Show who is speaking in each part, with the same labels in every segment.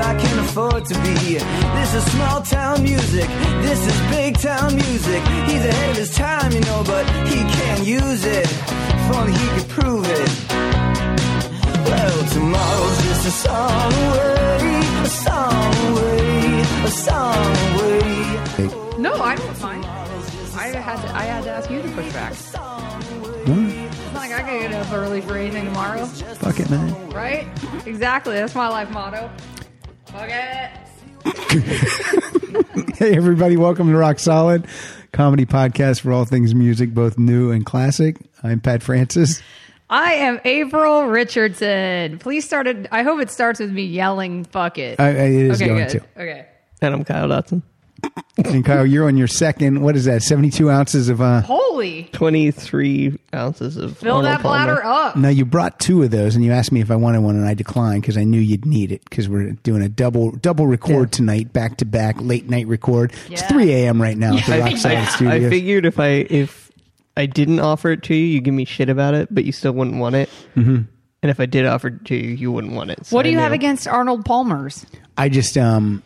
Speaker 1: afford to be. This is small town music. This is big town music. He's ahead of his time, you know, but he can't use it. If only he could prove it. Well, tomorrow's just a song away, a song away, a song away.
Speaker 2: No, I'm fine. I had to, I had to ask you to push back. It's not like I can get up early for anything tomorrow,
Speaker 3: Fuck it, man.
Speaker 2: right? Exactly. That's my life motto. Fuck it.
Speaker 3: Hey, everybody, welcome to Rock Solid, comedy podcast for all things music, both new and classic. I'm Pat Francis.
Speaker 2: I am April Richardson. Please start it. I hope it starts with me yelling "fuck it."
Speaker 3: I, I, it is
Speaker 2: okay,
Speaker 3: going
Speaker 2: good. Okay.
Speaker 4: And I'm Kyle
Speaker 3: to.
Speaker 4: Dotson.
Speaker 3: And Kyle, you're on your second, what is that, 72 ounces of, uh,
Speaker 2: Holy,
Speaker 4: 23 ounces of
Speaker 2: fill
Speaker 4: Arnold
Speaker 2: that bladder
Speaker 4: Palmer.
Speaker 2: up.
Speaker 3: now you brought two of those and you asked me if I wanted one and I declined because I knew you'd need it because we're doing a double double record tonight, back to back, late night record. It's
Speaker 2: Yeah.
Speaker 3: 3 a.m. right now at the Rock Solid
Speaker 4: I
Speaker 3: Studios.
Speaker 4: figured if I if I didn't offer it to you, you give me shit about it, but you still wouldn't want it. Mm-hmm. And if I did offer it to you, you wouldn't want it. So
Speaker 2: What do
Speaker 4: I
Speaker 2: you have
Speaker 4: knew.
Speaker 2: against Arnold Palmer's?
Speaker 3: I just, um,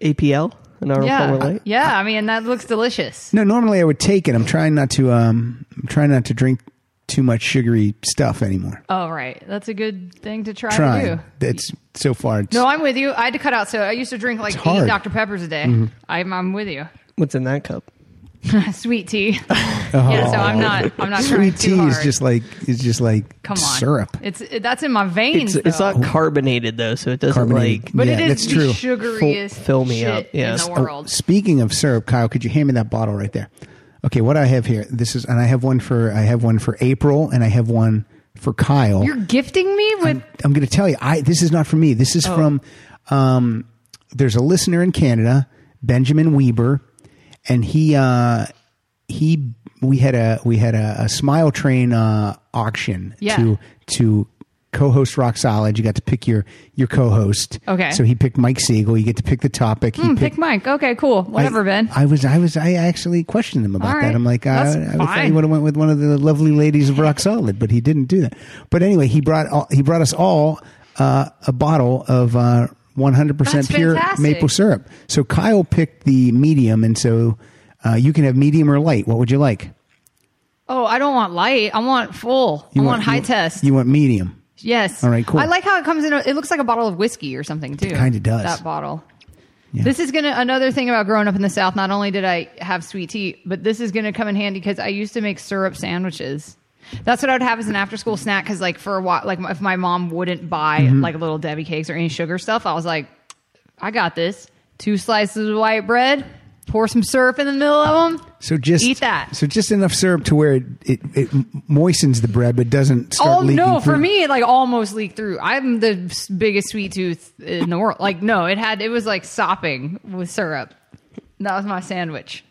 Speaker 4: APL? An Arnold Palmer
Speaker 2: Yeah,
Speaker 4: Light?
Speaker 2: yeah. I mean, that looks delicious.
Speaker 3: No, normally I would take it. I'm trying not to. Um, I'm trying not to drink too much sugary stuff anymore.
Speaker 2: All right, that's a good thing to try to
Speaker 3: trying.
Speaker 2: Oh, do.
Speaker 3: That's so far. It's,
Speaker 2: No, Oh, I'm with you. I had to cut out, so I used to drink like
Speaker 3: It's
Speaker 2: eight
Speaker 3: hard. Mm-hmm.
Speaker 2: Dr. Peppers a day. I'm, I'm with you.
Speaker 4: What's in that cup?
Speaker 2: Sweet tea. Yeah, so I'm not. I'm not trying
Speaker 3: Oh. sweet
Speaker 2: too
Speaker 3: tea is
Speaker 2: hard.
Speaker 3: just like is just like
Speaker 2: Come on,
Speaker 3: syrup.
Speaker 2: It's it- that's in my veins.
Speaker 4: It's, it's
Speaker 2: though.
Speaker 4: not carbonated, though, so it doesn't
Speaker 3: Carbonated.
Speaker 4: like.
Speaker 2: But
Speaker 3: Yeah,
Speaker 2: it is
Speaker 3: that's
Speaker 2: the
Speaker 3: true.
Speaker 2: sugariest
Speaker 4: Fill- fill me
Speaker 2: shit
Speaker 4: up, yes.
Speaker 2: in
Speaker 4: Oh,
Speaker 2: the world.
Speaker 3: Speaking of syrup, Kyle, could you hand me that bottle right there? Okay, what I have here. This is, and I have one for I have one for April, and I have one for Kyle.
Speaker 2: You're gifting me with mm,
Speaker 3: I'm going to tell you, I this is not from me. This
Speaker 2: Oh.
Speaker 3: is from um, there's a listener in Canada, Benjamin Weber, and he uh, he we had a we had a, a Smile Train uh, auction
Speaker 2: Yeah.
Speaker 3: to to co-host Rock Solid. You got to pick your your co-host.
Speaker 2: Okay.
Speaker 3: so he picked Mike Siegel. You get to pick the topic. He
Speaker 2: Hmm,
Speaker 3: picked-
Speaker 2: pick Mike. Okay, cool. Whatever,
Speaker 3: I,
Speaker 2: Ben.
Speaker 3: I was, I was, I actually questioned him about
Speaker 2: All
Speaker 3: that.
Speaker 2: right.
Speaker 3: I'm like, uh, I, I
Speaker 2: That's
Speaker 3: thought he
Speaker 2: fine.
Speaker 3: would have went with one of the lovely ladies of Rock Solid, but he didn't do that. But anyway, he brought all, he brought us all uh, a bottle of uh, 100 percent
Speaker 2: That's
Speaker 3: pure
Speaker 2: fantastic.
Speaker 3: maple syrup. So Kyle picked the medium, and so uh, you can have medium or light. What would you like?
Speaker 2: oh, I don't want light. I want full.
Speaker 3: You
Speaker 2: I want, high
Speaker 3: you-
Speaker 2: test.
Speaker 3: You want medium.
Speaker 2: yes.
Speaker 3: All right, cool.
Speaker 2: I like how it comes in. A, it looks like a bottle of whiskey or something too.
Speaker 3: kinda does.
Speaker 2: that bottle. This is gonna another thing about growing up in the South. Not only did I have sweet tea, but this is gonna come in handy because I used to make syrup sandwiches. That's what I would have as an after-school snack because, like, for a while, like if my mom wouldn't buy
Speaker 3: Mm-hmm.
Speaker 2: like little Debbie cakes or any sugar stuff, I was like, I got this. Two slices of white bread, pour some syrup in the middle of them.
Speaker 3: So just
Speaker 2: Eat that.
Speaker 3: So just enough syrup to where it, it, it moistens the bread, but doesn't start
Speaker 2: Oh
Speaker 3: leaking.
Speaker 2: no! For
Speaker 3: through.
Speaker 2: me, it like almost leaked through. I'm the s- biggest sweet tooth in the world. Like, no, it had it was like sopping with syrup. That was my sandwich.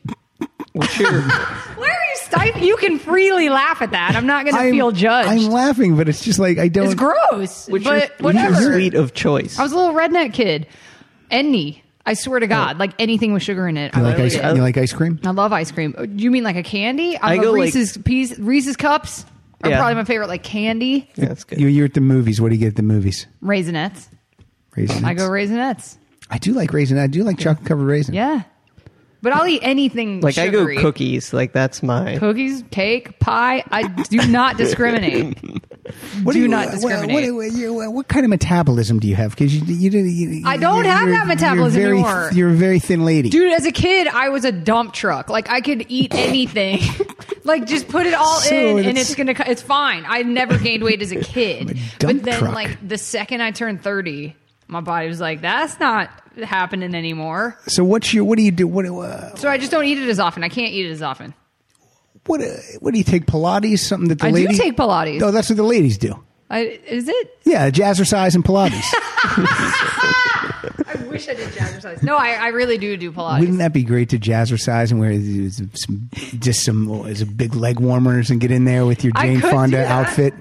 Speaker 4: What's your,
Speaker 2: Where are you stifling? You can freely laugh at that. I'm not going to
Speaker 3: I'm-
Speaker 2: feel judged.
Speaker 3: I'm laughing, but it's just like I don't.
Speaker 2: it's gross,
Speaker 4: what's your,
Speaker 2: but
Speaker 4: what's your
Speaker 2: whatever.
Speaker 4: sweet of choice?
Speaker 2: I was a little redneck kid. Any, I swear to God, like anything with sugar in it,
Speaker 3: Oh.
Speaker 2: I
Speaker 3: You like
Speaker 2: love
Speaker 3: ice,
Speaker 2: it.
Speaker 3: you like ice cream?
Speaker 2: I love ice cream. Do you mean like a candy? I'm
Speaker 4: I
Speaker 2: a
Speaker 4: go, like-
Speaker 2: Reese's piece, Reese's cups are
Speaker 4: Yeah.
Speaker 2: probably my favorite. Like candy,
Speaker 4: yeah, that's good.
Speaker 3: You, you're at the movies. What do you get at the movies?
Speaker 2: raisinets.
Speaker 3: Raisins.
Speaker 2: I go raisinets.
Speaker 3: I do like raisin. I do like chocolate covered raisin.
Speaker 2: Yeah, but I'll eat anything.
Speaker 4: like, I
Speaker 2: sugary.
Speaker 4: go cookies. Like, that's my.
Speaker 2: cookies, cake, pie. I do not discriminate.
Speaker 3: What
Speaker 2: Do not
Speaker 3: what-
Speaker 2: discriminate.
Speaker 3: What, what- you- what, kind of metabolism do you have? Because you, you, you, you,
Speaker 2: I don't
Speaker 3: you're-
Speaker 2: have
Speaker 3: you're-
Speaker 2: that metabolism
Speaker 3: You're very,
Speaker 2: anymore.
Speaker 3: You're a very thin lady.
Speaker 2: Dude, as a kid, I was a dump truck. Like I could eat anything. like just put it all
Speaker 3: So
Speaker 2: in, and
Speaker 3: it's-
Speaker 2: it's gonna. co- It's fine. I never gained weight as a kid,
Speaker 3: dump
Speaker 2: but then
Speaker 3: truck.
Speaker 2: like the second I turned thirty, my body was like, "That's not happening anymore."
Speaker 3: So what's your? What do you do? What? Uh,
Speaker 2: So I just don't eat it as often. I can't eat it as often.
Speaker 3: what? Uh, what do you take? Pilates? Something that the
Speaker 2: I do
Speaker 3: ladies
Speaker 2: take Pilates.
Speaker 3: No, that's what the ladies do.
Speaker 2: I, is it?
Speaker 3: Yeah, jazzercise and Pilates.
Speaker 2: I wish I did jazzercise. No, I, I really do do Pilates.
Speaker 3: Wouldn't that be great to jazzercise and wear these- some, just some oh, is it big leg warmers and get in there with your
Speaker 2: I
Speaker 3: Jane
Speaker 2: could do
Speaker 3: Fonda
Speaker 2: that.
Speaker 3: outfit,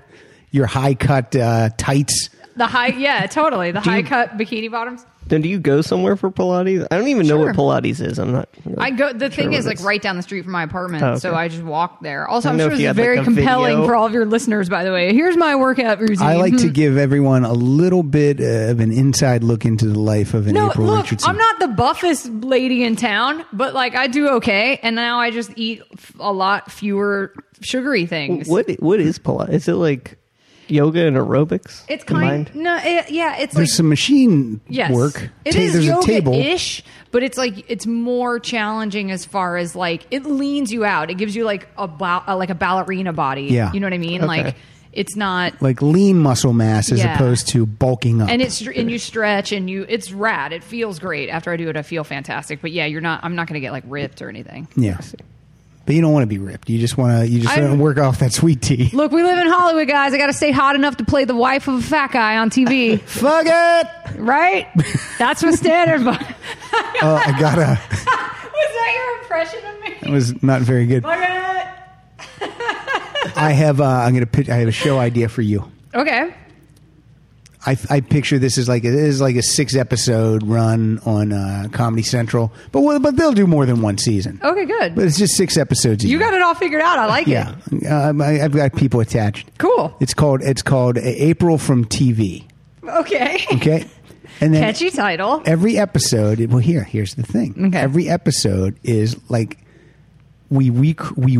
Speaker 3: your high cut uh, tights?
Speaker 2: the high, yeah, totally. The high
Speaker 3: you-
Speaker 2: cut bikini bottoms.
Speaker 4: Then do you go somewhere for Pilates? I don't even know
Speaker 2: Sure.
Speaker 4: what Pilates is. I'm not. really
Speaker 2: I go. The
Speaker 4: sure
Speaker 2: thing
Speaker 4: what
Speaker 2: is,
Speaker 4: it
Speaker 2: like right down the street from my apartment,
Speaker 4: Oh, okay.
Speaker 2: so I just walk there. Also,
Speaker 4: I
Speaker 2: I'm
Speaker 4: know
Speaker 2: sure
Speaker 4: if
Speaker 2: this is
Speaker 4: you had, like,
Speaker 2: very
Speaker 4: a
Speaker 2: compelling
Speaker 4: video.
Speaker 2: for all of your listeners. By the way, here's my workout routine. Mhm.
Speaker 3: I like to give everyone a little bit uh, of an inside look into the life of an
Speaker 2: No,
Speaker 3: April
Speaker 2: look,
Speaker 3: Richardson.
Speaker 2: I'm not the buffest lady in town, but like I do okay, and now I just eat f- a lot fewer sugary things.
Speaker 4: What What is Pilates? Is it like yoga and aerobics?
Speaker 2: It's kind.
Speaker 4: combined?
Speaker 2: No, it, yeah, it's
Speaker 3: There's
Speaker 2: like
Speaker 3: some machine
Speaker 2: yes,
Speaker 3: work.
Speaker 2: It
Speaker 3: Ta-
Speaker 2: is
Speaker 3: there's a table.
Speaker 2: ish, but it's like it's more challenging as far as like it leans you out. It gives you like a ba- uh, like a ballerina body.
Speaker 3: Yeah.
Speaker 2: you know what I mean. Like it's not.
Speaker 3: like lean muscle mass as
Speaker 2: Yeah.
Speaker 3: opposed to bulking up.
Speaker 2: And it's and you stretch and you it's rad. It feels great after I do it. I feel fantastic. But yeah, you're not. I'm not going to get like ripped or anything.
Speaker 3: yeah. But you don't want to be ripped. You just want to you just
Speaker 2: I'm-
Speaker 3: want to work off that sweet tea.
Speaker 2: Look, we live in Hollywood, guys. I got to stay hot enough to play the wife of a fat guy on TV,
Speaker 3: Fuck it.
Speaker 2: right? That's my standard. But was
Speaker 3: Oh, I got to
Speaker 2: that your impression of me?
Speaker 3: It was not very good. I have uh, I'm going to pitch I have a show idea for you.
Speaker 2: Okay.
Speaker 3: I, I picture this as like it is like a six episode run on uh, Comedy Central, but we'll- but they'll do more than one season.
Speaker 2: Okay.
Speaker 3: But
Speaker 2: Good.
Speaker 3: it's just six episodes. a
Speaker 2: You
Speaker 3: year.
Speaker 2: got it all figured out. I like
Speaker 3: yeah.
Speaker 2: it.
Speaker 3: Um, I, I've got people attached.
Speaker 2: Cool.
Speaker 3: It's called it's called April from TV.
Speaker 2: Okay.
Speaker 3: Okay, and then
Speaker 2: Catchy title.
Speaker 3: every episode. Well, here here's the thing.
Speaker 2: Okay.
Speaker 3: Every episode is like we rec- we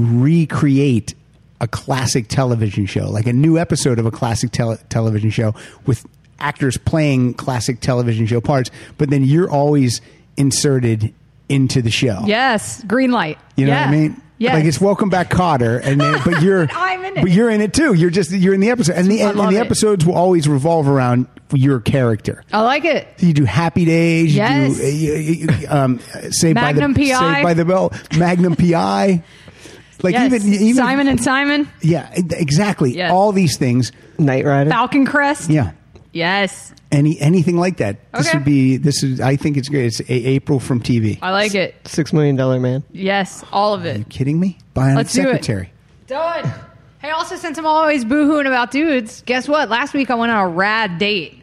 Speaker 3: recreate a classic television show, like a new episode of a classic tele- television show with actors playing classic television show parts, but then you're always inserted into the show.
Speaker 2: Yes. Green light.
Speaker 3: You know
Speaker 2: Yeah.
Speaker 3: what I mean?
Speaker 2: Yes.
Speaker 3: Like it's Welcome Back Cotter, and then, but you're
Speaker 2: I'm in it.
Speaker 3: but you're in it too. You're just you're in the episode, and the
Speaker 2: I
Speaker 3: and
Speaker 2: love
Speaker 3: the
Speaker 2: it.
Speaker 3: episodes will always revolve around your character.
Speaker 2: I like it.
Speaker 3: You do Happy Days. you
Speaker 2: Yes.
Speaker 3: do, uh, You you- you, um, Saved
Speaker 2: Magnum
Speaker 3: by the
Speaker 2: PI.
Speaker 3: Saved by the Bell. Magnum PI. Like
Speaker 2: Yes.
Speaker 3: even even
Speaker 2: Simon and Simon.
Speaker 3: Yeah, eh, exactly.
Speaker 2: Yes.
Speaker 3: All these things.
Speaker 4: Night Rider.
Speaker 2: Falcon Crest.
Speaker 3: Yeah.
Speaker 2: Yes.
Speaker 3: Any anything like that. This
Speaker 2: Okay.
Speaker 3: would be this is. I think it's great. It's a- April from TV.
Speaker 2: I like it.
Speaker 4: Six million dollar man.
Speaker 2: Yes. All of it.
Speaker 3: Kidding me? Bionic
Speaker 2: Let's do it.
Speaker 3: Secretary.
Speaker 2: Done. Hey, also since I'm always boohooing about dudes, guess what? Last week I went on a rad date.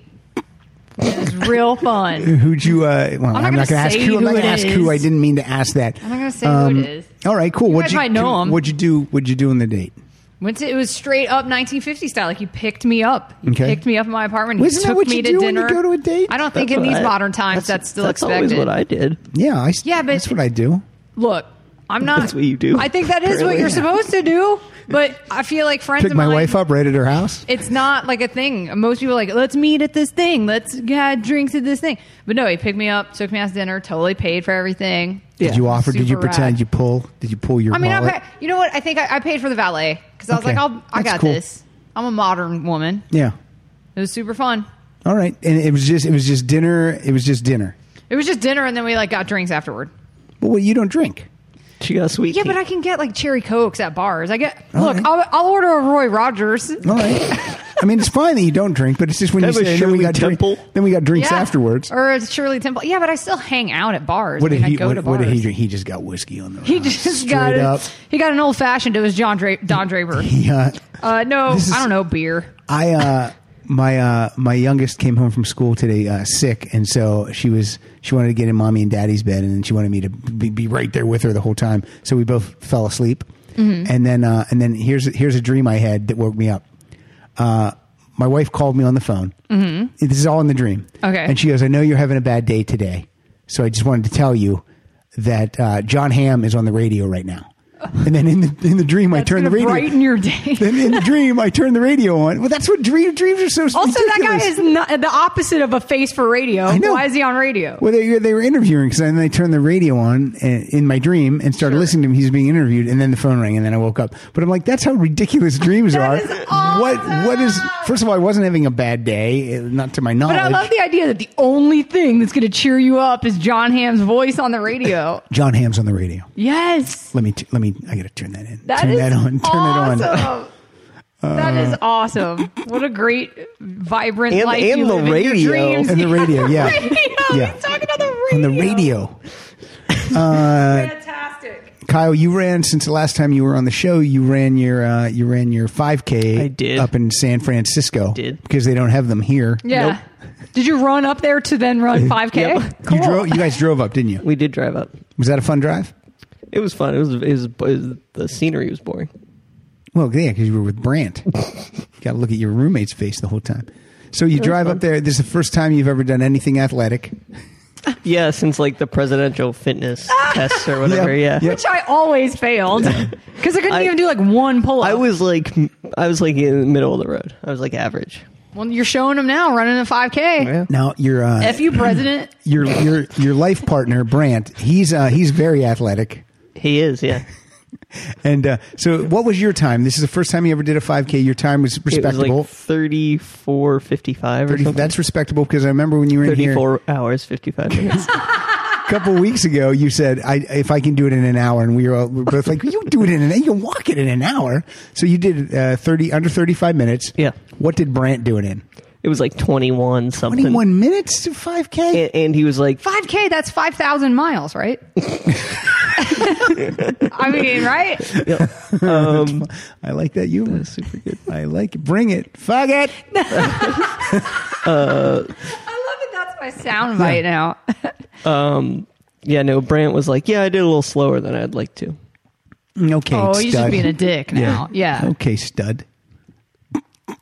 Speaker 2: It was real fun.
Speaker 3: Who'd you? Uh, well, I'm, not going
Speaker 2: not gonna
Speaker 3: to ask
Speaker 2: say
Speaker 3: who. I'm
Speaker 2: who
Speaker 3: not going
Speaker 2: it
Speaker 3: to ask who. I
Speaker 2: is.
Speaker 3: didn't mean to ask that. I'm
Speaker 2: not gonna say who it is.
Speaker 3: All right, cool.
Speaker 2: guys might know him.
Speaker 3: What'd you do? What'd you do on the date?
Speaker 2: Went to, it was straight up 1950 style. Like he picked me up. He
Speaker 3: Okay.
Speaker 2: picked me up in my apartment. He
Speaker 3: Well, isn't that
Speaker 2: took
Speaker 3: what
Speaker 2: me
Speaker 3: you
Speaker 2: to
Speaker 3: do when you
Speaker 2: dinner.
Speaker 3: go to a date?
Speaker 2: I don't think in
Speaker 4: what
Speaker 2: these
Speaker 4: I-
Speaker 2: modern times that's, still
Speaker 4: that's
Speaker 2: expected.
Speaker 4: always what I did.
Speaker 3: Yeah, I. s-
Speaker 2: Yeah, but-
Speaker 3: that's what I do.
Speaker 2: Look, I'm not.
Speaker 4: That's what you do,
Speaker 2: I think that is what
Speaker 4: apparently.
Speaker 2: you're supposed to do. But I feel like friends
Speaker 3: Pick
Speaker 2: of
Speaker 3: my
Speaker 2: mine.
Speaker 3: wife up right at her house.
Speaker 2: It's not like a thing. Most people are like, let's meet at this thing. Let's have drinks at this thing. But no, he picked me up, took me out to dinner, totally paid for everything.
Speaker 3: Did you offer? Did you
Speaker 2: Super
Speaker 3: pretend?
Speaker 2: rad.
Speaker 3: You pull? Did you pull your?
Speaker 2: I mean, I
Speaker 3: wallet?
Speaker 2: pay, you know what? I think I, I paid for the valet because I was
Speaker 3: Okay.
Speaker 2: like, I'll, I
Speaker 3: That's
Speaker 2: got
Speaker 3: cool.
Speaker 2: this. I'm a modern woman.
Speaker 3: yeah.
Speaker 2: It was super fun.
Speaker 3: All right, and it was just it was just dinner. It was just dinner.
Speaker 2: It was just dinner, and then we like got drinks afterward.
Speaker 3: But well, you don't drink.
Speaker 4: She got a sweet.
Speaker 2: Yeah,
Speaker 4: tea.
Speaker 2: but I can get like cherry cokes at bars. I get
Speaker 3: All
Speaker 2: look.
Speaker 3: right.
Speaker 2: I'll, I'll order a Roy Rogers.
Speaker 3: All right. I mean, it's fine that you don't drink, but it's just when
Speaker 4: Can
Speaker 3: you
Speaker 4: I have a
Speaker 3: say then we
Speaker 4: Shirley
Speaker 3: got drink-
Speaker 4: Temple?
Speaker 3: then we got drinks
Speaker 2: Yeah.
Speaker 3: afterwards.
Speaker 2: or a Shirley Temple. Yeah, but I still hang out at bars.
Speaker 3: What
Speaker 2: I
Speaker 3: did
Speaker 2: mean,
Speaker 3: he?
Speaker 2: I go to
Speaker 3: What,
Speaker 2: bars.
Speaker 3: what did he drink? He just got whiskey on the.
Speaker 2: He
Speaker 3: rocks,
Speaker 2: just
Speaker 3: straight
Speaker 2: got
Speaker 3: up.
Speaker 2: it. He got an old fashioned. It was John Dra- Don Draper.
Speaker 3: Yeah.
Speaker 2: Uh, no,
Speaker 3: This is-
Speaker 2: I don't know beer.
Speaker 3: I uh my uh my youngest came home from school today uh, sick, and so she was she wanted to get in mommy and daddy's bed, and then she wanted me to be, be right there with her the whole time. So we both fell asleep,
Speaker 2: Mm-hmm.
Speaker 3: and then uh, and then here's here's a dream I had that woke me up. Uh, my wife called me on the phone. Mm-hmm. This is all in the dream.
Speaker 2: Okay.
Speaker 3: and she goes, "I know you're having a bad day today, so I just wanted to tell you." That uh, John Hamm is on the radio right now, and then in the in the dream I
Speaker 2: That's
Speaker 3: turn the
Speaker 2: gonna
Speaker 3: radio.
Speaker 2: brighten your day.
Speaker 3: Then in the dream, I turned the radio on. Well, that's what dream, dreams are so
Speaker 2: Also, that
Speaker 3: ridiculous.
Speaker 2: guy is not the opposite of a face for radio.
Speaker 3: I know.
Speaker 2: Why is he on radio?
Speaker 3: Well, they, they were interviewing because then they turned the radio on uh, in my dream and started
Speaker 2: Sure.
Speaker 3: listening to him. He's being interviewed, and then the phone rang, and then I woke up. But I'm like, that's how ridiculous dreams
Speaker 2: That
Speaker 3: are.
Speaker 2: is
Speaker 3: What? What is?
Speaker 2: awesome!
Speaker 3: First of all, I wasn't having a bad day, uh, not to my knowledge.
Speaker 2: But I love the idea that the only thing that's going to cheer you up is John Hamm's voice on the radio.
Speaker 3: John Ham's on the radio.
Speaker 2: Yes,
Speaker 3: Let me. T- let me. I gotta turn that in.
Speaker 2: that
Speaker 3: turn
Speaker 2: is
Speaker 3: that on. Turn it on. Uh,
Speaker 2: awesome. That is awesome. What a great, vibrant
Speaker 4: And-
Speaker 2: life
Speaker 4: and
Speaker 2: you
Speaker 4: the
Speaker 2: live in your
Speaker 4: radio.
Speaker 2: dreams.
Speaker 3: And the radio, yeah.
Speaker 2: Radio.
Speaker 3: Yeah.
Speaker 2: He's talking on the radio.
Speaker 3: On the radio.
Speaker 2: Fantastic.
Speaker 3: Uh, Kyle, you ran since the last time you were on the show. You ran your uh, you ran your 5K.
Speaker 4: I did.
Speaker 3: up in San Francisco.
Speaker 4: Did.
Speaker 3: because they don't have them here.
Speaker 2: Yeah. Did you run up there to then run 5K?
Speaker 4: Yep.
Speaker 2: Cool.
Speaker 3: You drove. You guys drove up, didn't you?
Speaker 4: We did drive up.
Speaker 3: Was that a fun drive?
Speaker 4: It was fun. It was, it was, it was the scenery was boring.
Speaker 3: Well, yeah, because you were with Brandt. Got to look at your roommate's face the whole time. So you drive
Speaker 4: fun.
Speaker 3: up there. This is the first time you've ever done anything athletic.
Speaker 4: Yeah, since like the presidential fitness tests or whatever.
Speaker 3: Yep,
Speaker 4: Yeah.
Speaker 3: yep.
Speaker 2: Which I always failed because I couldn't
Speaker 4: I-
Speaker 2: even do like one pull up.
Speaker 4: I was like, I was like in the middle of the road. I was like average.
Speaker 2: well, you're showing them now running a 5K.
Speaker 4: Yeah.
Speaker 3: Now your uh,
Speaker 2: F you, president.
Speaker 3: your your your life partner Brandt. He's uh, he's very athletic.
Speaker 4: He is, yeah.
Speaker 3: And uh, so, what was your time? This is the first time you ever did a 5K. Your time was
Speaker 4: It was
Speaker 3: respectable.
Speaker 4: like 34, 55 or
Speaker 3: 30
Speaker 4: something.
Speaker 3: that's respectable because I remember when you were in here
Speaker 4: 34 hours, 55 minutes.
Speaker 3: a couple weeks ago, you said, I, "If I can do it in an hour," and we were, all, we were both like, "You do it in an hour. You walk it in an hour." So you did uh, thirty under thirty-five minutes.
Speaker 4: Yeah.
Speaker 3: What did Brandt do it in?
Speaker 4: it was like 21 something.
Speaker 3: Twenty-one minutes to 5K.
Speaker 4: And, and he was like,
Speaker 2: 5K, that's 5,000 miles, right? I mean, right?
Speaker 4: um,
Speaker 3: I like that humor. Super good. I like it. Bring it. Fuck it.
Speaker 2: I love it. That's my sound bite now.
Speaker 4: um, yeah, no, Brant was like, yeah, I did a little slower than I'd like to.
Speaker 3: Mm, Okay.
Speaker 2: oh,
Speaker 3: stud.
Speaker 2: he's just being a dick now. Yeah.
Speaker 3: Okay, stud.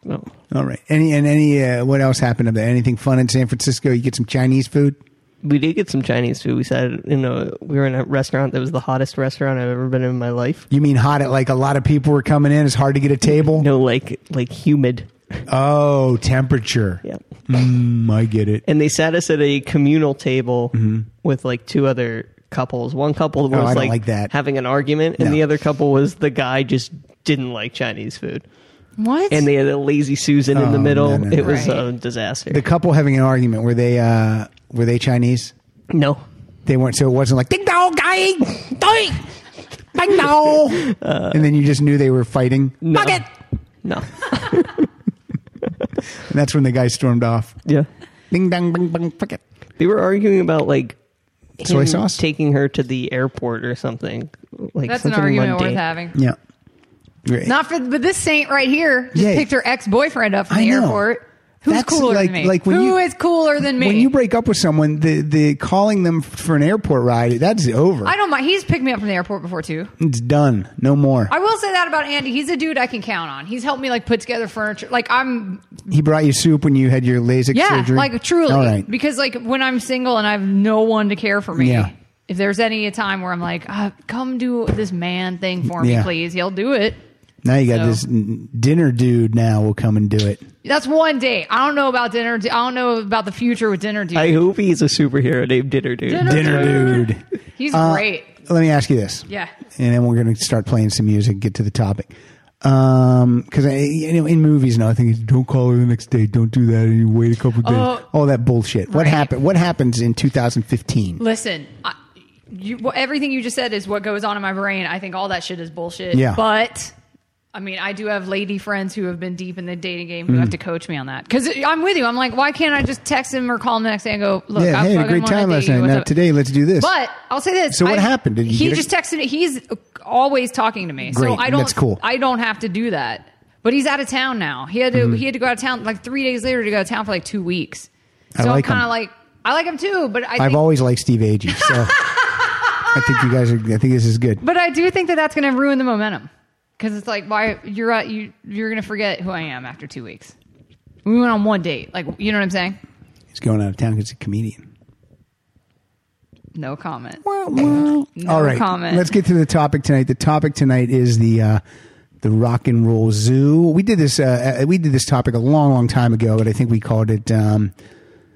Speaker 4: No.
Speaker 3: All right. Any and any uh, what else happened up there? Anything fun in San Francisco? You get some Chinese food.
Speaker 4: We did get some Chinese food. We sat in a, we were in a restaurant that was the hottest restaurant I've ever been in my life.
Speaker 3: You mean hot? At, like a lot of people were coming in. It's hard to get a table.
Speaker 4: No, like, like humid.
Speaker 3: Oh, temperature.
Speaker 4: Yeah.
Speaker 3: Mm, I get it.
Speaker 4: and they sat us at a communal table with like two other couples. One couple was
Speaker 3: Mm-hmm. Oh, I don't
Speaker 4: like,
Speaker 3: like that.
Speaker 4: having an argument, and
Speaker 3: No.
Speaker 4: the other couple was the guy just didn't like Chinese food.
Speaker 2: What?
Speaker 4: And they had a lazy Susan in
Speaker 3: Oh,
Speaker 4: the middle.
Speaker 3: no, no,
Speaker 4: It
Speaker 3: no.
Speaker 4: was
Speaker 2: Right.
Speaker 4: a disaster.
Speaker 3: The couple having an argument were they uh were they Chinese?
Speaker 4: no,
Speaker 3: They weren't. So it wasn't like ding dong, guy, doi, ding dong. and then you just knew they were fighting.
Speaker 4: Uh, no,
Speaker 3: Fuck it.
Speaker 4: no.
Speaker 3: And that's when the guy stormed off.
Speaker 4: yeah,
Speaker 3: Ding dong, bing bong, fuck it.
Speaker 4: they were arguing about like
Speaker 3: Soy
Speaker 4: him
Speaker 3: sauce?
Speaker 4: taking her to the airport or something. Like
Speaker 2: that's an
Speaker 4: something
Speaker 2: argument
Speaker 4: mundane.
Speaker 2: worth having.
Speaker 3: Yeah. Right.
Speaker 2: Not for, but this saint right here just
Speaker 3: Yeah.
Speaker 2: picked her ex boyfriend up from
Speaker 3: I
Speaker 2: the
Speaker 3: know.
Speaker 2: airport. Who's
Speaker 3: That's
Speaker 2: cooler
Speaker 3: like-
Speaker 2: than me?
Speaker 3: like when
Speaker 2: Who
Speaker 3: you-
Speaker 2: is cooler than me?
Speaker 3: When you break up with someone, the the calling them for an airport ride, that's over.
Speaker 2: I don't mind. He's picked me up from the airport before too.
Speaker 3: it's done. No more.
Speaker 2: I will say that about Andy. He's a dude I can count on. He's helped me like put together furniture. Like I'm,
Speaker 3: he brought you soup when you had your LASIK
Speaker 2: yeah,
Speaker 3: surgery.
Speaker 2: like truly.
Speaker 3: All right.
Speaker 2: Because like when I'm single and I have no one to care for me,
Speaker 3: Yeah.
Speaker 2: if there's any time where I'm like, uh, come do this man thing for me,
Speaker 3: Yeah.
Speaker 2: please, he'll do it.
Speaker 3: Now you got
Speaker 2: So-
Speaker 3: this n- dinner dude. Now will come and do it.
Speaker 2: That's one day. I don't know about dinner. I don't know about the future with dinner dude.
Speaker 4: I hope he's a superhero named Dinner Dude.
Speaker 2: Dinner-
Speaker 3: Dinner dude.
Speaker 2: He's
Speaker 3: Uh,
Speaker 2: great.
Speaker 3: Let me ask you this.
Speaker 2: Yeah.
Speaker 3: And then we're going to start playing some music. Get to the topic. Um, because I, you know, in movies now, I think it's don't call her the next day, don't do that, and you wait a couple of days,
Speaker 2: Oh.
Speaker 3: all that bullshit. What
Speaker 2: Right.
Speaker 3: happened? What happens in 2015?
Speaker 2: Listen, I, you, wh- everything you just said is what goes on in my brain. I think all that shit is bullshit.
Speaker 3: Yeah.
Speaker 2: But I mean, I do have lady friends who have been deep in the dating game
Speaker 3: Hmm.
Speaker 2: who have to coach me on that because I'm with you. I'm like, why can't I just text him or call him the next day and go, look,
Speaker 3: yeah,
Speaker 2: I
Speaker 3: hey, had a
Speaker 2: fucking
Speaker 3: great
Speaker 2: wanna
Speaker 3: time
Speaker 2: date
Speaker 3: last
Speaker 2: you.
Speaker 3: night.
Speaker 2: What's
Speaker 3: Now
Speaker 2: up?
Speaker 3: today, let's do this.
Speaker 2: But I'll say this.
Speaker 3: So what
Speaker 2: I-
Speaker 3: happened? Did you
Speaker 2: he
Speaker 3: get a-
Speaker 2: just texted. me. He's always talking to me,
Speaker 3: Great.
Speaker 2: so I don't.
Speaker 3: That's cool.
Speaker 2: I don't have to do that. But he's out of town now. He had to.
Speaker 3: Mm-hmm.
Speaker 2: He had to go out of town like three days later to go out of town for like two weeks.
Speaker 3: I
Speaker 2: So
Speaker 3: like
Speaker 2: I'm kind
Speaker 3: him.
Speaker 2: of like I like him too, but I
Speaker 3: I've
Speaker 2: think,
Speaker 3: always liked Steve Agee, so I think you guys are. I think this is good.
Speaker 2: but I do think that that's going to ruin the momentum because it's like why you're uh, you you're going to forget who I am after two weeks. We went on one date, like you know what I'm saying.
Speaker 3: He's going out of town because he's a comedian.
Speaker 2: No comment.
Speaker 3: All right,
Speaker 2: comment.
Speaker 3: let's get to the topic tonight. The topic tonight is the uh, the rock and roll zoo. We did this. Uh, uh, we did this topic a long, long time ago, but I think we called it. Um,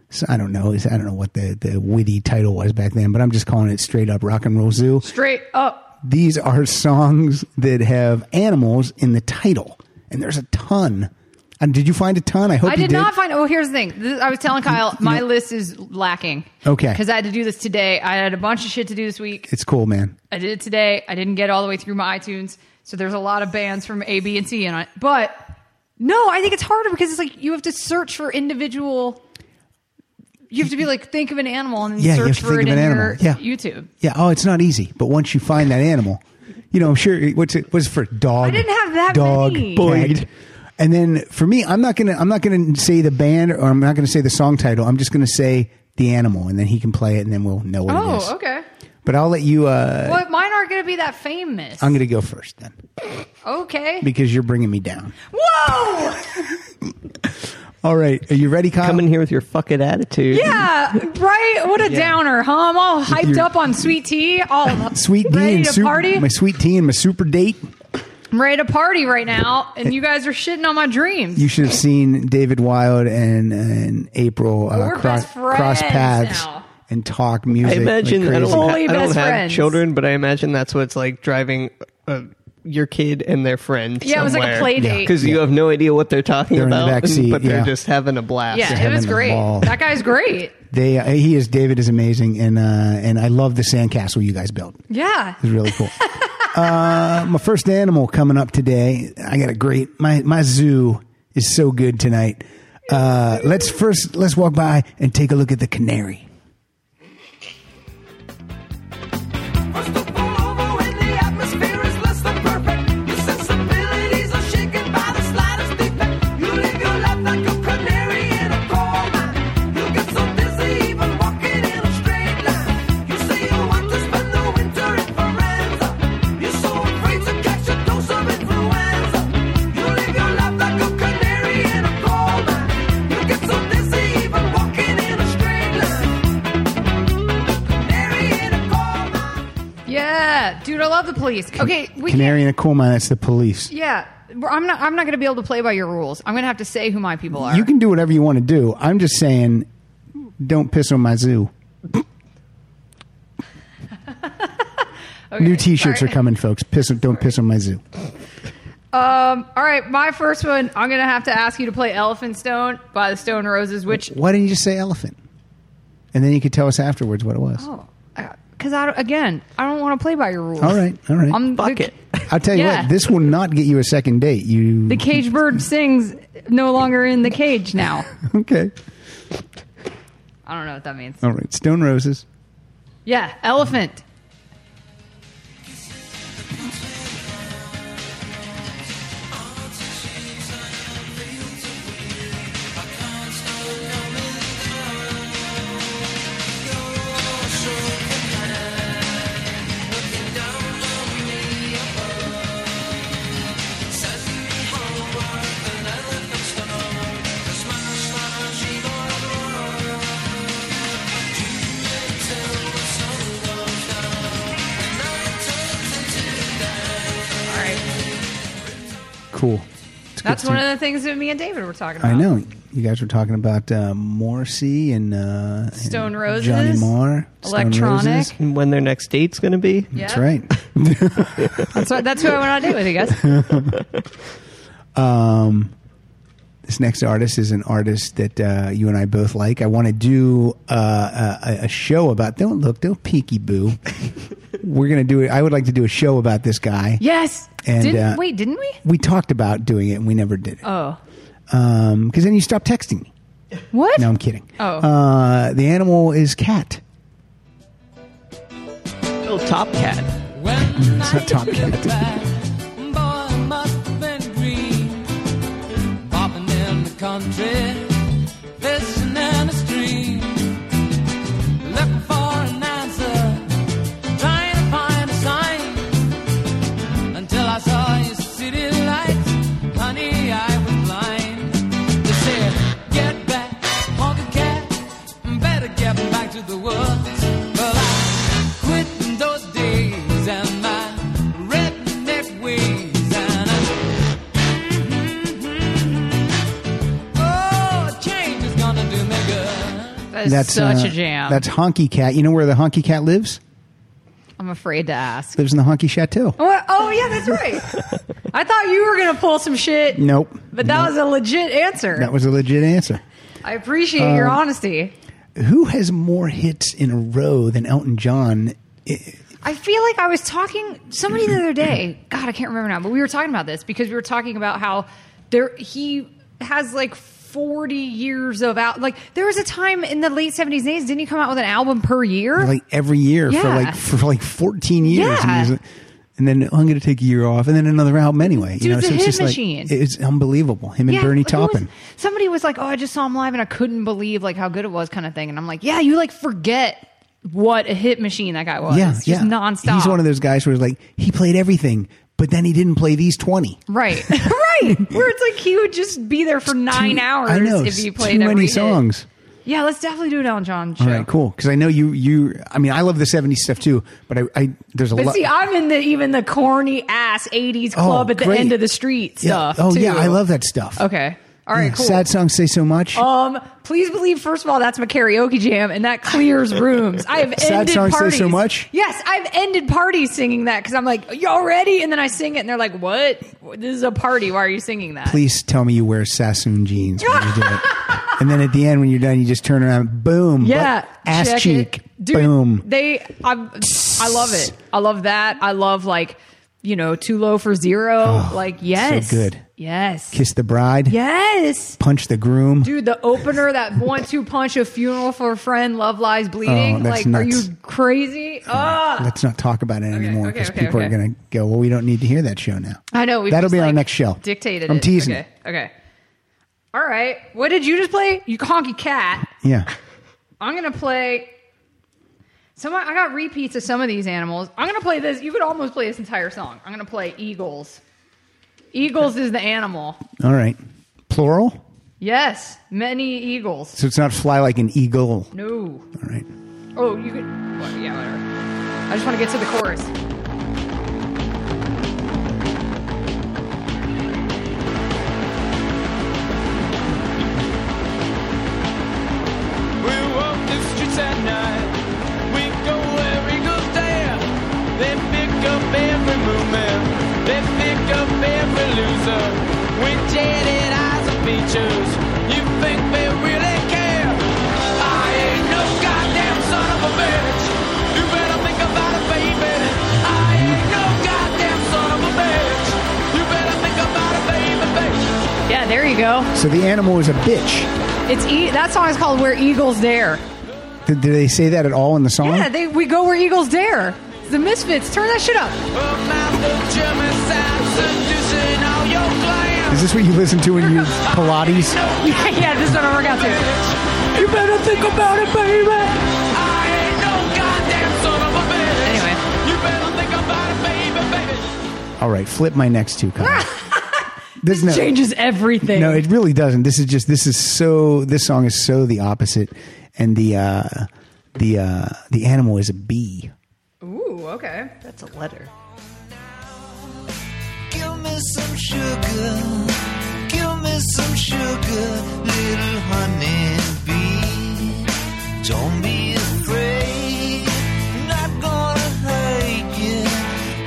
Speaker 3: so I don't know. It's- I don't know what the, the witty title was back then, but I'm just calling it straight up rock and roll zoo.
Speaker 2: Straight up,
Speaker 3: These are songs that have animals in the title, and there's a ton. And did you find a ton? I hope
Speaker 2: I
Speaker 3: you
Speaker 2: did
Speaker 3: did.
Speaker 2: not find. Oh, here's the thing. This, I was telling Kyle, my
Speaker 3: know-
Speaker 2: list is lacking.
Speaker 3: Okay.
Speaker 2: because I had to do this today. I had a bunch of shit to do this week.
Speaker 3: it's cool, man.
Speaker 2: I did it today. I didn't get all the way through my iTunes. So there's a lot of bands from A, B, and C in it. But no, I think it's harder because it's like you have to search for individual You have to be like, think of an animal and then
Speaker 3: Yeah, you have
Speaker 2: search
Speaker 3: to
Speaker 2: for
Speaker 3: think
Speaker 2: it
Speaker 3: of
Speaker 2: in
Speaker 3: an
Speaker 2: your
Speaker 3: animal. Yeah.
Speaker 2: YouTube.
Speaker 3: Yeah. Oh, it's not easy. But once you find that animal, you know, I'm sure. What's it? What's it for dog?
Speaker 2: I didn't have that
Speaker 3: dog.
Speaker 2: many.
Speaker 3: cat.
Speaker 4: Boyd.
Speaker 3: And then for me, I'm not gonna. I'm not gonna say the band, or I'm not gonna say the song title. I'm just gonna say the animal, and then he can play it, and then we'll know what it is.
Speaker 2: Oh, okay.
Speaker 3: But I'll let you. uh
Speaker 2: Well, mine aren't going to be that famous.
Speaker 3: I'm gonna go first then,
Speaker 2: okay.
Speaker 3: because you're bringing me down.
Speaker 2: Whoa!
Speaker 3: All right. Are you ready, Kyle?
Speaker 4: Come in here with your fucking attitude.
Speaker 2: Yeah, right. What a downer, huh? I'm all hyped up on sweet tea. All
Speaker 3: Sweet D
Speaker 2: ready
Speaker 3: and
Speaker 2: to
Speaker 3: super,
Speaker 2: party.
Speaker 3: my sweet tea and my super date.
Speaker 2: I'm ready to party right now, and you guys are shitting on my dreams.
Speaker 3: You should have seen David Wilde and, and April uh,
Speaker 2: We're
Speaker 3: cross,
Speaker 2: best friends
Speaker 3: cross paths
Speaker 2: now.
Speaker 3: and talk music.
Speaker 4: I imagine
Speaker 3: like
Speaker 4: I don't,
Speaker 3: crazy.
Speaker 4: ha-
Speaker 2: Fully
Speaker 4: I don't
Speaker 2: best
Speaker 4: have
Speaker 2: friends.
Speaker 4: children, but I imagine that's what it's like driving uh, your kid and their friend.
Speaker 2: yeah, it was like a play date.
Speaker 4: because you have no idea what they're talking
Speaker 3: They're in the
Speaker 4: about,
Speaker 3: back seat,
Speaker 4: but they're
Speaker 3: yeah.
Speaker 4: just having a blast.
Speaker 2: Yeah,
Speaker 3: him
Speaker 2: it was
Speaker 3: in the
Speaker 2: great.
Speaker 3: mall.
Speaker 2: That guy's great.
Speaker 3: They uh, he is David is amazing and uh, and I love the sandcastle you guys built.
Speaker 2: Yeah.
Speaker 3: It's really cool. uh, my first animal coming up today. I got a great my my zoo is so good tonight. Uh, let's first let's walk by and take a look at the canary.
Speaker 5: First of all, although in the atmosphere is less than perfect, your sensibilities are shaken by the slightest defect. You live your life like a canary in a coal mine. You get so busy even walking in a straight line. You say you want to spend the winter in Firenze. You're so afraid to catch a dose of influenza. You live your life like a canary in a coal mine. You get so busy even walking in a straight line. Canary in a coal mine.
Speaker 2: Yeah. Dude, I love the police. Okay, we
Speaker 3: canary
Speaker 2: can't-
Speaker 3: in a coal mine. That's the police.
Speaker 2: Yeah. We're- I'm not I'm not going to be able to play by your rules. I'm going to have to say who my people are.
Speaker 3: You can do whatever you want to do. I'm just saying, don't piss on my zoo.
Speaker 2: Okay,
Speaker 3: New T-shirts
Speaker 2: sorry.
Speaker 3: are coming, folks. Piss, don't piss on my zoo.
Speaker 2: Um all right, my first one, I'm going to have to ask you to play Elephant Stone by the Stone Roses, which
Speaker 3: Why didn't you just say elephant? And then you could tell us afterwards what it was.
Speaker 2: Oh, because I don't- again, I don't want to play by your rules.
Speaker 3: All right, all right.
Speaker 2: I'm
Speaker 4: Fuck
Speaker 2: the,
Speaker 4: it.
Speaker 3: I'll tell you
Speaker 2: Um, yeah.
Speaker 3: what. This will not get you a second date. You
Speaker 2: The cage bird sings, no longer in the cage now.
Speaker 3: okay?
Speaker 2: I don't know what that means.
Speaker 3: All right. Stone Roses.
Speaker 2: Yeah, elephant.
Speaker 3: Cool. It's a good
Speaker 2: That's one
Speaker 3: team.
Speaker 2: of the things that me and David were talking about.
Speaker 3: I know. You guys were talking about uh, Morrissey and uh, and
Speaker 2: Stone Roses,
Speaker 3: Johnny Marr, Stone
Speaker 2: Electronic.
Speaker 3: Roses.
Speaker 4: And when their next date's going to be.
Speaker 2: Yeah.
Speaker 3: That's right.
Speaker 2: That's, what, that's who I went on a date with, you guys.
Speaker 3: this next artist is an artist that uh, you and I both like. I want to do uh, a, a show about. Don't look, don't peeky boo. We're gonna do it. I would like to do a show about this guy.
Speaker 2: Yes.
Speaker 3: And,
Speaker 2: didn't,
Speaker 3: uh,
Speaker 2: wait, didn't we?
Speaker 3: We talked about doing it and we never did it.
Speaker 2: Oh.
Speaker 3: Because then you stopped texting me.
Speaker 2: What?
Speaker 3: No, I'm kidding.
Speaker 2: Oh.
Speaker 3: Uh, the animal is cat.
Speaker 4: Oh, Top Cat.
Speaker 3: It's not Top Cat.
Speaker 5: Boy, it must have been green. Popping in the country, fishing in a stream. Looking for an answer, trying to find a sign. Until I saw your city lights, honey, I was blind. They said, Get back, honky cat, better get back to the woods. Well, I quit in those days and my redneck ways, and I Mm-hmm. Oh, change is gonna do me good.
Speaker 2: That's, such
Speaker 3: uh,
Speaker 2: a jam.
Speaker 3: That's Honky Cat. You know where the Honky Cat lives?
Speaker 2: I'm afraid to ask.
Speaker 3: Lives in the Honky Chateau.
Speaker 2: What? Oh, yeah, that's right. I thought you were going to pull some shit.
Speaker 3: Nope.
Speaker 2: But that was a legit answer.
Speaker 3: That was uh, a legit answer.
Speaker 2: I appreciate your honesty.
Speaker 3: Who has more hits in a row than Elton John? I-
Speaker 2: I feel like I was talking somebody the other day. God, I can't remember now, but we were talking about this because we were talking about how there he has like 40 years of out. Like there was a time in the late 70s and 80s, didn't you come out with an album per year?
Speaker 3: like every year for
Speaker 2: Yeah.
Speaker 3: like for like 14 years.
Speaker 2: Yeah.
Speaker 3: And, he's like- and then "Oh, I'm going to take a year off, and then another album anyway.
Speaker 2: Dude's
Speaker 3: you know,
Speaker 2: a
Speaker 3: so
Speaker 2: hit
Speaker 3: it's just
Speaker 2: machine.
Speaker 3: like it's unbelievable. Him and Bernie
Speaker 2: who was-
Speaker 3: Taupin.
Speaker 2: somebody was like, "Oh, I just saw him live and I couldn't believe like how good it was," kind of thing. And I'm like, "Yeah, you like forget what a hit machine that guy was.
Speaker 3: yeah,
Speaker 2: just
Speaker 3: yeah,
Speaker 2: nonstop.
Speaker 3: He's one of those guys where it's like he played everything, but then he didn't play these 20.
Speaker 2: right, right. Where it's like he would just be there for nine hours
Speaker 3: I know
Speaker 2: if he
Speaker 3: it's
Speaker 2: played
Speaker 3: too
Speaker 2: every
Speaker 3: many
Speaker 2: hit.
Speaker 3: songs.
Speaker 2: Yeah, let's definitely do it on John. Show.
Speaker 3: All right, cool. Because I know you. You, I mean, I love the '70s stuff too, but I, I there's a
Speaker 2: But
Speaker 3: lot.
Speaker 2: see, I'm in the even the corny ass '80s club at the
Speaker 3: Oh, great.
Speaker 2: end of the street
Speaker 3: Yeah.
Speaker 2: stuff.
Speaker 3: Oh
Speaker 2: too.
Speaker 3: yeah, I love that stuff.
Speaker 2: Okay, all right,
Speaker 3: Yeah,
Speaker 2: cool.
Speaker 3: Sad songs say so much.
Speaker 2: Um, please believe, first of all, that's my karaoke jam, and that clears rooms. I have
Speaker 3: Sad
Speaker 2: ended
Speaker 3: songs say
Speaker 2: parties.
Speaker 3: so much?
Speaker 2: Yes, I've ended parties singing that because I'm like, y'all ready? And then I sing it, and they're like, what? This is a party. Why are you singing that?
Speaker 3: Please tell me you wear Sassoon jeans when you do it. And then at the end, when you're done, you just turn around, boom,
Speaker 2: Yeah,
Speaker 3: butt- ass
Speaker 2: check
Speaker 3: cheek,
Speaker 2: it. Dude,
Speaker 3: boom.
Speaker 2: They, I'm, I love it. I love that. I love like, you know, too low for zero. like, yes,
Speaker 3: Oh, good.
Speaker 2: Yes,
Speaker 3: Kiss the bride,
Speaker 2: yes.
Speaker 3: punch the groom.
Speaker 2: Dude, the opener, that one two punch of funeral for a friend, love lies bleeding.
Speaker 3: Oh, that's
Speaker 2: like, are
Speaker 3: nuts.
Speaker 2: you crazy? Ah,
Speaker 3: Let's not talk about it anymore
Speaker 2: okay,
Speaker 3: because
Speaker 2: okay,
Speaker 3: people are
Speaker 2: okay.
Speaker 3: going to go. Well, we don't need to hear that show now.
Speaker 2: I know. We've
Speaker 3: That'll
Speaker 2: just,
Speaker 3: be our
Speaker 2: like,
Speaker 3: next show.
Speaker 2: Dictated.
Speaker 3: I'm
Speaker 2: it.
Speaker 3: teasing.
Speaker 2: Okay. Okay. All right. What did you just play? You honky cat.
Speaker 3: Yeah,
Speaker 2: I'm gonna play. Some I got repeats of some of these animals. I'm gonna play this. You could almost play this entire song. I'm gonna play eagles. Eagles is the animal.
Speaker 3: all right. Plural,
Speaker 2: Yes, many eagles.
Speaker 3: so it's not fly like an eagle.
Speaker 2: No.
Speaker 3: All right.
Speaker 2: Oh, you could. Well, yeah, whatever. I just want to get to the chorus.
Speaker 5: We walk the streets at night. We go where we go there. They pick up every movement. They pick up every loser. With jaded eyes and features. You think they really care? I ain't no goddamn son of a bitch. You better think about it, baby. I ain't no goddamn son of a bitch. You better think about it, baby, baby.
Speaker 2: Yeah, there you go.
Speaker 3: So the animal is a bitch.
Speaker 2: It's e- that song is called "Where Eagles Dare."
Speaker 3: Did, did they say that at all in the song?
Speaker 2: Yeah, they we go where eagles dare. It's The Misfits, turn that shit up.
Speaker 5: A mouth of German sound seducing all your clams.
Speaker 3: Is this what you listen to when you Pilates?
Speaker 2: Yeah, yeah, this is what I work out to.
Speaker 5: You better think about it, baby. I ain't no goddamn son of a bitch.
Speaker 2: Anyway.
Speaker 5: You better think about it, baby, baby.
Speaker 3: All right, flip my next two. Kyle. This, no-
Speaker 2: Changes everything.
Speaker 3: No, it really doesn't. This is just this is so this song is so the opposite, and the uh, the uh, the animal is a bee.
Speaker 2: Ooh, okay.
Speaker 4: That's a letter.
Speaker 6: Give me some sugar. Give me some sugar, little honey bee. Don't be afraid. Not gonna hurt you.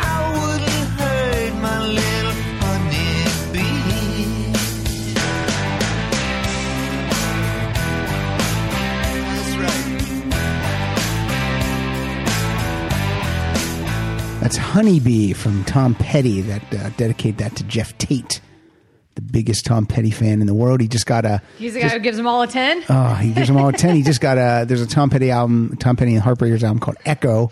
Speaker 6: I wouldn't hurt my little honey bee. That's right.
Speaker 3: That's Honeybee from Tom Petty. That uh, dedicate that to Jeff Tate, the biggest Tom Petty fan in the world. He just got a
Speaker 2: He's the guy who gives them all a 10.
Speaker 3: oh he gives them all a ten. He just got a there's a Tom Petty album, Tom Petty and Heartbreakers album called Echo.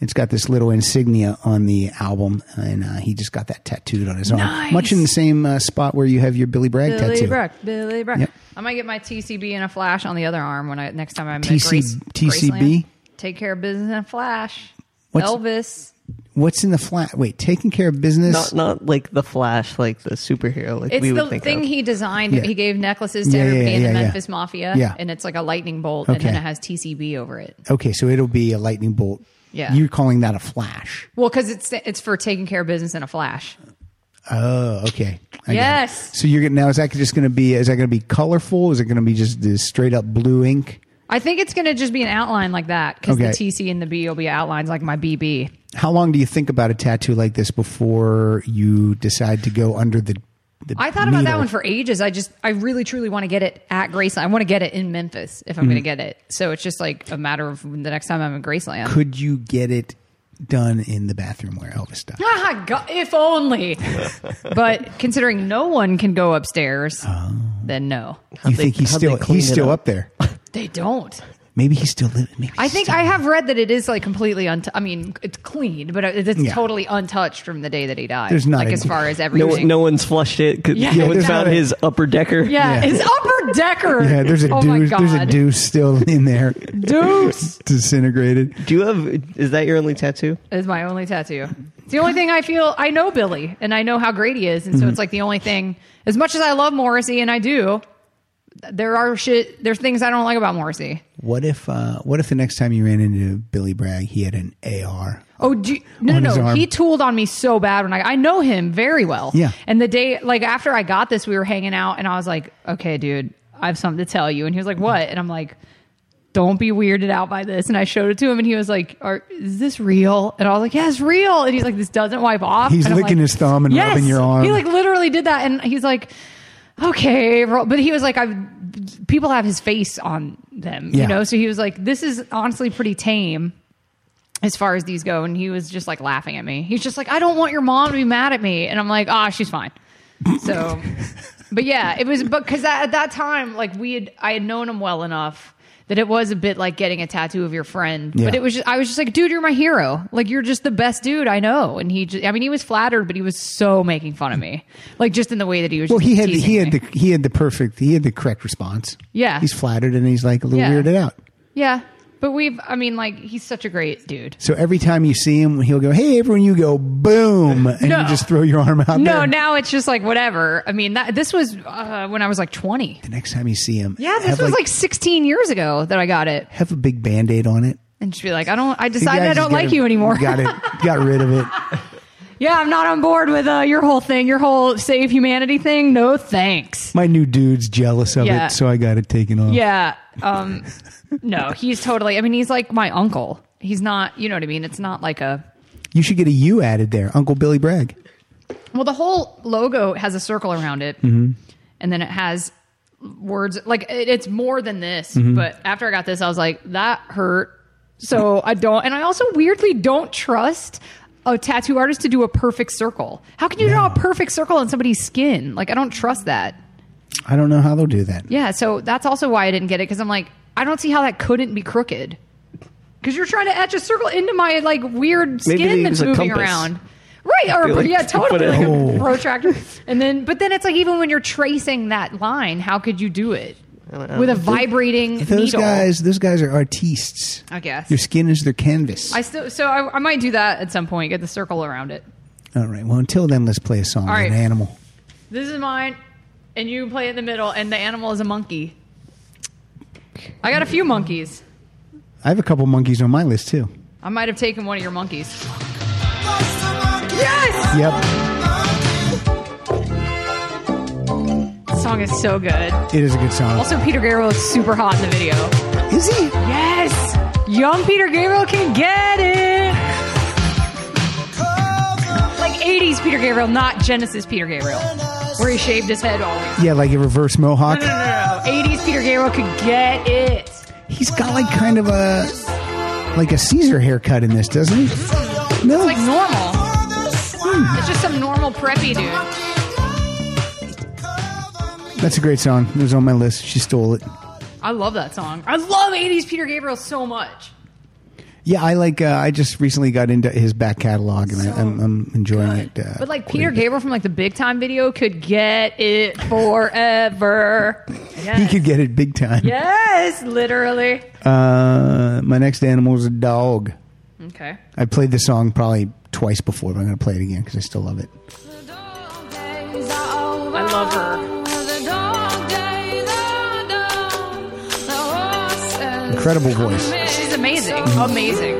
Speaker 3: It's got this little insignia on the album, and uh, he just got that tattooed on his arm,
Speaker 2: Nice.
Speaker 3: much in the same uh, spot where you have your Billy Bragg
Speaker 2: Billy
Speaker 3: tattoo.
Speaker 2: Brock. Billy Brock.
Speaker 3: Yep.
Speaker 2: I might get my TCB and a flash on the other arm when I next time I'm
Speaker 3: TC
Speaker 2: at Grace,
Speaker 3: TCB?
Speaker 2: Graceland. Take care of business and a flash.
Speaker 3: What's-
Speaker 2: Elvis.
Speaker 3: What's in the flat? Wait, taking care of business.
Speaker 4: Not not like the Flash, like the superhero. Like
Speaker 2: It's
Speaker 4: we would
Speaker 2: the
Speaker 4: think
Speaker 2: thing
Speaker 4: of.
Speaker 2: he designed.
Speaker 3: Yeah.
Speaker 2: He gave necklaces to
Speaker 3: Yeah, yeah,
Speaker 2: everybody in
Speaker 3: yeah,
Speaker 2: the
Speaker 3: yeah.
Speaker 2: Memphis Mafia.
Speaker 3: Yeah.
Speaker 2: And it's like a lightning bolt, and
Speaker 3: Okay.
Speaker 2: then it has TCB over it.
Speaker 3: Okay, so it'll be a lightning bolt.
Speaker 2: Yeah.
Speaker 3: You're calling that a flash.
Speaker 2: Well, because it's, it's for taking care of business in a flash.
Speaker 3: Oh, okay. I got it.
Speaker 2: Yes.
Speaker 3: So you're gonna now is that just gonna be is that gonna be colorful? Is it gonna be just this straight up blue ink?
Speaker 2: I think it's going to just be an outline like that because
Speaker 3: Okay.
Speaker 2: the TC and the B will be outlines like my BB.
Speaker 3: How long do you think about a tattoo like this before you decide to go under the, the
Speaker 2: I thought about that
Speaker 3: needle?
Speaker 2: one for ages. I just, I really truly want to get it at Graceland. I want to get it in
Speaker 3: Mm-hmm.
Speaker 2: Memphis if I'm going to get it. So it's just like a matter of the next time I'm in Graceland.
Speaker 3: Could you get it done in the bathroom where Elvis died.
Speaker 2: Ah, God, if only. but considering no one can go upstairs,
Speaker 3: Oh.
Speaker 2: then no,
Speaker 3: you
Speaker 4: they-
Speaker 3: think he's
Speaker 4: how'd they
Speaker 3: still
Speaker 4: clean
Speaker 3: he's
Speaker 4: it
Speaker 3: still
Speaker 4: up?
Speaker 3: up, there?
Speaker 2: they don't.
Speaker 3: Maybe he's still living. Maybe
Speaker 2: I
Speaker 3: he's
Speaker 2: think
Speaker 3: still-
Speaker 2: I have read that it is like completely unt. I mean, it's clean, but it- it's
Speaker 3: Yeah.
Speaker 2: totally untouched from the day that he died.
Speaker 3: There's not
Speaker 2: like
Speaker 3: a-
Speaker 2: as far as
Speaker 4: No,
Speaker 2: everything.
Speaker 4: one- no one's flushed it. 'cause
Speaker 2: Yeah,
Speaker 4: no one's
Speaker 2: there's
Speaker 4: found
Speaker 3: not a-
Speaker 4: his upper decker.
Speaker 2: Yeah,
Speaker 3: Yeah.
Speaker 2: it's upper decker.
Speaker 3: Yeah, there's a
Speaker 2: oh
Speaker 3: deuce.
Speaker 2: My God.
Speaker 3: There's a deuce still in there,
Speaker 2: Deuce
Speaker 3: disintegrated.
Speaker 4: Do you have? Is that your only tattoo?
Speaker 2: is my only tattoo. It's the only thing I feel. I know Billy, and I know how great he is, and
Speaker 3: Mm-hmm.
Speaker 2: so it's like the only thing. As much as I love Morrissey, and I do, there are shit. There's things I don't like about Morrissey.
Speaker 3: What if? Uh, what if the next time you ran into Billy Bragg, he had an AR?
Speaker 2: Oh do you- no,
Speaker 3: On
Speaker 2: no,
Speaker 3: his
Speaker 2: no!
Speaker 3: arm.
Speaker 2: He tooled on me so bad when I I know him very well.
Speaker 3: Yeah.
Speaker 2: And the day like after I got this, we were hanging out, and I was like, "Okay, dude, I have something to tell you." And he was like, "What?" And I'm like, "Don't be weirded out by this." And I showed it to him, and he was like, Are, "Is this real?" And I was like, "Yeah, it's real." And he's like, "This doesn't wipe off."
Speaker 3: He's
Speaker 2: And I'm
Speaker 3: licking
Speaker 2: like,
Speaker 3: his thumb and
Speaker 2: yes!
Speaker 3: rubbing your arm.
Speaker 2: He like literally did that, and he's like. Okay, bro." but he was like, "I've people have his face on them,
Speaker 3: Yeah.
Speaker 2: you know." So he was like, "This is honestly pretty tame." as far as these go and he was just like laughing at me he's just like i don't want your mom to be mad at me and i'm like ah she's fine so but yeah it was but because at that time like we had i had known him well enough that it was a bit like getting a tattoo of your friend
Speaker 3: Yeah.
Speaker 2: but it was just i was just like dude you're my hero like you're just the best dude i know and he just i mean he was flattered but he was so making fun of me like just in the way that he was
Speaker 3: Well,
Speaker 2: just
Speaker 3: he had
Speaker 2: teasing
Speaker 3: he had
Speaker 2: me.
Speaker 3: the he had the perfect he had the correct response.
Speaker 2: Yeah.
Speaker 3: he's flattered and he's like a little
Speaker 2: Yeah.
Speaker 3: weirded out.
Speaker 2: yeah but we've i mean like he's such a great dude
Speaker 3: So every time you see him, he'll go, "Hey, everyone!" You go, "Boom!" and
Speaker 2: No.
Speaker 3: you just throw your arm out.
Speaker 2: no
Speaker 3: there.
Speaker 2: now it's just like whatever i mean that, this was uh, when i was like 20
Speaker 3: The next time you see him,
Speaker 2: Yeah, this
Speaker 3: have,
Speaker 2: was like, 16 years ago that I got it,
Speaker 3: have a big band aid on it.
Speaker 2: and just be like, I don't, I
Speaker 3: You
Speaker 2: decided
Speaker 3: guys
Speaker 2: I
Speaker 3: just
Speaker 2: don't
Speaker 3: get
Speaker 2: like
Speaker 3: him-
Speaker 2: you anymore.
Speaker 3: Got it. Got rid of it.
Speaker 2: yeah, I'm not on board with uh, your whole thing, your whole save humanity thing. No thanks.
Speaker 3: My new dude's jealous of
Speaker 2: Yeah.
Speaker 3: it, so I got it taken off.
Speaker 2: Yeah, um, no, he's totally. I mean, he's like my uncle. He's not. You know what I mean? It's not like a.
Speaker 3: You should get a U added there, Uncle Billy Bragg.
Speaker 2: Well, the whole logo has a circle around it, and then it has words like it, it's more than this. But after I got this, I was like, that hurt. So I don't, and I also weirdly don't trust a tattoo artist to do a perfect circle. How can you draw a perfect circle on somebody's skin? Like I don't trust that.
Speaker 3: I don't know how they'll do that.
Speaker 2: Yeah, so that's also why I didn't get it because I'm like, I don't see how that couldn't be crooked. Because you're trying to etch a circle into my like weird
Speaker 4: Maybe they
Speaker 2: skin that's
Speaker 4: use a
Speaker 2: moving
Speaker 4: compass.
Speaker 2: around. Right, or
Speaker 4: They, like,
Speaker 2: yeah,
Speaker 4: put
Speaker 2: totally
Speaker 4: it-
Speaker 2: like
Speaker 3: Oh.
Speaker 2: a protractor. And then but then it's like even when you're tracing that line, how could you do it? With a vibrating
Speaker 3: Those
Speaker 2: needle.
Speaker 3: guys, those guys are artistes.
Speaker 2: I guess.
Speaker 3: Your skin is their canvas.
Speaker 2: I still so I, I might do that at some point, get the circle around it.
Speaker 3: All right. Well, until then, let's play a song.
Speaker 2: All right.
Speaker 3: An animal.
Speaker 2: This is mine, and you play in the middle, and the animal is a monkey. I got a few monkeys.
Speaker 3: I have a couple monkeys on my list too.
Speaker 2: I might have taken one of your monkeys.
Speaker 6: Yes!
Speaker 3: Yep.
Speaker 2: This song is so good.
Speaker 3: It is a good song.
Speaker 2: Also, Peter Gabriel is super hot in the video.
Speaker 3: is he?
Speaker 2: Yes! Young Peter Gabriel can get it! Like 80s Peter Gabriel, not Genesis Peter Gabriel, where he shaved his head all week.
Speaker 3: Yeah, like a reverse mohawk.
Speaker 2: No, no, no, no. 80s Peter Gabriel could get it.
Speaker 3: He's got like kind of a like a Caesar haircut in this, doesn't he? No.
Speaker 2: It's like normal. It's just some normal preppy dude.
Speaker 3: That's a great song. It was on my list. She stole it.
Speaker 2: I love that song. I love 80s Peter Gabriel so much.
Speaker 3: Yeah, I like. Uh, I just recently got into his back catalog, and I, I'm, I'm enjoying it. Uh,
Speaker 2: But like
Speaker 3: quite a
Speaker 2: Peter
Speaker 3: bit.
Speaker 2: Gabriel from like the Big Time video could get it forever.
Speaker 3: he
Speaker 2: Yes.
Speaker 3: could get it big time.
Speaker 2: yes, literally.
Speaker 3: Uh, my next animal is a dog.
Speaker 2: Okay.
Speaker 3: I played the song probably twice before, but I'm going to play it again because I still love it.
Speaker 2: I love her.
Speaker 3: Incredible voice.
Speaker 2: She's amazing. Amazing.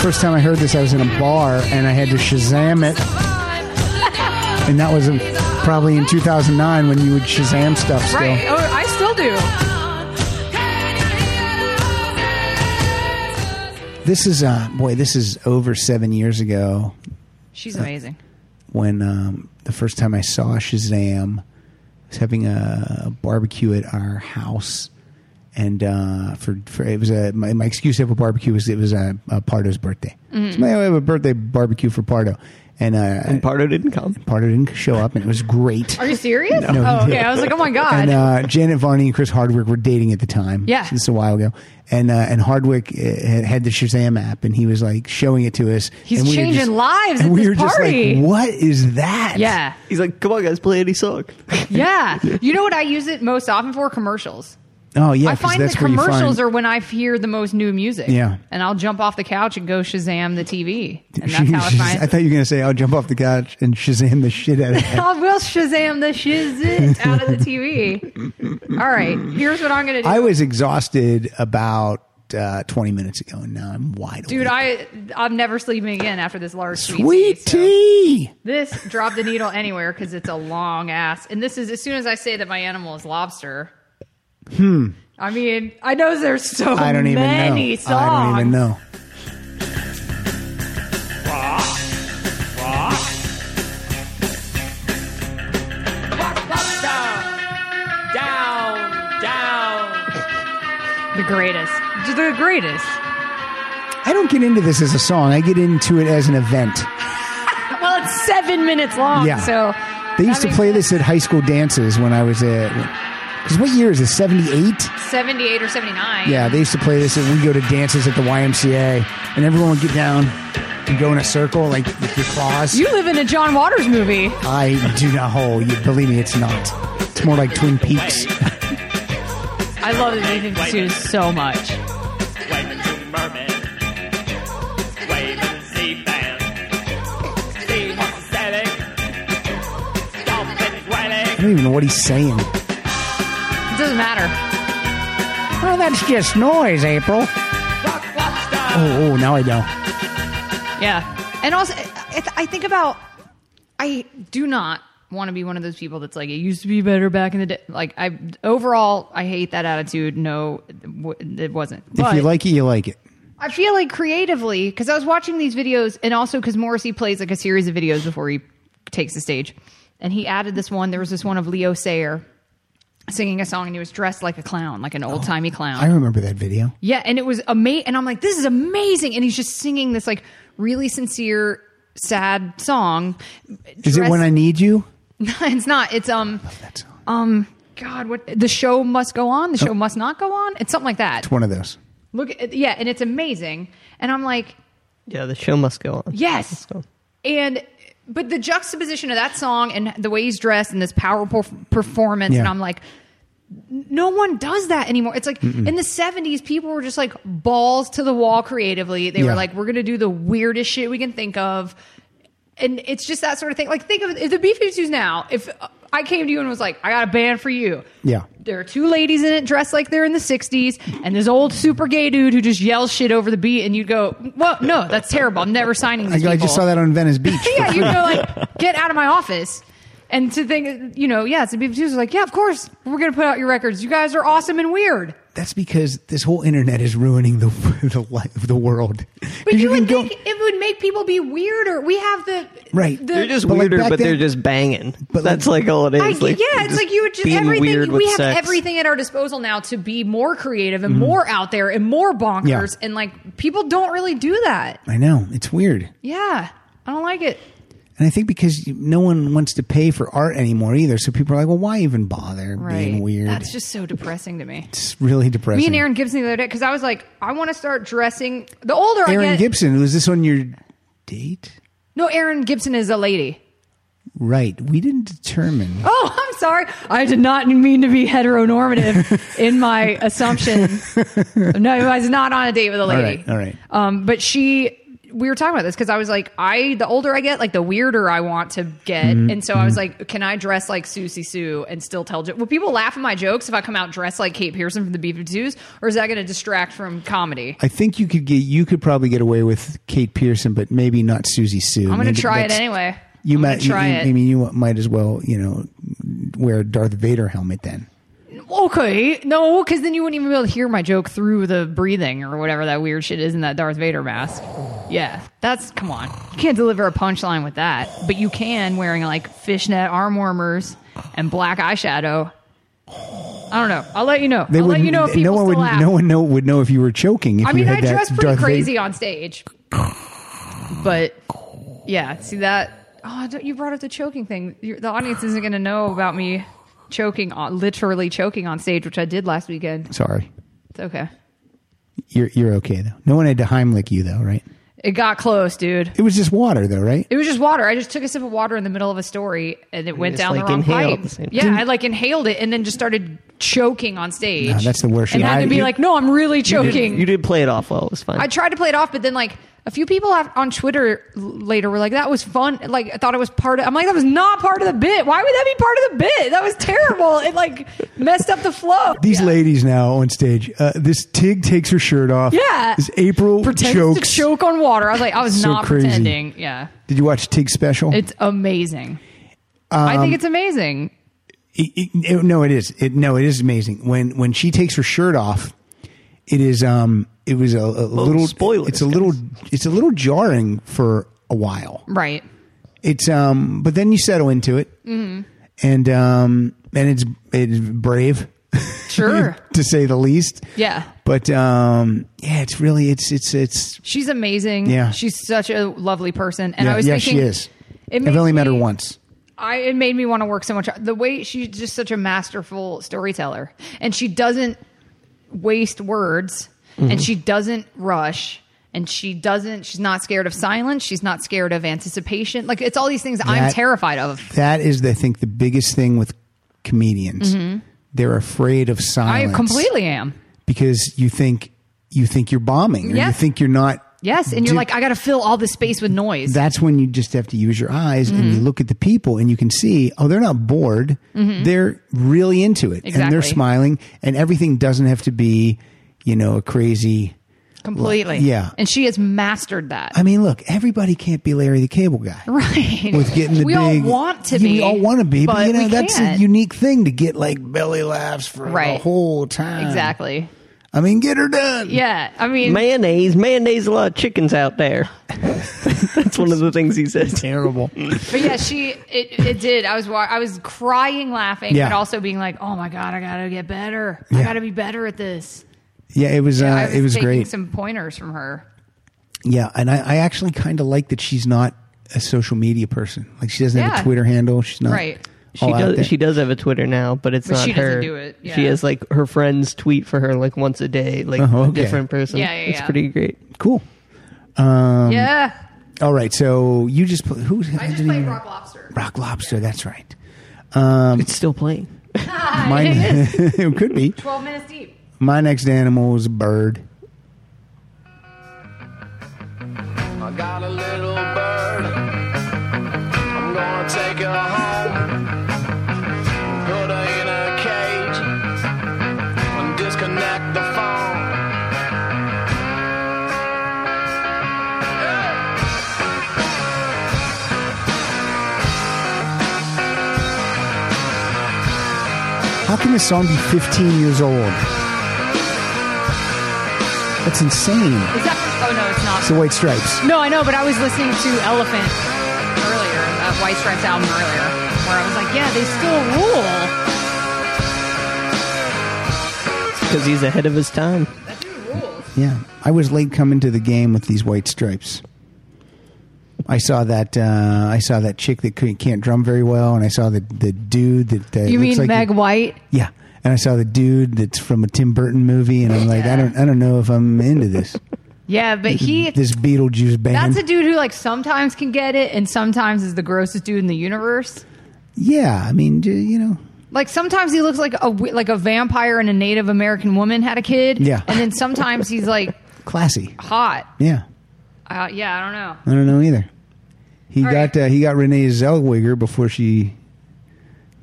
Speaker 3: First time I heard this, I was in a bar and I had to Shazam it, and that was in, probably in 2009 when you would Shazam stuff still.
Speaker 2: Right. Oh, I still do.
Speaker 3: This is uh, boy, this is over seven years ago.
Speaker 2: She's amazing.
Speaker 3: when um, the first time I saw Shazam, I was having a barbecue at our house, and uh, for, for it was a my, my excuse to have a barbecue was it was a, uh Pardo's birthday.
Speaker 2: Mm-hmm.
Speaker 3: So my I have a birthday barbecue for Pardo, and, uh,
Speaker 4: And Pardo didn't come.
Speaker 3: Pardo didn't show up, and it was great.
Speaker 2: Are you serious?
Speaker 3: No,
Speaker 2: oh,
Speaker 3: he
Speaker 2: okay.
Speaker 3: didn't.
Speaker 2: I was like, oh my god.
Speaker 3: And uh, Janet Varney and Chris Hardwick were dating at the time.
Speaker 2: Yeah.
Speaker 3: it's a while ago. And uh, and Hardwick uh, had had the Shazam app, and he was like showing it to us.
Speaker 2: He's
Speaker 3: and were
Speaker 2: changing lives
Speaker 3: And
Speaker 2: at
Speaker 3: we
Speaker 2: this
Speaker 3: were
Speaker 2: party.
Speaker 3: just like, "What is that?"
Speaker 2: yeah,
Speaker 4: He's like, come on, guys, play any song.
Speaker 2: yeah. You know what I use it most often for? Commercials.
Speaker 3: Oh yeah.
Speaker 2: I
Speaker 3: 'cause
Speaker 2: find the
Speaker 3: that's where you find-
Speaker 2: commercials are when I hear the most new music.
Speaker 3: Yeah.
Speaker 2: and I'll jump off the couch and go Shazam the TV, and that's how I find.
Speaker 3: I thought you were going to say, "I'll jump off the couch and Shazam the shit out of it."
Speaker 2: I will Shazam the shizit out of the TV. All right, here's what I'm gonna do.
Speaker 3: I was exhausted about uh, 20 minutes ago, and now I'm wide
Speaker 2: Dude,
Speaker 3: awake.
Speaker 2: I I'm never sleeping again after this large
Speaker 3: sweet
Speaker 2: sweet tea, so-
Speaker 3: tea.
Speaker 2: This drop the needle anywhere because it's a long ass. And this is as soon as I say that my animal is lobster. Hmm. I mean, I know there's so
Speaker 3: I don't even
Speaker 2: many
Speaker 3: know.
Speaker 2: songs.
Speaker 3: I don't even know.
Speaker 5: Down, down.
Speaker 2: The greatest, Just the greatest.
Speaker 3: I don't get into this as a song. I get into it as an event.
Speaker 2: Well, it's seven minutes long.
Speaker 3: Yeah.
Speaker 2: So
Speaker 3: They used
Speaker 2: that
Speaker 3: to play
Speaker 2: makes
Speaker 3: this at high school dances when I was at. Because what year is this? 78?
Speaker 2: seventy-eight or seventy-nine.
Speaker 3: Yeah, they used to play this, and we go to dances at the YMCA, and everyone would get down and go in a circle, like with your claws.
Speaker 2: You live in a John Waters movie.
Speaker 3: I do not hold. You, believe me, it's not. It's more like Twin Peaks.
Speaker 2: I love that Nathan Sue so much.
Speaker 7: Waving to the merman. Waving to the sea fan. Sea horses sailing. Dolphins wailing.
Speaker 3: I don't even know what he's saying.
Speaker 2: It doesn't matter.
Speaker 3: Well, that's just noise, April.
Speaker 7: Rock lobster.
Speaker 3: Oh, oh, now I know.
Speaker 2: Yeah. And also, I, I think about, I do not want to be one of those people that's like, it used to be better back in the day. Like, I overall, I hate that attitude. No, it w- it wasn't.
Speaker 3: If
Speaker 2: But
Speaker 3: you like it, you like it.
Speaker 2: I feel like creatively, because I was watching these videos, and also because Morrissey plays like a series of videos before he takes the stage. And he added this one. There was this one of Leo Sayer singing a song, and he was dressed like a clown, like an old timey clown.
Speaker 3: I remember that video.
Speaker 2: Yeah, and it was amazing. And I'm like, this is amazing. And he's just singing this like really sincere, sad song.
Speaker 3: Is it
Speaker 2: Dress-
Speaker 3: When I Need You?
Speaker 2: No, it's not. It's um,
Speaker 3: That song.
Speaker 2: um, God, what? The show must go on. The show must not go on. It's something like that.
Speaker 3: One of those.
Speaker 2: Look, at, yeah, and it's amazing. And I'm like,
Speaker 4: Yeah, the show must go on.
Speaker 2: yes.
Speaker 4: So-
Speaker 2: And but the juxtaposition of that song and the way he's dressed and this powerful performance,
Speaker 3: Yeah.
Speaker 2: and I'm like. No one does that anymore. It's like in the 70s, people were just like balls to the wall creatively. They
Speaker 3: Yeah.
Speaker 2: were like, we're going to do the weirdest shit we can think of. And it's just that sort of thing. Like, think of if the B 52s now. If uh, I came to you and was like, I got a band for you.
Speaker 3: Yeah.
Speaker 2: There are two ladies in it dressed like they're in the 60s, and this old super gay dude who just yells shit over the beat, and you'd go, Well, no, that's terrible. I'm never signing
Speaker 3: I,
Speaker 2: these
Speaker 3: I
Speaker 2: people."
Speaker 3: just saw that on Venice Beach.
Speaker 2: yeah, you go like, get out of my office. And to think, you know, yeah, it's the B 52s are like, yeah, of course, we're going to put out your records. You guys are awesome and weird.
Speaker 3: That's because this whole internet is ruining the the, life, the world.
Speaker 2: But
Speaker 3: 'Cause can
Speaker 2: you, would
Speaker 3: go-
Speaker 2: think it would make people be weirder. We have the.
Speaker 3: Right.
Speaker 2: The,
Speaker 4: They're just
Speaker 3: But like
Speaker 4: weirder,
Speaker 3: back
Speaker 4: but they're
Speaker 3: then-
Speaker 4: just banging.
Speaker 3: But
Speaker 4: But
Speaker 3: like-
Speaker 4: that's like all it is.
Speaker 2: I,
Speaker 4: like,
Speaker 2: yeah, it's like you would just
Speaker 4: being
Speaker 2: everything.
Speaker 4: weird with
Speaker 2: we have
Speaker 4: sex.
Speaker 2: everything at our disposal now to be more creative and more out there and more bonkers.
Speaker 3: Mm-hmm. Yeah.
Speaker 2: And like people don't really do that.
Speaker 3: I know it's weird,
Speaker 2: Yeah, I don't like it.
Speaker 3: and I think because you- no one wants to pay for art anymore either, so people are like, "Well, why even bother being weird?"
Speaker 2: That's just so depressing to me.
Speaker 3: it's really depressing.
Speaker 2: Me and Aaron Gibson the other day because I was like, I want to start dressing. The older I
Speaker 3: Aaron
Speaker 2: get,
Speaker 3: Gibson was this on your date?
Speaker 2: no, Aaron Gibson is a lady.
Speaker 3: Right. We didn't determine.
Speaker 2: Oh, I'm sorry. I did not mean to be heteronormative in my assumption. No, I was not on a date with a lady.
Speaker 3: right, all right.
Speaker 2: Um, but she, we were talking about this because I was like, I, the older I get, like the weirder I want to get.
Speaker 3: Mm-hmm.
Speaker 2: And so I was like, can I dress like Susie Sue and still tell jokes? Will people laugh at my jokes if I come out dressed like Kate Pearson from the Beef and Twos? Or is that going to distract from comedy?
Speaker 3: I think you could get you could probably get away with Kate Pearson, but maybe not Susie Sue.
Speaker 2: I'm going
Speaker 3: Maybe
Speaker 2: to try it
Speaker 3: that's-
Speaker 2: anyway.
Speaker 3: You
Speaker 2: I'm gonna
Speaker 3: might you-
Speaker 2: try
Speaker 3: you-
Speaker 2: it.
Speaker 3: I mean, you might as well you know wear a Darth Vader helmet then.
Speaker 2: Okay, no, because then you wouldn't even be able to hear my joke through the breathing or whatever that weird shit is in that Darth Vader mask. Yeah, that's come on. You can't deliver a punchline with that, but you can wearing like fishnet arm warmers and black eyeshadow. I don't know. I'll let you know. I'll let you know if
Speaker 3: no
Speaker 2: people
Speaker 3: one
Speaker 2: still
Speaker 3: would.
Speaker 2: laugh.
Speaker 3: No one know would know if you were choking. If
Speaker 2: I mean,
Speaker 3: you
Speaker 2: I
Speaker 3: had that
Speaker 2: dress pretty
Speaker 3: Darth Vader-
Speaker 2: crazy on stage, but yeah, see that. Oh, don't, you brought up the choking thing. Your- The audience isn't going to know about me choking on, literally choking on stage, which I did last weekend.
Speaker 3: Sorry,
Speaker 2: It's okay.
Speaker 3: you're you're okay though. No one had to Heimlich you though, right?
Speaker 2: It got close, dude.
Speaker 3: It was just water though, right?
Speaker 2: It was just water. I just took a sip of water in the middle of a story, and it went
Speaker 4: just,
Speaker 2: down
Speaker 4: like,
Speaker 2: the wrong
Speaker 4: inhaled
Speaker 2: pipe.
Speaker 4: at the same
Speaker 2: yeah,
Speaker 4: time.
Speaker 2: I like inhaled it, and then just started choking on stage.
Speaker 3: No, that's the worst.
Speaker 2: And
Speaker 3: Yeah,
Speaker 2: had
Speaker 3: I-
Speaker 2: to be
Speaker 3: you-
Speaker 2: like, no, I'm really
Speaker 4: You
Speaker 2: choking.
Speaker 4: did, you did play it off well. It was fine.
Speaker 2: I tried to play it off, but then like a few people have, on Twitter l- later were like, "That was fun." Like I thought it was part of. I'm like, that was not part of the bit. Why would that be part of the bit? That was terrible. It like messed up the flow.
Speaker 3: These ladies now on stage. Uh, this Tig takes her shirt off.
Speaker 2: Yeah.
Speaker 3: This April
Speaker 2: Pretends
Speaker 3: jokes.
Speaker 2: to choke on water. I was like, I was
Speaker 3: So
Speaker 2: not
Speaker 3: crazy.
Speaker 2: pretending. Yeah,
Speaker 3: Did you watch Tig's special?
Speaker 2: it's amazing. I
Speaker 3: Um,
Speaker 2: think it's amazing.
Speaker 3: It- it- it- no, it is. It, no, it is amazing. When when she takes her shirt off, it is. Um, it was a, a little
Speaker 4: spoilers,
Speaker 3: It's a little. It's a little jarring for a while.
Speaker 2: Right.
Speaker 3: It's um, but then you settle into it,
Speaker 2: Mm-hmm.
Speaker 3: and um, and it's it's brave
Speaker 2: Sure.
Speaker 3: to say the least.
Speaker 2: Yeah.
Speaker 3: But um, yeah, it's really it's it's it's
Speaker 2: She's amazing.
Speaker 3: Yeah.
Speaker 2: She's such a lovely person. And
Speaker 3: yeah,
Speaker 2: I was
Speaker 3: yeah
Speaker 2: thinking,
Speaker 3: she is.
Speaker 2: it
Speaker 3: I've
Speaker 2: makes
Speaker 3: only met her
Speaker 2: me-
Speaker 3: once.
Speaker 2: I it made me want to work so much. The way she's just such a masterful storyteller, and she doesn't waste words,
Speaker 3: Mm-hmm.
Speaker 2: and she doesn't rush, and she doesn't. She's not scared of silence. She's not scared of anticipation. Like it's all these things I'm
Speaker 3: That-
Speaker 2: terrified of.
Speaker 3: That is, I think, the biggest thing with comedians. They're afraid of
Speaker 2: Mm-hmm. I
Speaker 3: silence.
Speaker 2: completely am.
Speaker 3: because you think you think you're bombing or
Speaker 2: Yeah.
Speaker 3: you think you're not
Speaker 2: Yes, and you're
Speaker 3: Do-
Speaker 2: like, I got to fill all the space with noise.
Speaker 3: that's when you just have to use your eyes and you
Speaker 2: Mm-hmm.
Speaker 3: look at the people and you can see oh they're not bored they're really into it and
Speaker 2: Exactly.
Speaker 3: they're smiling and everything doesn't have to be you know a crazy
Speaker 2: completely.
Speaker 3: yeah.
Speaker 2: and she has mastered that.
Speaker 3: i mean look everybody can't be larry the cable guy
Speaker 2: right.
Speaker 3: with getting the
Speaker 2: we
Speaker 3: big
Speaker 2: all want to
Speaker 3: Yeah,
Speaker 2: be.
Speaker 3: we all want to be but,
Speaker 2: but
Speaker 3: you know
Speaker 2: we
Speaker 3: that's
Speaker 2: can't.
Speaker 3: a unique thing to get like belly laughs for
Speaker 2: Right.
Speaker 3: the whole time
Speaker 2: Exactly.
Speaker 3: i mean get her done
Speaker 2: Yeah. I mean,
Speaker 4: mayonnaise, mayonnaise, a lot of chickens out there. That's one of the things he says.
Speaker 3: terrible
Speaker 2: But yeah, she it, it did. I was wa- I was crying laughing,
Speaker 3: Yeah.
Speaker 2: but also being like, "Oh my god, I gotta get better. I
Speaker 3: Yeah.
Speaker 2: gotta be better at this."
Speaker 3: yeah it was
Speaker 2: I
Speaker 3: uh, it was
Speaker 2: taking
Speaker 3: great
Speaker 2: Some pointers from her.
Speaker 3: Yeah, and I, I actually kind of like that she's not a social media person. Like she doesn't have
Speaker 2: Yeah.
Speaker 3: a Twitter handle. She's not
Speaker 2: Right.
Speaker 4: She
Speaker 3: all Oh, out there.
Speaker 4: does. She does have a Twitter now, but it's
Speaker 2: But
Speaker 4: not
Speaker 2: she doesn't
Speaker 4: her.
Speaker 2: do it, yeah.
Speaker 4: She has like her friends tweet for her like once a day, like
Speaker 3: Oh, okay.
Speaker 4: a different person.
Speaker 2: Yeah, yeah,
Speaker 4: it's
Speaker 2: yeah.
Speaker 4: pretty great.
Speaker 3: cool. um,
Speaker 2: yeah,
Speaker 3: All right, so you just pl- who?
Speaker 2: I just
Speaker 3: didn't
Speaker 2: played
Speaker 3: even-
Speaker 2: Rock Lobster.
Speaker 3: Rock Lobster. That's right.
Speaker 4: it's still playing.
Speaker 3: Mine it could be.
Speaker 2: Twelve minutes deep.
Speaker 3: My next animal is a bird.
Speaker 6: I got a little bird. I'm gonna take her home. Put her in a cage and disconnect the phone.
Speaker 3: How can this song be 15 years old? That's insane.
Speaker 2: Is that? Oh no, it's not.
Speaker 3: It's the White Stripes.
Speaker 2: no, I know, but I was listening to Elephant earlier, uh, White Stripes album earlier, where I was like, "Yeah, they still rule."
Speaker 4: because he's ahead of his time.
Speaker 3: Yeah, I was late coming to the game with these white stripes. I saw that. Uh, I saw that chick that couldn't, can't drum very well, and I saw the the dude that. Uh,
Speaker 2: You
Speaker 3: looks
Speaker 2: mean
Speaker 3: like
Speaker 2: Meg White?
Speaker 3: yeah, and I saw the dude that's from a Tim Burton movie, and I'm like, I don't, I don't know if I'm into this.
Speaker 2: Yeah, but he
Speaker 3: this Beetlejuice band.
Speaker 2: That's a dude who like sometimes can get it and sometimes is the grossest dude in the universe.
Speaker 3: yeah, I mean, j- you know,
Speaker 2: Like sometimes he looks like a w- like a vampire and a Native American woman had a kid.
Speaker 3: Yeah.
Speaker 2: and then sometimes he's like
Speaker 3: classy.
Speaker 2: hot.
Speaker 3: Yeah,
Speaker 2: Uh, yeah, I don't know.
Speaker 3: I don't know either. He
Speaker 2: All
Speaker 3: got
Speaker 2: right.
Speaker 3: uh, he got Renee Zellweger before she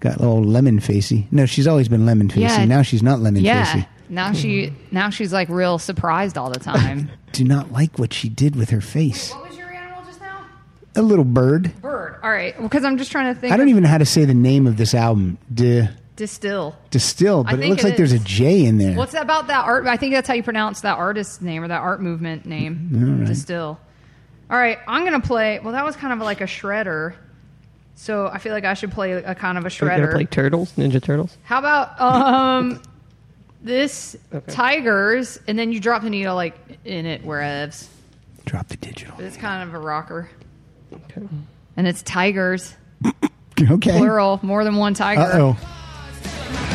Speaker 3: got all lemon facey. No, she's always been lemon facey.
Speaker 2: Yeah.
Speaker 3: Now she's not lemon
Speaker 2: Yeah,
Speaker 3: facey.
Speaker 2: now she now she's like real surprised all the time.
Speaker 3: do not like what she did with her face.
Speaker 2: what was your animal just now?
Speaker 3: A little bird.
Speaker 2: Bird. All right, because I'm just trying to think.
Speaker 3: I don't
Speaker 2: of
Speaker 3: even know how to say the name of this album. D-
Speaker 2: distill.
Speaker 3: distill,
Speaker 2: I
Speaker 3: but it
Speaker 2: think
Speaker 3: looks
Speaker 2: it
Speaker 3: like there's a
Speaker 2: is.
Speaker 3: J in there.
Speaker 2: What's about that art? I think that's how you pronounce that artist's name or that art movement name. Distill. All right, I'm gonna play. Well, that was kind of like a shredder, so I feel like I should play a kind of a
Speaker 4: Are we
Speaker 2: shredder.
Speaker 4: gonna play Turtles, Ninja Turtles?
Speaker 2: How about um this
Speaker 4: Okay.
Speaker 2: Tigers, and then you drop the needle like in it whereas
Speaker 3: Drop the digital.
Speaker 2: it's kind of a rocker,
Speaker 4: Okay.
Speaker 2: and it's Tigers
Speaker 3: Okay.
Speaker 2: plural, more than one tiger.
Speaker 3: Uh oh.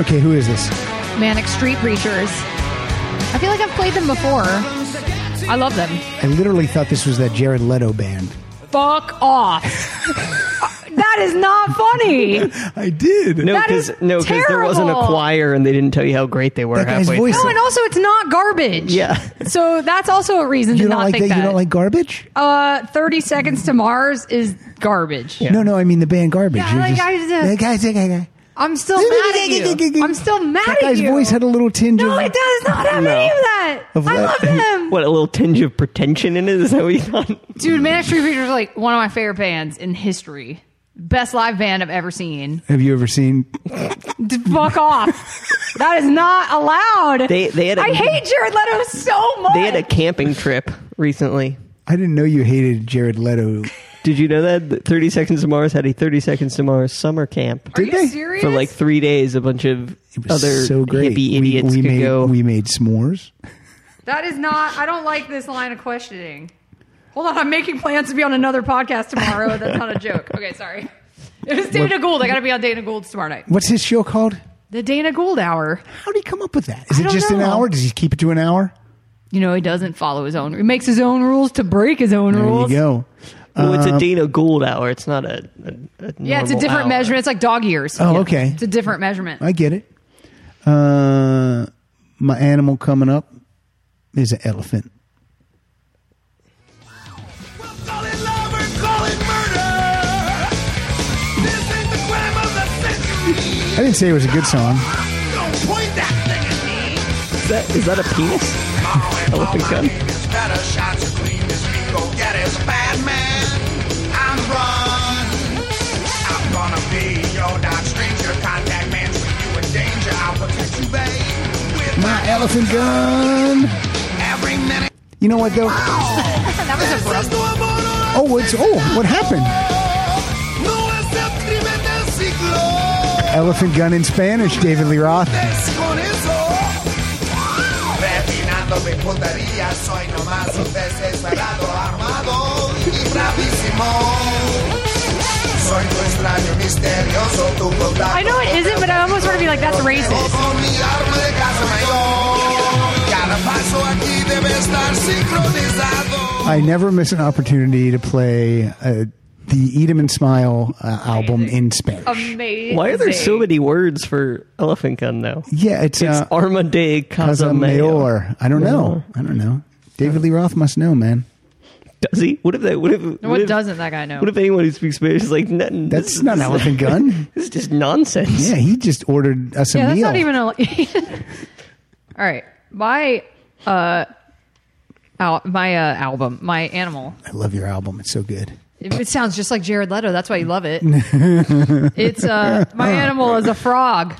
Speaker 3: Okay, who is this?
Speaker 2: Manic Street Preachers. I feel like I've played them before. I love them.
Speaker 3: I literally thought this was that Jared Leto band.
Speaker 2: Fuck off. that is not funny.
Speaker 3: I did.
Speaker 4: No,
Speaker 2: That
Speaker 4: because
Speaker 2: is
Speaker 4: no, because there wasn't a
Speaker 2: terrible.
Speaker 4: choir and they didn't tell you how great they were
Speaker 3: That guy's
Speaker 4: halfway.
Speaker 3: voice-
Speaker 2: No, and also it's not garbage.
Speaker 4: Yeah.
Speaker 2: So that's also a reason
Speaker 3: you
Speaker 2: to
Speaker 3: don't
Speaker 2: not
Speaker 3: like
Speaker 2: think
Speaker 3: that?
Speaker 2: that.
Speaker 3: You don't like garbage?
Speaker 2: uh, 30 Seconds to Mars is garbage.
Speaker 4: Yeah.
Speaker 3: No, no, I mean the band garbage.
Speaker 2: Yeah,
Speaker 3: You're
Speaker 2: that guy's a-
Speaker 3: that guy's that guy.
Speaker 2: I'm still mad at you. I'm still mad
Speaker 3: That guy's
Speaker 2: at you.
Speaker 3: voice had a little tinge
Speaker 2: no,
Speaker 3: of.
Speaker 2: it does not have
Speaker 4: No.
Speaker 2: any of that.
Speaker 3: Of
Speaker 2: I love
Speaker 3: what?
Speaker 2: them.
Speaker 4: What a little tinge of pretension in it is that what you thought?
Speaker 2: Dude, Manic Street Preachers are like one of my favorite bands in history. Best live band I've ever seen.
Speaker 3: Have you ever seen?
Speaker 2: D- Fuck off. That is not allowed.
Speaker 4: They- they had a-
Speaker 2: I hate Jared Leto so much.
Speaker 4: They had a camping trip recently.
Speaker 3: I didn't know you hated Jared Leto.
Speaker 4: Did you know that That Thirty Seconds to Mars had a Thirty Seconds to Mars summer camp
Speaker 2: Are
Speaker 3: Did
Speaker 2: you
Speaker 3: they?
Speaker 2: serious?
Speaker 4: for like three days? A bunch of
Speaker 3: It was
Speaker 4: other
Speaker 3: so great.
Speaker 4: hippie
Speaker 3: We-
Speaker 4: idiots
Speaker 3: we,
Speaker 4: could
Speaker 3: made
Speaker 4: go.
Speaker 3: we made s'mores.
Speaker 2: that is not. I don't like this line of questioning. Hold on, I'm making plans to be on another podcast tomorrow. That's not a joke. Okay, sorry. It was Dana Gould. I got to be on Dana Gould's tomorrow night.
Speaker 3: What's his show called?
Speaker 2: The Dana Gould Hour.
Speaker 3: How did he come up with that? Is
Speaker 2: I
Speaker 3: it
Speaker 2: don't
Speaker 3: just an
Speaker 2: know.
Speaker 3: hour? Does he keep it to an hour?
Speaker 2: You know, he doesn't follow his own. He makes his own rules to break his own
Speaker 3: There you
Speaker 2: rules.
Speaker 3: go.
Speaker 4: Well, it's
Speaker 3: um,
Speaker 4: a Dana Gould hour. It's not a, a, a
Speaker 2: Yeah, it's a
Speaker 4: normal
Speaker 2: different
Speaker 4: hour.
Speaker 2: measurement. It's like dog ears.
Speaker 3: Oh,
Speaker 2: Yeah.
Speaker 3: okay.
Speaker 2: It's a different measurement.
Speaker 3: I get it. Uh, my animal coming up is an elephant.
Speaker 8: Call it love or call it murder. This ain't the crime of the century.
Speaker 3: I didn't say it was a good song.
Speaker 8: Don't point that thing at me.
Speaker 4: Is that, is that a penis? Elephant
Speaker 8: my
Speaker 4: gun.
Speaker 8: name is Better shot to clean this me. Go get his bad man. I'm run. I'm gonna be your dark stranger. Contact man's when you in danger. I'll protect you, babe. With
Speaker 3: My elephant gun.
Speaker 8: every minute.
Speaker 3: You know what though?
Speaker 2: That was abrupt.
Speaker 8: Esto amor.
Speaker 3: Oh, it's oh, what happened?
Speaker 8: No es el crimen del siglo.
Speaker 3: Elephant gun in Spanish, David Lee Roth.
Speaker 8: Ustedes con eso. Refinando mi puntería, soy nomás un desesperado armado y bravísimo. Soy tu extraño misterioso, tu contacto.
Speaker 2: I know it isn't, but I almost want to be like, that's
Speaker 8: Debo
Speaker 2: racist.
Speaker 8: con mi arma de casa mayor. Cada paso aquí debe estar sincronizado.
Speaker 3: I never miss an opportunity to play uh, the Eat 'em and Smile uh, album in Spanish.
Speaker 2: Amazing.
Speaker 4: Why are there so many words for elephant gun though?
Speaker 3: yeah, it's,
Speaker 4: It's
Speaker 3: uh,
Speaker 4: Arma de Casa Mayor.
Speaker 3: Casamayor. I don't know. I don't know. David Lee Roth must know, man.
Speaker 4: Does he? What if they? What if?
Speaker 2: What
Speaker 4: if,
Speaker 2: doesn't that guy know?
Speaker 4: What if anyone who speaks Spanish is like, "N-
Speaker 3: That's
Speaker 4: this,
Speaker 3: not an
Speaker 4: this,
Speaker 3: elephant gun.
Speaker 4: This is just nonsense.
Speaker 3: Yeah, he just ordered us a
Speaker 2: yeah, that's
Speaker 3: meal.
Speaker 2: not even a. All right, my uh, al- my uh, album, my animal.
Speaker 3: I love your album. It's so good.
Speaker 2: It, it sounds just like Jared Leto. That's why you love it. it's uh, my animal is a frog.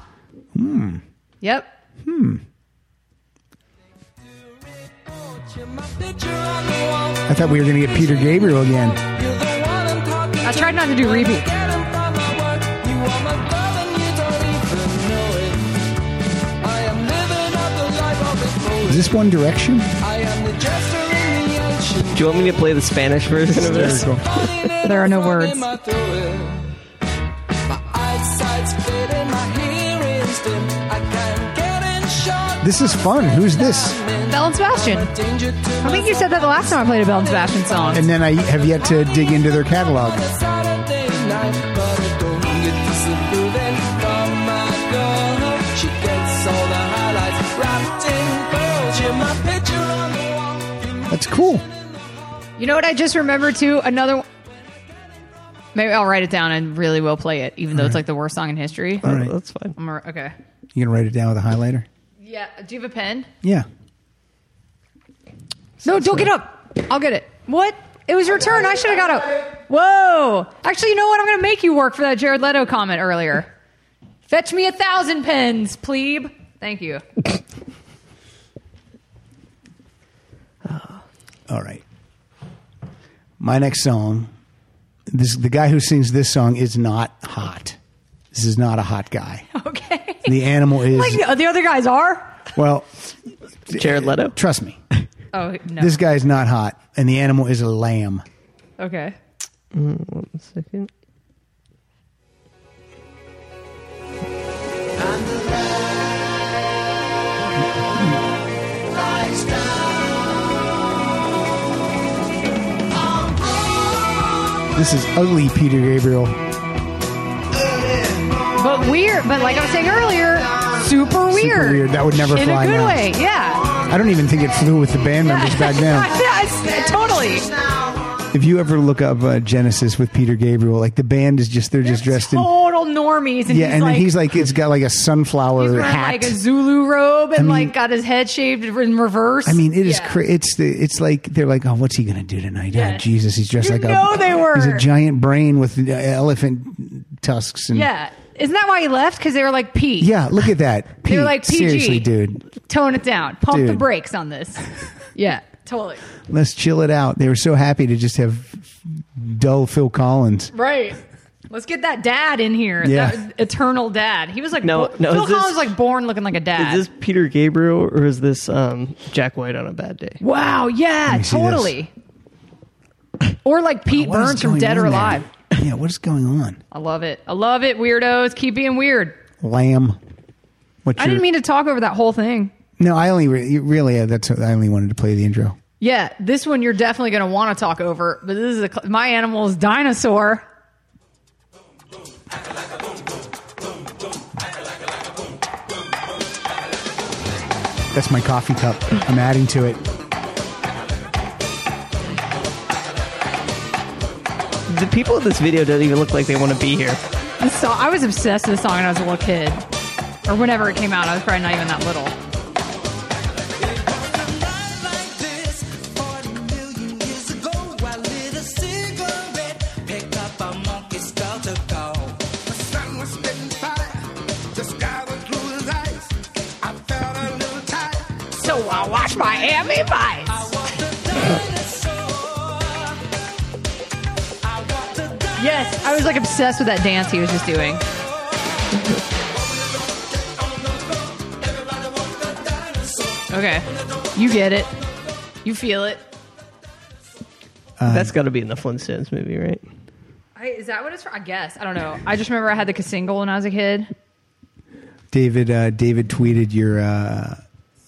Speaker 2: Hmm. Yep.
Speaker 3: I thought we were going to get Peter Gabriel again.
Speaker 2: I tried not to do repeat.
Speaker 3: Is this One Direction?
Speaker 4: Do you want me to play the Spanish version of this?
Speaker 3: Hysterical.
Speaker 2: There are no words.
Speaker 3: This is fun. Who's this?
Speaker 2: Bell and Sebastian. I think you said that the last time I played a Bell and Sebastian song.
Speaker 3: And then I have yet to dig into their catalog. That's cool.
Speaker 2: You know what I just remembered too? Another one. Maybe I'll write it down and really will play it, even though it's like the worst song in history.
Speaker 3: All right.
Speaker 4: That's fine.
Speaker 2: I'm a- okay.
Speaker 3: You gonna write it down with a highlighter?
Speaker 2: Yeah. Do you have a pen?
Speaker 3: Yeah.
Speaker 2: No, don't get up. I'll get it. What? It was your turn. I should have got up. Whoa. Actually, you know what? I'm going to make you work for that Jared Leto comment earlier. Fetch me a thousand pens, plebe. Thank you.
Speaker 3: All right. My next song. This the guy who sings this song is not hot. This is not a hot guy.
Speaker 2: Oh Okay.
Speaker 3: The animal is
Speaker 2: like the the other guys are.
Speaker 3: well.
Speaker 4: Jared Leto.
Speaker 3: Trust me,
Speaker 2: Oh no.
Speaker 3: this guy is not hot, and the animal is a lamb.
Speaker 2: okay.
Speaker 4: One second.
Speaker 3: This is ugly Peter Gabriel.
Speaker 2: But weird. But like I was saying earlier, super weird.
Speaker 3: weird. That would never
Speaker 2: in
Speaker 3: fly
Speaker 2: a good
Speaker 3: now.
Speaker 2: way. Yeah.
Speaker 3: I don't even think it flew with the band members back then.
Speaker 2: yes, totally.
Speaker 3: If you ever look up uh, Genesis with Peter Gabriel, like the band is just they're just dressed in
Speaker 2: total normies. And
Speaker 3: yeah,
Speaker 2: he's
Speaker 3: and
Speaker 2: like,
Speaker 3: then he's like it's got like a
Speaker 2: he's
Speaker 3: sunflower
Speaker 2: wearing
Speaker 3: hat.
Speaker 2: like a Zulu robe and
Speaker 3: mean-
Speaker 2: like got his head shaved in reverse.
Speaker 3: I mean, it is.
Speaker 2: Yeah.
Speaker 3: Cra- it's the. It's like they're like, oh, what's he gonna do tonight? Oh,
Speaker 2: Yes.
Speaker 3: Jesus, he's dressed
Speaker 2: You
Speaker 3: like
Speaker 2: know
Speaker 3: a.
Speaker 2: they were.
Speaker 3: He's a giant brain with uh, elephant tusks and.
Speaker 2: Yeah. Isn't that why he left? Because they were like, P,
Speaker 3: Yeah, look at that. Pete,
Speaker 2: They were like, PG.
Speaker 3: Seriously, dude,
Speaker 2: tone it down. Pump the
Speaker 3: Dude.
Speaker 2: brakes on this. yeah. Totally.
Speaker 3: let's chill it out. They were so happy to just have dull Phil Collins.
Speaker 2: Right. Let's get that dad in here.
Speaker 3: Yeah.
Speaker 2: That eternal dad. He was like,
Speaker 4: No,
Speaker 2: bo-
Speaker 4: no,
Speaker 2: Phil
Speaker 4: is this-
Speaker 2: Collins was like born looking like a dad.
Speaker 4: Is this Peter Gabriel or is this um, Jack White on a bad day?
Speaker 2: wow. Yeah.
Speaker 3: me see this.
Speaker 2: Totally. Or like Pete
Speaker 3: What is
Speaker 2: Burns from
Speaker 3: going
Speaker 2: Dead
Speaker 3: on
Speaker 2: or
Speaker 3: there?
Speaker 2: Alive.
Speaker 3: Yeah, what is going on?
Speaker 2: I love it. I love it. Weirdos keep being weird.
Speaker 3: Lamb. What
Speaker 2: I didn't mean to talk over that whole thing.
Speaker 3: No, I only re- really. Uh, that's. I only wanted to play the intro.
Speaker 2: Yeah, this one you're definitely going to want to talk over, but this is a, cl- my animal is dinosaur.
Speaker 3: That's my coffee cup. I'm adding to it.
Speaker 4: The people in this video don't even look like they want to be here.
Speaker 2: This song, I was obsessed with this song when I was a little kid, or whenever it came out. I was probably not even that little. So I watch Miami Vice. Yes, I was like obsessed with that dance he was just doing. Okay, you get it, you feel it.
Speaker 4: That's got to be in the Flintstones movie, right?
Speaker 2: I, is that what it's for? I guess. I don't know. I just remember I had the single when I was a kid.
Speaker 3: David. Uh, David tweeted your. Uh,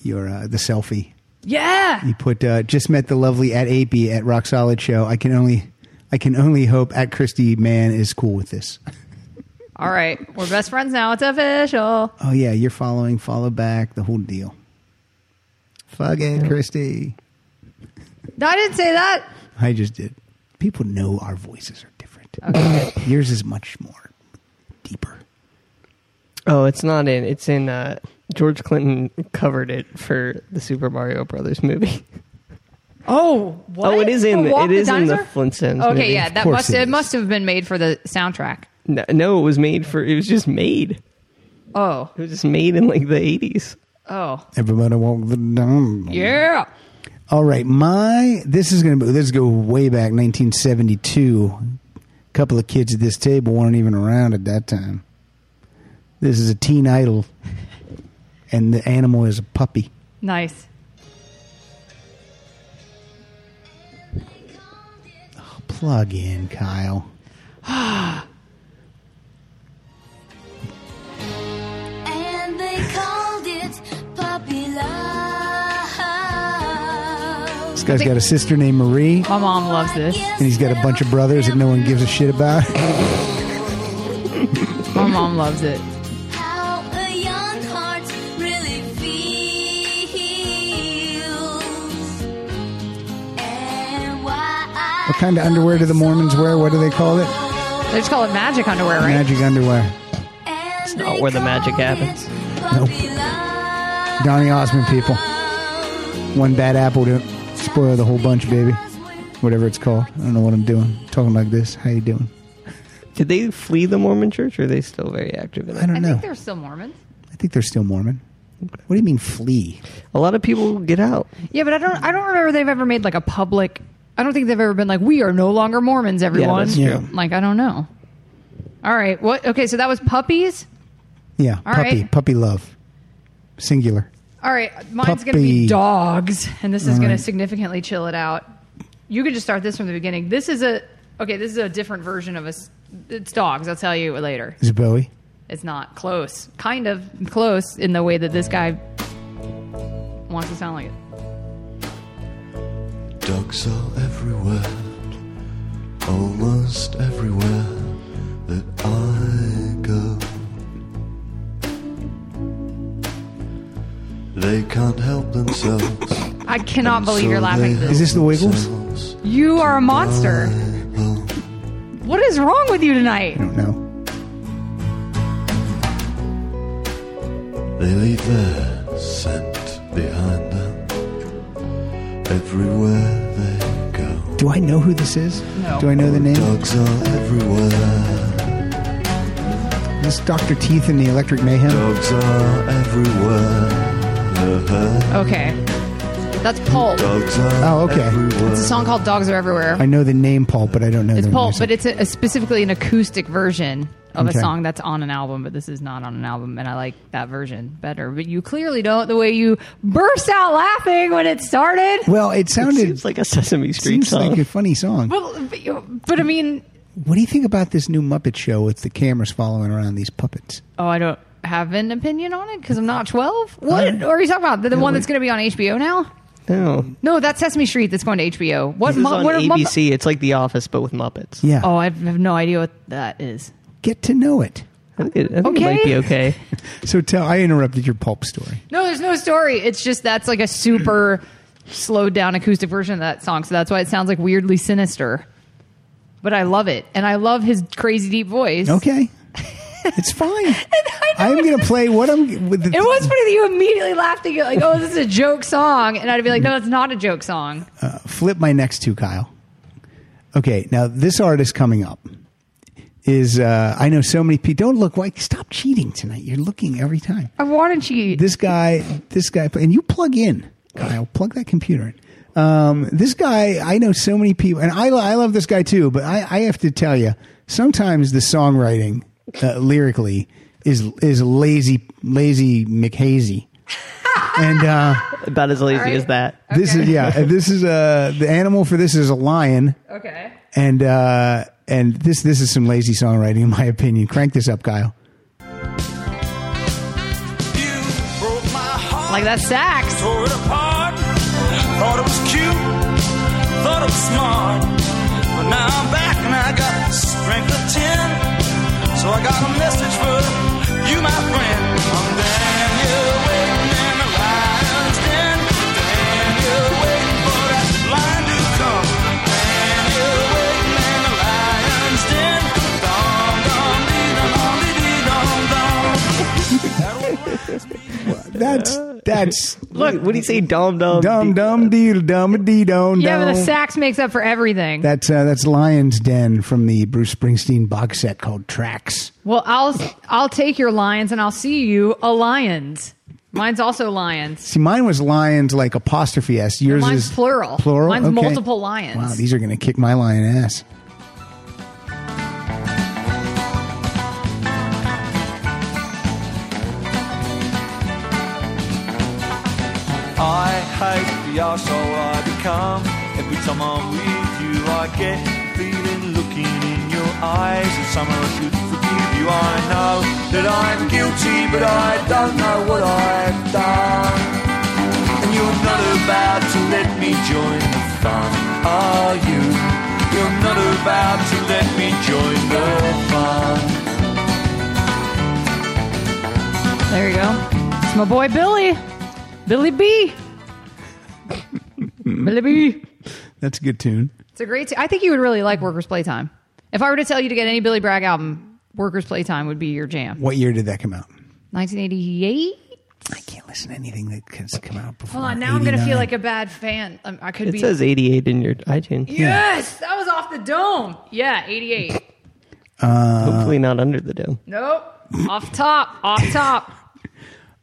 Speaker 3: your uh, the selfie.
Speaker 2: Yeah.
Speaker 3: He put uh, just met the lovely at AB at Rock Solid show. I can only I can only hope at Christy man is cool with this.
Speaker 2: All right. We're best friends now. It's official.
Speaker 3: Oh yeah, you're following, follow back, the whole deal. Fuck it, Christy.
Speaker 2: No, I didn't say that.
Speaker 3: I just did. People know our voices are different. Yours is much more deeper.
Speaker 4: Oh, it's not in. It's in. Uh, George Clinton covered it for the Super Mario Brothers movie.
Speaker 2: Oh, what?
Speaker 4: Oh, it is
Speaker 2: For
Speaker 4: in. The,
Speaker 2: Walk
Speaker 4: it
Speaker 2: the
Speaker 4: is in the
Speaker 2: Dinosaur?
Speaker 4: Flintstones.
Speaker 2: Okay,
Speaker 4: movie.
Speaker 2: yeah, that
Speaker 3: course
Speaker 2: must
Speaker 3: it
Speaker 2: it
Speaker 3: is.
Speaker 2: must have been made for the soundtrack.
Speaker 4: No, no, it was made for. It was just made.
Speaker 2: Oh,
Speaker 4: It was just made in like the eighties.
Speaker 2: oh,
Speaker 3: Everybody walk the down.
Speaker 2: yeah.
Speaker 3: All right, my this is gonna this go way back 1972. A couple of kids at this table weren't even around at that time. This is a teen idol, and the animal is a puppy.
Speaker 2: Nice.
Speaker 3: Plug in, Kyle.
Speaker 9: And they called it puppy love.
Speaker 3: This guy's got a sister named Marie,
Speaker 2: My mom loves this.
Speaker 3: and he's got a bunch of brothers that no one gives a shit about.
Speaker 2: My mom loves it.
Speaker 9: How a young heart really feels. And why
Speaker 3: What kind of underwear do the Mormons wear? What do they call it?
Speaker 9: I
Speaker 2: They just call it magic underwear, right?
Speaker 3: Magic underwear.
Speaker 10: It's
Speaker 4: not where the magic happens.
Speaker 10: Nope.
Speaker 3: Donny Osmond, people. One bad apple to spoil the whole bunch, baby. Whatever it's called. I don't know what I'm doing. Talking like this. How you doing?
Speaker 4: Did they flee the Mormon church or are they still very active in
Speaker 3: I
Speaker 4: it?
Speaker 3: don't
Speaker 2: I
Speaker 3: know.
Speaker 2: think they're still Mormons.
Speaker 3: I think they're still Mormon. What do you mean flee?
Speaker 4: A lot of people get out.
Speaker 2: Yeah, but I don't. I don't remember they've ever made like a public. I don't think they've ever been like, "We are no longer Mormons, everyone."
Speaker 4: that's
Speaker 3: Yeah. true.
Speaker 2: Like I don't know. All right. What? Okay. So that was puppies.
Speaker 3: Yeah,
Speaker 2: All
Speaker 3: puppy,
Speaker 2: right.
Speaker 3: puppy love, singular.
Speaker 2: All right. Mine's going to be
Speaker 3: Puppy.
Speaker 2: dogs, and this is going to significantly chill it out. You could just start this from the beginning. This is a okay. This is a different version of us. It's dogs. I'll tell you later.
Speaker 3: Is it Bowie?
Speaker 2: It's not close. Kind of close in the way that this guy wants to sound like it.
Speaker 11: Dogs are everywhere, almost everywhere that I go. They can't help themselves.
Speaker 2: I cannot believe
Speaker 11: so
Speaker 2: you're laughing at
Speaker 11: they
Speaker 2: this.
Speaker 3: Is this the
Speaker 11: help
Speaker 3: Wiggles?
Speaker 11: themselves.
Speaker 2: You are a monster. What is wrong with you tonight?
Speaker 3: I don't know.
Speaker 11: They leave their scent behind them everywhere they go.
Speaker 3: Do I know who this is?
Speaker 2: No.
Speaker 3: Do I know the name?
Speaker 11: Dogs are everywhere.
Speaker 3: This Doctor Teeth and the Electric Mayhem.
Speaker 11: Dogs are everywhere. Uh-huh.
Speaker 2: Okay. That's Pulp.
Speaker 11: Dogs are
Speaker 3: Oh, okay.
Speaker 11: everywhere.
Speaker 2: It's a song called Dogs Are Everywhere.
Speaker 3: I know the name Pulp, but I don't know.
Speaker 2: It's
Speaker 3: their
Speaker 2: Pulp,
Speaker 3: music.
Speaker 2: but it's a, a specifically an acoustic version of
Speaker 3: Okay.
Speaker 2: a song that's on an album, but this is not on an album, and I like that version better. But you clearly don't the way you burst out laughing when it started.
Speaker 3: well, it sounded
Speaker 4: Seems like a Sesame Street
Speaker 3: seems
Speaker 4: song.
Speaker 3: like a funny song.
Speaker 2: Well, but, you- but I mean,
Speaker 3: What do you think about this new Muppet show with the cameras following around these puppets?
Speaker 2: oh, I don't have an opinion on it because I'm not 12. What
Speaker 4: Uh,
Speaker 2: are you talking about? The, the one that's going to be on HBO now?
Speaker 4: no.
Speaker 2: No, that's Sesame Street that's going to HBO. What,
Speaker 4: This is
Speaker 2: mu-
Speaker 4: on
Speaker 2: what are mu-
Speaker 4: ABC. It's like The Office, but with Muppets.
Speaker 3: Yeah.
Speaker 2: Oh, I have no idea what that is.
Speaker 3: Get to know it.
Speaker 4: I think, it, I think it
Speaker 2: Okay.
Speaker 4: might be okay.
Speaker 3: So tell. I interrupted your Pulp story.
Speaker 2: No, there's no story. It's just that's like a super slowed down acoustic version of that song. So that's why it sounds like weirdly sinister. But I love it. And I love his crazy deep voice.
Speaker 3: Okay. It's fine. I'm going to play what I'm. With the,
Speaker 2: It was funny that you immediately laughed at you like, oh, this is a joke song. And I'd be like, no, it's not a joke song.
Speaker 3: flip my next two, Kyle. Okay, now this artist coming up is uh, I know so many people. Don't look like stop cheating tonight. You're looking every time.
Speaker 2: I wanted to.
Speaker 3: This guy, this guy, and you plug in, Kyle. Plug that computer in. Um, this guy, I know so many people, and I, I love this guy too. But I, I have to tell you, sometimes the songwriting uh, lyrically is is lazy, lazy McHazy, and. Uh,
Speaker 4: About as lazy as that.
Speaker 3: this is yeah. This is uh the animal for this is a lion,
Speaker 2: Okay.
Speaker 3: and uh and this this is some lazy songwriting in my opinion. Crank this up, Kyle.
Speaker 5: You broke my heart.
Speaker 2: Like that sax.
Speaker 5: Tore it apart. Thought it was cute. Thought it was smart. But now I'm back and I got strength of ten. So I got a message for you, my friend. I'm Daniel waiting in the lion's den. Daniel waiting for that lion to come. Daniel waiting in the lion's den. Dong, dong, dee, dong, dong, dee, dee, dong, dong.
Speaker 3: That's that's
Speaker 4: Look, what do you say, dom dom?
Speaker 3: dumb dumb deedle dumb dee dum.
Speaker 2: Yeah, but the sax makes up for everything.
Speaker 3: That's uh, that's Lion's Den from the Bruce Springsteen box set called Tracks.
Speaker 2: Well, I'll I'll take your lions and I'll see you a lions. Mine's also lions.
Speaker 3: See, mine was Lions like apostrophe s. Yours
Speaker 2: Mine's
Speaker 3: is
Speaker 2: plural.
Speaker 3: Plural.
Speaker 2: Mine's
Speaker 3: Okay.
Speaker 2: multiple lions.
Speaker 3: Wow, these are gonna kick my lion ass.
Speaker 5: I hate the arsehole I become. Every time I'm with you, I get the feeling looking in your eyes. And somehow I should forgive you. I know that I'm guilty, but I don't know what I've done. And you're not about to let me join the fun, are you? You're not about to let me join the fun.
Speaker 2: There you go. It's my boy Billy. Billy B. Billy B.
Speaker 3: That's a good tune.
Speaker 2: It's a great. T- I think you would really like Workers Playtime. If I were to tell you to get any Billy Bragg album, Workers' Playtime would be your jam.
Speaker 3: What year did that come out?
Speaker 2: 1988.
Speaker 3: I can't listen to anything that has come out before.
Speaker 2: Hold on, now I'm gonna
Speaker 3: 89.
Speaker 2: feel like a bad fan. Um, I could
Speaker 4: It
Speaker 2: be.
Speaker 4: says 88 in your iTunes.
Speaker 2: yes, that was off the dome. Yeah, 88.
Speaker 3: Uh,
Speaker 4: Hopefully not under the dome.
Speaker 2: nope, off top, off top.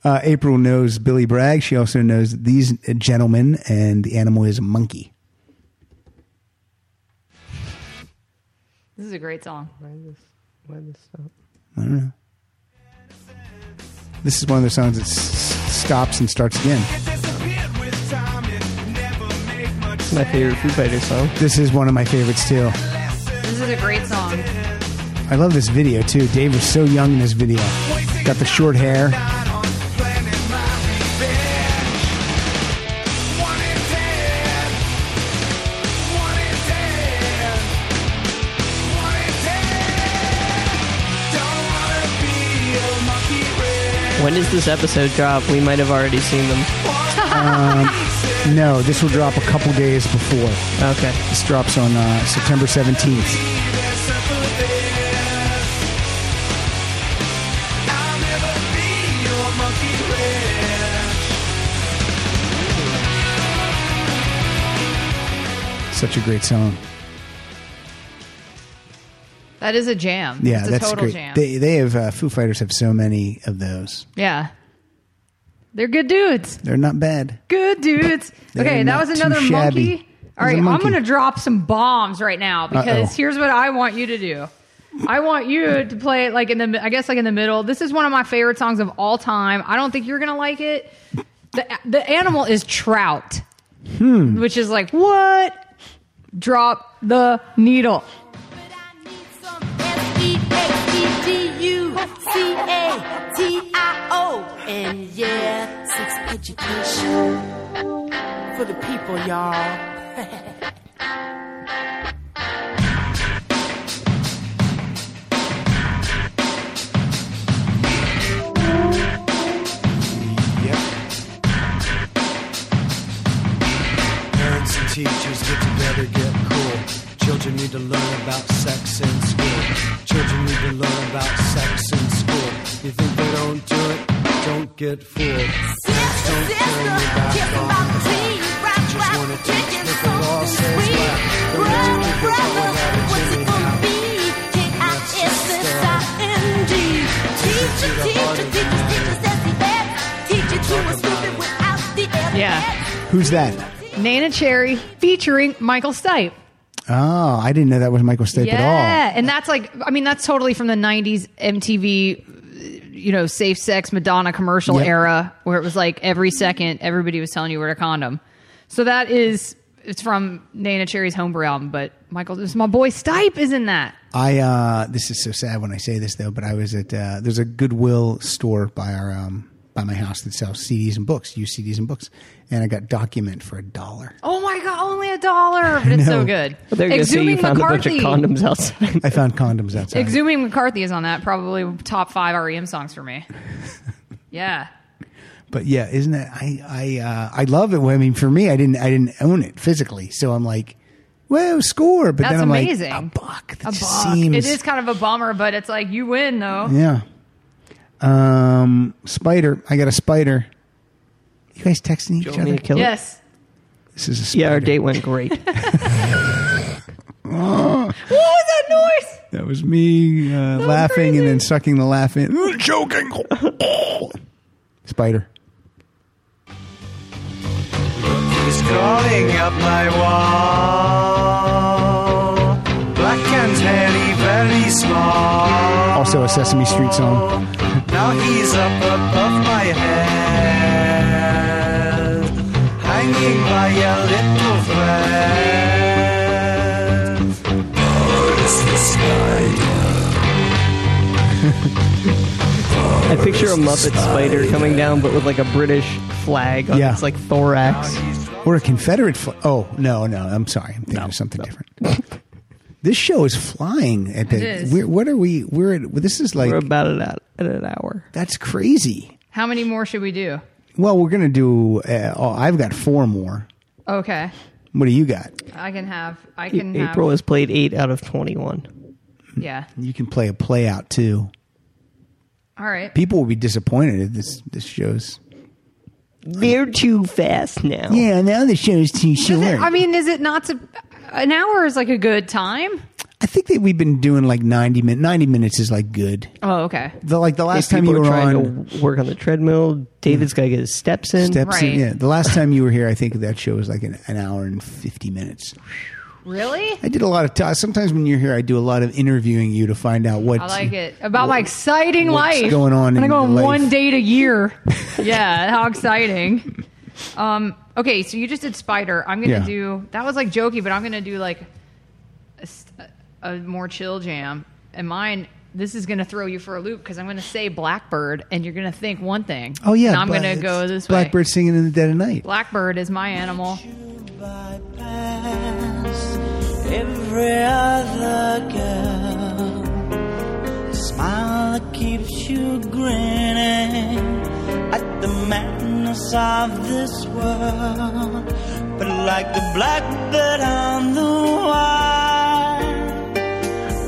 Speaker 3: Uh, April knows Billy Bragg. She also knows these gentlemen, and the animal is a monkey.
Speaker 2: This is a great song.
Speaker 3: This is one of the songs that s- stops and starts again.
Speaker 4: It's my favorite Foo Fighters song.
Speaker 3: This is one of my favorites too.
Speaker 2: This is a great song.
Speaker 3: I love this video too. Dave was so young in this video. Got the short hair.
Speaker 4: When does this episode drop? We might have already seen them.
Speaker 3: No, this will drop a couple days before.
Speaker 4: Okay.
Speaker 3: This drops on uh, September 17th. Such a great song.
Speaker 2: That is a jam.
Speaker 3: Yeah,
Speaker 2: it's a
Speaker 3: that's
Speaker 2: total
Speaker 3: great.
Speaker 2: jam.
Speaker 3: They, they have, uh, Foo Fighters have so many of those.
Speaker 2: yeah, they're good dudes.
Speaker 3: They're not bad.
Speaker 2: Good dudes.
Speaker 3: They're
Speaker 2: Okay, that
Speaker 3: not
Speaker 2: was
Speaker 3: too
Speaker 2: another
Speaker 3: shabby.
Speaker 2: monkey.
Speaker 3: It
Speaker 2: All
Speaker 3: was a
Speaker 2: right,
Speaker 3: monkey.
Speaker 2: I'm going to drop some bombs right now because
Speaker 3: Uh-oh.
Speaker 2: here's what I want you to do. I want you to play it like in the I guess like in the middle. This is one of my favorite songs of all time. I don't think you're going to like it. The the animal is trout.
Speaker 3: Hmm.
Speaker 2: Which is like what? Drop the needle.
Speaker 10: E E S-E-H-E-G-U-C-A-T-I-O. And yeah, sex education for the people, y'all.
Speaker 12: Parents and teachers get together, get cool. Children need to learn about sex in school. Children need to learn about sex in school. You think they don't do it? Don't get fooled. Parents don't turn your back on the clock. Just wanna teach people all says black. The rich people go and have a Jimmy Howard.
Speaker 10: K-I-S-S-I-N-G. Teacher, teacher, teacher, teacher says the best. Teacher, you are stupid without the F.
Speaker 2: Yeah.
Speaker 3: Who's that?
Speaker 2: Nana Cherry featuring Michael Stipe.
Speaker 3: Oh, I didn't know that was Michael Stipe
Speaker 2: Yeah, and that's like I mean that's totally from the '90s MTV, you know, safe sex Madonna commercial
Speaker 3: Yep.
Speaker 2: era where it was like every second everybody was telling you wear a condom. So that is it's from Nana Cherry's homebrew album, but Michael, it's my boy Stipe is in that.
Speaker 3: at all. I uh, this is so sad when I say this though, but I was at uh, there's a Goodwill store by our um, by my house that sells CDs and books, used CDs and books, and I got Document for a dollar.
Speaker 2: Oh my god, only a dollar, but it's so
Speaker 3: know.
Speaker 2: good.
Speaker 4: But they're going to say you found a bunch of condoms outside.
Speaker 3: I found condoms outside.
Speaker 2: Exhuming McCarthy is on that. Probably top five REM songs for me. Yeah.
Speaker 3: But yeah, isn't that I I uh, I love it. Well, I mean, for me, I didn't I didn't own it physically, so I'm like, whoa, score! But
Speaker 2: That's
Speaker 3: then I'm
Speaker 2: amazing.
Speaker 3: like, a buck. That
Speaker 2: A
Speaker 3: just
Speaker 2: buck.
Speaker 3: seems
Speaker 2: It is kind of a bummer, but it's like you win though.
Speaker 3: yeah. Um, spider, I got a spider. You guys texting each
Speaker 4: You want me
Speaker 3: other?
Speaker 4: to kill it?
Speaker 2: Yes.
Speaker 3: This is a spider.
Speaker 4: Yeah, our date went great.
Speaker 2: What was that noise?
Speaker 3: That was me uh,
Speaker 2: was
Speaker 3: laughing
Speaker 2: crazy.
Speaker 3: and then sucking the laugh in. Ooh, Joking. Spider.
Speaker 12: He's crawling up my wall. Black and hairy, very small.
Speaker 3: Also a Sesame Street song.
Speaker 12: Now he's up above my head, hanging by a little thread.
Speaker 4: I picture a Muppet spider coming down, but with like a British flag on
Speaker 3: Yeah.
Speaker 4: its like thorax.
Speaker 3: Or a Confederate flag. Oh, no, no. I'm sorry. I'm thinking of something different. this show is flying at the.
Speaker 2: is.
Speaker 3: We're, what are we? We're at. This is like.
Speaker 4: We're about it at, at an hour.
Speaker 3: that's crazy.
Speaker 2: How many more should we do?
Speaker 3: Well, we're going to do. Uh, oh, I've got four more.
Speaker 2: Okay.
Speaker 3: What do you got?
Speaker 2: I can have I can have Mm-hmm.
Speaker 4: April has played eight out of twenty-one.
Speaker 2: Yeah.
Speaker 3: You can play a play out too.
Speaker 2: All right.
Speaker 3: People will be disappointed if this this shows.
Speaker 4: They're too fast now.
Speaker 3: Yeah, now the show's too
Speaker 2: Does
Speaker 3: short.
Speaker 2: it, I mean, is it not to? An hour is like a good time.
Speaker 3: I think that we've been doing like ninety minutes. Ninety minutes is like good.
Speaker 2: Oh, okay.
Speaker 3: The like the last
Speaker 4: If
Speaker 3: time
Speaker 4: people
Speaker 3: you
Speaker 4: are
Speaker 3: were
Speaker 4: trying
Speaker 3: on
Speaker 4: to work on the treadmill, David's got to get his steps in.
Speaker 3: steps, in-
Speaker 2: Right.
Speaker 3: yeah. The last time you were here, I think that show was like an, an hour and fifty minutes.
Speaker 2: Really?
Speaker 3: I did a lot of t- sometimes when you're here, I do a lot of interviewing you to find out what
Speaker 2: I like it about my exciting
Speaker 3: what's
Speaker 2: life
Speaker 3: going on
Speaker 2: And I
Speaker 3: in
Speaker 2: go on
Speaker 3: your
Speaker 2: one
Speaker 3: life.
Speaker 2: date a year. yeah, how exciting. Um, okay, so you just did Spider. I'm gonna
Speaker 3: Yeah.
Speaker 2: do that was like jokey, but I'm gonna do like a, st- a more chill jam. And mine, this is gonna throw you for a loop because I'm gonna say Blackbird, and you're gonna think one thing.
Speaker 3: Oh yeah,
Speaker 2: and I'm
Speaker 3: but
Speaker 2: gonna
Speaker 3: it's
Speaker 2: go this way.
Speaker 3: Blackbird singing in the dead of night.
Speaker 2: Blackbird is my animal.
Speaker 13: Every other girl, a smile that keeps you grinning at the madness of this world. But like the blackbird on the wire,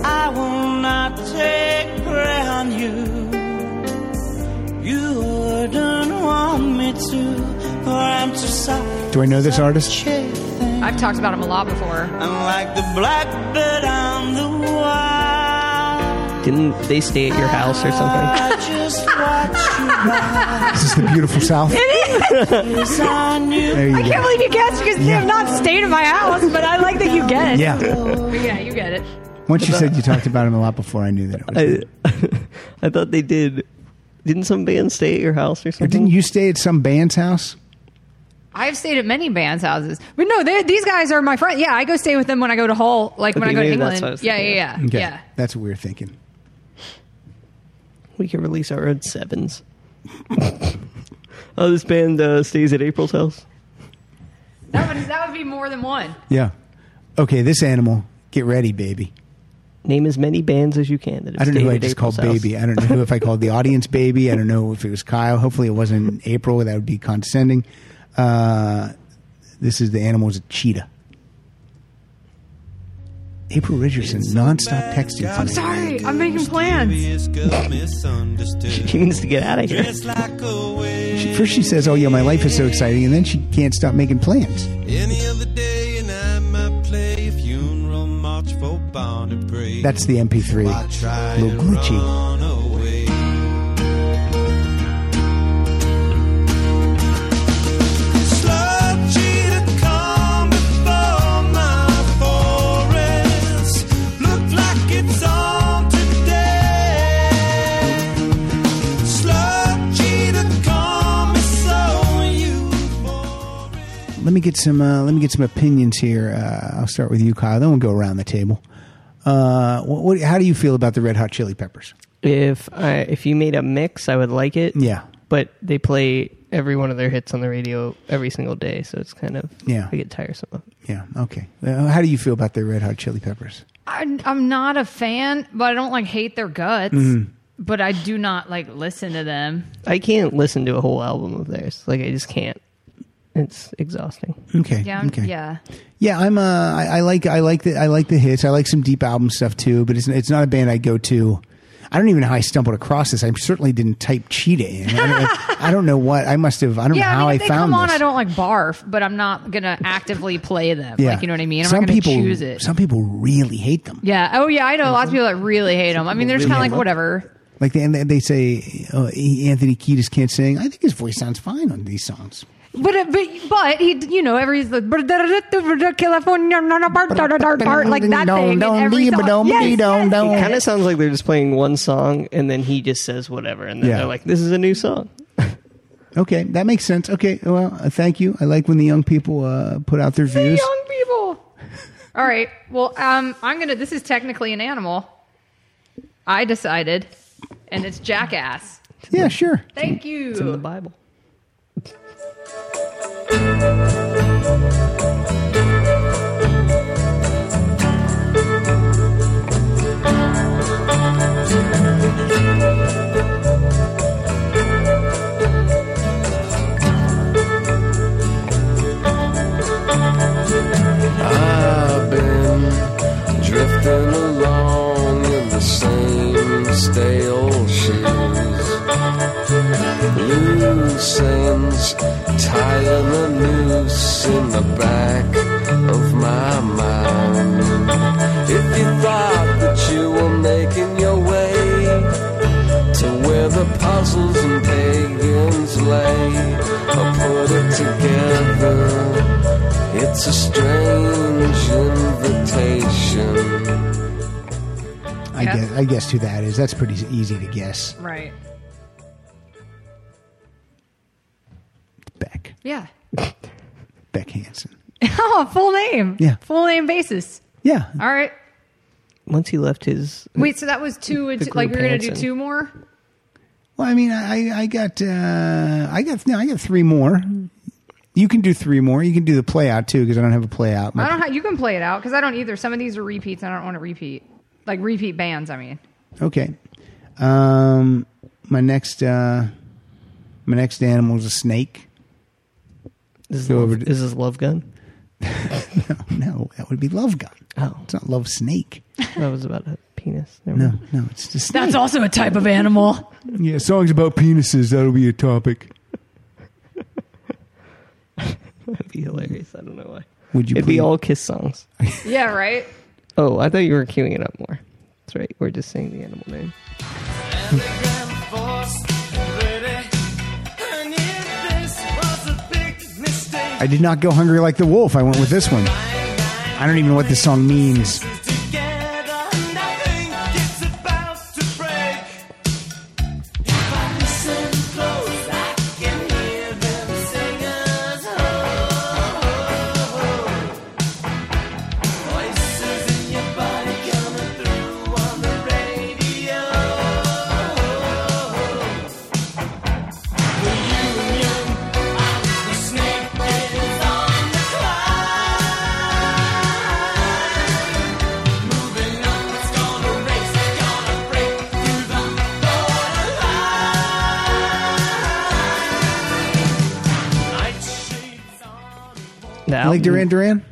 Speaker 13: I will not take prey on you. You wouldn't want me to, for I'm too soft.
Speaker 3: Do I know this artist?
Speaker 2: I've talked about him a lot before.
Speaker 13: I'm like the blackbird on the wire.
Speaker 4: Didn't they stay at your house or something?
Speaker 13: I just watch you by.
Speaker 3: Is this the beautiful South?
Speaker 13: Is on you.
Speaker 3: There you
Speaker 2: I
Speaker 3: go.
Speaker 2: can't believe you guessed because you
Speaker 3: Yeah.
Speaker 2: have not stayed at my house, but I like that you guessed.
Speaker 3: Yeah.
Speaker 2: But yeah, you get it.
Speaker 3: Once you said you talked about him a lot before, I knew that. It was
Speaker 4: I, I thought they did. Didn't some band stay at your house or
Speaker 3: Or
Speaker 4: something?
Speaker 3: didn't you stay at some band's house?
Speaker 2: I've stayed at many bands' houses, but no, they- these guys are my friends. Yeah, I go stay with them when I go to Hull, like when
Speaker 4: Okay,
Speaker 2: I go to
Speaker 4: maybe that's
Speaker 2: England.
Speaker 4: what I was
Speaker 2: yeah,
Speaker 4: thinking
Speaker 2: yeah, yeah,
Speaker 3: Okay.
Speaker 2: yeah.
Speaker 3: That's what we were thinking.
Speaker 4: We can release our own sevens. oh, this band uh, stays at April's house.
Speaker 2: That would that would be more than one.
Speaker 3: Yeah. Okay, this animal, get ready, baby.
Speaker 4: Name as many bands as you can. That have
Speaker 3: I don't know
Speaker 4: stayed
Speaker 3: who I
Speaker 4: at
Speaker 3: just
Speaker 4: April's
Speaker 3: called
Speaker 4: house.
Speaker 3: baby. I don't know who if I called the audience baby. I don't know if it was Kyle. Hopefully it wasn't April. That would be condescending. Uh, this is the animal's a cheetah. April Richardson nonstop texting.
Speaker 2: I'm sorry, I'm making plans.
Speaker 4: She needs to get out of here.
Speaker 3: She, first she says, "Oh yeah, my life is so exciting," and then she can't stop making plans.
Speaker 14: Any other day, and I might play a funeral march for bound and brave.
Speaker 3: That's the MP3.
Speaker 14: Why try
Speaker 3: A little
Speaker 14: and
Speaker 3: glitchy.
Speaker 14: run away? Sludgy to come before my forest. Look like it's on today. Sludgy to come so you
Speaker 3: Let me get some. Uh, let me get some opinions here. Uh, I'll start with you, Kyle. Then we'll go around the table. Uh, what, what, how do you feel about the Red Hot Chili Peppers?
Speaker 4: If I, if you made a mix, I would like it.
Speaker 3: Yeah.
Speaker 4: But they play every one of their hits on the radio every single day, so it's kind of
Speaker 3: Yeah.
Speaker 4: I get tiresome of. it.
Speaker 3: Yeah. Okay. Uh, how do you feel about the Red Hot Chili Peppers?
Speaker 2: I'm, I'm not a fan, but I don't like hate their guts.
Speaker 3: Mm-hmm.
Speaker 2: But I do not like listen to them.
Speaker 4: I can't listen to a whole album of theirs. Like I just can't. It's exhausting.
Speaker 3: Okay.
Speaker 2: Yeah, I'm,
Speaker 3: okay.
Speaker 2: yeah.
Speaker 3: Yeah, I'm. Uh, I, I like. I like the. I like the hits. I like some deep album stuff too. But it's it's not a band I go to. I don't even know how I stumbled across this. I certainly didn't type cheetah in. I don't, I don't know what I must have. I don't
Speaker 2: yeah,
Speaker 3: know how
Speaker 2: I,
Speaker 3: I,
Speaker 2: mean, if they
Speaker 3: found
Speaker 2: come on,
Speaker 3: this.
Speaker 2: I don't like barf, but I'm not gonna actively play them. Like you know what I mean? I'm
Speaker 3: some
Speaker 2: not gonna
Speaker 3: people,
Speaker 2: choose it.
Speaker 3: Some people really hate them.
Speaker 2: yeah. Oh yeah, I know lots of people that really hate them. I mean, they're just
Speaker 3: really hate
Speaker 2: kind of like
Speaker 3: 'em.
Speaker 2: whatever.
Speaker 3: Like they, and they- they say, oh, Anthony Kiedis can't sing. I think his voice sounds fine on these songs.
Speaker 2: But but but he you know every he's like California like that thing in every song. Yes, yes.
Speaker 4: It kind of sounds like they're just playing one song and then he just says whatever, and then
Speaker 3: Yeah.
Speaker 4: they're like, "This is a new song."
Speaker 3: Okay, that makes sense. Okay, well, uh, thank you. I like when the young people uh, put out their
Speaker 2: The
Speaker 3: views.
Speaker 2: young people. All right. Well, um, I'm gonna. This is technically an animal. I decided, and it's jackass.
Speaker 3: Yeah, sure.
Speaker 2: Thank you.
Speaker 4: It's in the Bible.
Speaker 14: I've been drifting along in
Speaker 15: the back of my mind. If you thought that you were making your way to where the puzzles and pagans lay, or put it together, it's a strange invitation.
Speaker 3: I guess I guess who that is. That's pretty easy to guess.
Speaker 2: Right.
Speaker 3: Beck.
Speaker 2: Yeah.
Speaker 3: Beck Hansen.
Speaker 2: oh, full name.
Speaker 3: Yeah.
Speaker 2: Full name basis.
Speaker 3: Yeah.
Speaker 2: All right.
Speaker 4: Once he left his
Speaker 2: Wait, so that was two. And
Speaker 4: The
Speaker 2: two like
Speaker 4: group
Speaker 2: we're gonna do
Speaker 4: Hanson.
Speaker 2: two more.
Speaker 3: Well, I mean, I I got uh, I got no, I got three more. You can do three more. You can do the play out too because I don't have a play out.
Speaker 2: I don't. Have, you can play it out because I don't either. Some of these are repeats. and I don't want to repeat. Like repeat bands. I mean.
Speaker 3: Okay. Um, my next uh, my next animal is a snake.
Speaker 4: Is
Speaker 3: Go
Speaker 4: love-
Speaker 3: over to-
Speaker 4: is this love gun?
Speaker 3: no, that would be love gun.
Speaker 4: Oh,
Speaker 3: it's not love snake.
Speaker 4: that was about a penis. Never
Speaker 3: No,
Speaker 4: mind.
Speaker 3: no, it's just
Speaker 2: That's also a type of animal.
Speaker 3: Yeah, songs about penises. That'll be a topic.
Speaker 4: That'd be hilarious. I don't know why.
Speaker 3: Would you
Speaker 4: It'd
Speaker 3: please-
Speaker 4: be all Kiss songs.
Speaker 2: Yeah. Right.
Speaker 4: oh, I thought you were queuing it up more. That's right. We're just saying the animal name.
Speaker 3: I did not go hungry like the wolf. I went with this one. I don't even know what this song means.
Speaker 4: The
Speaker 3: You like Duran Duran?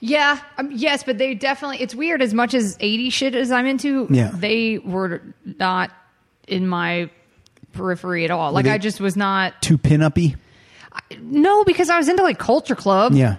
Speaker 2: Yeah. Um, yes, but they definitely. It's weird. As much as eighty shit as I'm into,
Speaker 3: Yeah.
Speaker 2: they were not in my periphery at all. Like
Speaker 3: they-
Speaker 2: I just was not.
Speaker 3: Too pin uppy?
Speaker 2: No, because I was into like Culture Club.
Speaker 3: Yeah.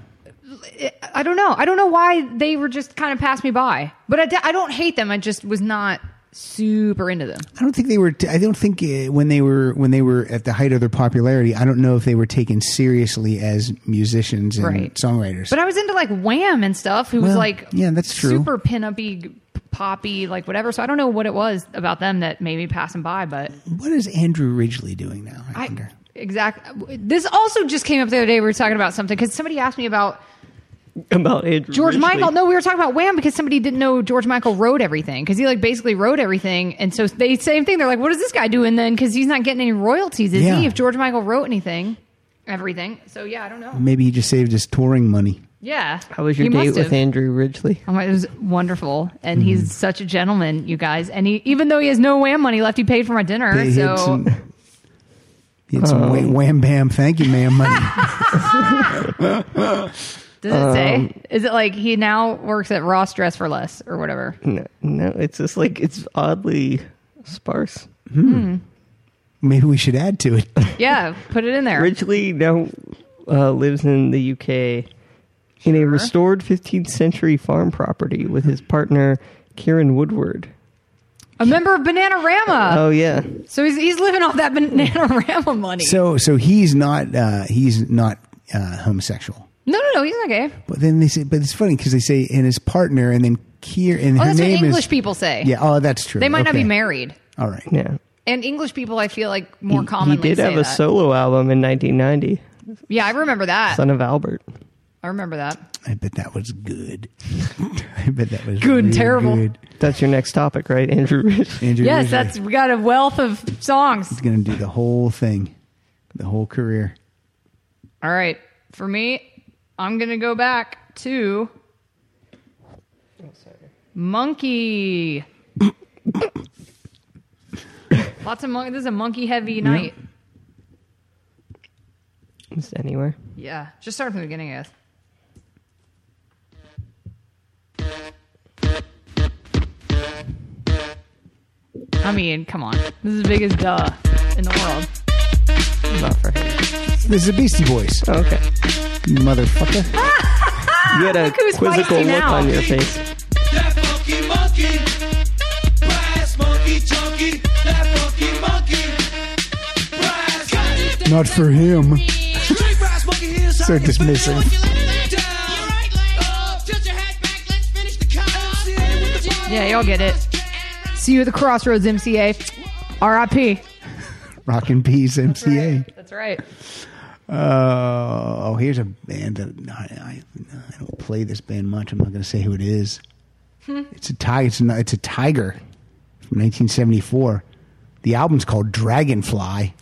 Speaker 2: I don't know. I don't know why they were just kind of passed me by. But I, de- I don't hate them. I just was not super into them.
Speaker 3: I don't think they were. I don't think uh, when they were when they were at the height of their popularity. I don't know if they were taken seriously as musicians and
Speaker 2: Right.
Speaker 3: songwriters.
Speaker 2: But I was into like Wham and stuff, who was
Speaker 3: Well,
Speaker 2: like
Speaker 3: yeah, that's true.
Speaker 2: super pin-uppy, g- poppy, like whatever. So I don't know what it was about them that made me pass them by. But
Speaker 3: what is Andrew Ridgely doing now? I,
Speaker 2: I
Speaker 3: wonder.
Speaker 2: exactly this also just came up the other day. We were talking about something because somebody asked me about
Speaker 4: About Andrew
Speaker 2: George
Speaker 4: Ridgely.
Speaker 2: Michael. No, we were talking about Wham because somebody didn't know George Michael wrote everything because he like basically wrote everything, and so they same thing. They're like, "What is this guy doing then?" Because he's not getting any royalties, is
Speaker 3: Yeah.
Speaker 2: he? If George Michael wrote anything, everything. So yeah, I don't know.
Speaker 3: Maybe he just saved his touring money.
Speaker 2: Yeah,
Speaker 4: Mm-hmm. How was your
Speaker 2: He
Speaker 4: date
Speaker 2: must
Speaker 4: with Mm-hmm.
Speaker 2: have.
Speaker 4: Andrew Ridgely?
Speaker 2: Oh my, it was wonderful, and he's such a gentleman, you guys. And he, even though he has no Wham money left, he paid for my dinner.
Speaker 3: He
Speaker 2: Ah, so
Speaker 3: had some, he had some wha- wham bam, thank you, ma'am, money.
Speaker 2: does it
Speaker 4: Um,
Speaker 2: say? Is it like he now works at Ross Dress for Less or whatever?
Speaker 4: No, no, it's just like it's oddly sparse.
Speaker 3: Maybe we should add to it.
Speaker 2: Yeah, put it in there.
Speaker 4: Ridgely now uh, lives in the UK in a restored 15th century farm property with his partner Kieran Woodward.
Speaker 2: A member of Bananarama.
Speaker 4: oh yeah,
Speaker 2: So he's, he's living off that Bananarama money.
Speaker 3: So, so he's not uh, he's not uh, homosexual.
Speaker 2: no, no, no, he's not gay. Oh,
Speaker 3: But then they say, but it's funny because they say and his partner, and then Kier, and
Speaker 2: Oh,
Speaker 3: her
Speaker 2: that's what
Speaker 3: name
Speaker 2: English
Speaker 3: is
Speaker 2: people say.
Speaker 3: yeah. Oh, that's true.
Speaker 2: They might not be
Speaker 3: Okay.
Speaker 2: married.
Speaker 3: All right.
Speaker 4: yeah.
Speaker 2: And English people, I feel like more
Speaker 4: He-
Speaker 2: commonly
Speaker 4: he did
Speaker 2: say
Speaker 4: have a
Speaker 2: that.
Speaker 4: solo album in 1990,
Speaker 2: yeah, I remember that.
Speaker 4: Son of Albert.
Speaker 2: I remember that.
Speaker 3: I bet that was good. I bet that was
Speaker 2: Good and
Speaker 3: real
Speaker 2: terrible.
Speaker 3: Good.
Speaker 4: That's your next topic, right, Andrew Ridgely?
Speaker 3: Andrew
Speaker 2: Yes,
Speaker 3: Ridgely
Speaker 2: that's we got a wealth of songs.
Speaker 3: is going to do the whole thing, the whole career.
Speaker 2: All right, for me, I'm gonna go back to monkey. Lots of monkey. This is a monkey heavy night.
Speaker 4: Just anywhere.
Speaker 2: Yeah, just start from the beginning, I guess. I mean, come on. This is the biggest duh in the world.
Speaker 4: Not for her.
Speaker 3: This is a Beastie Boys.
Speaker 4: Oh, okay.
Speaker 3: You motherfucker.
Speaker 4: You had a
Speaker 2: Ah, Look who's
Speaker 4: quizzical
Speaker 2: feisty
Speaker 4: look
Speaker 2: now.
Speaker 4: on your face.
Speaker 16: That funky monkey, brass monkey chunky. That funky monkey, brass.
Speaker 3: Not for him.
Speaker 16: Straight brass monkey here's how
Speaker 3: So
Speaker 16: you feel.
Speaker 3: dismissive.
Speaker 2: Yeah, y'all get it. See you at the crossroads, MCA. R.I.P.
Speaker 3: Rockin' Peas MCA.
Speaker 2: That's right.
Speaker 3: Uh, oh, here's a band that I, I, I don't play this band much. I'm not going to say who it is.
Speaker 2: Hmm.
Speaker 3: It's a tiger. It's, a- it's a tiger from 1974. The album's called Dragonfly.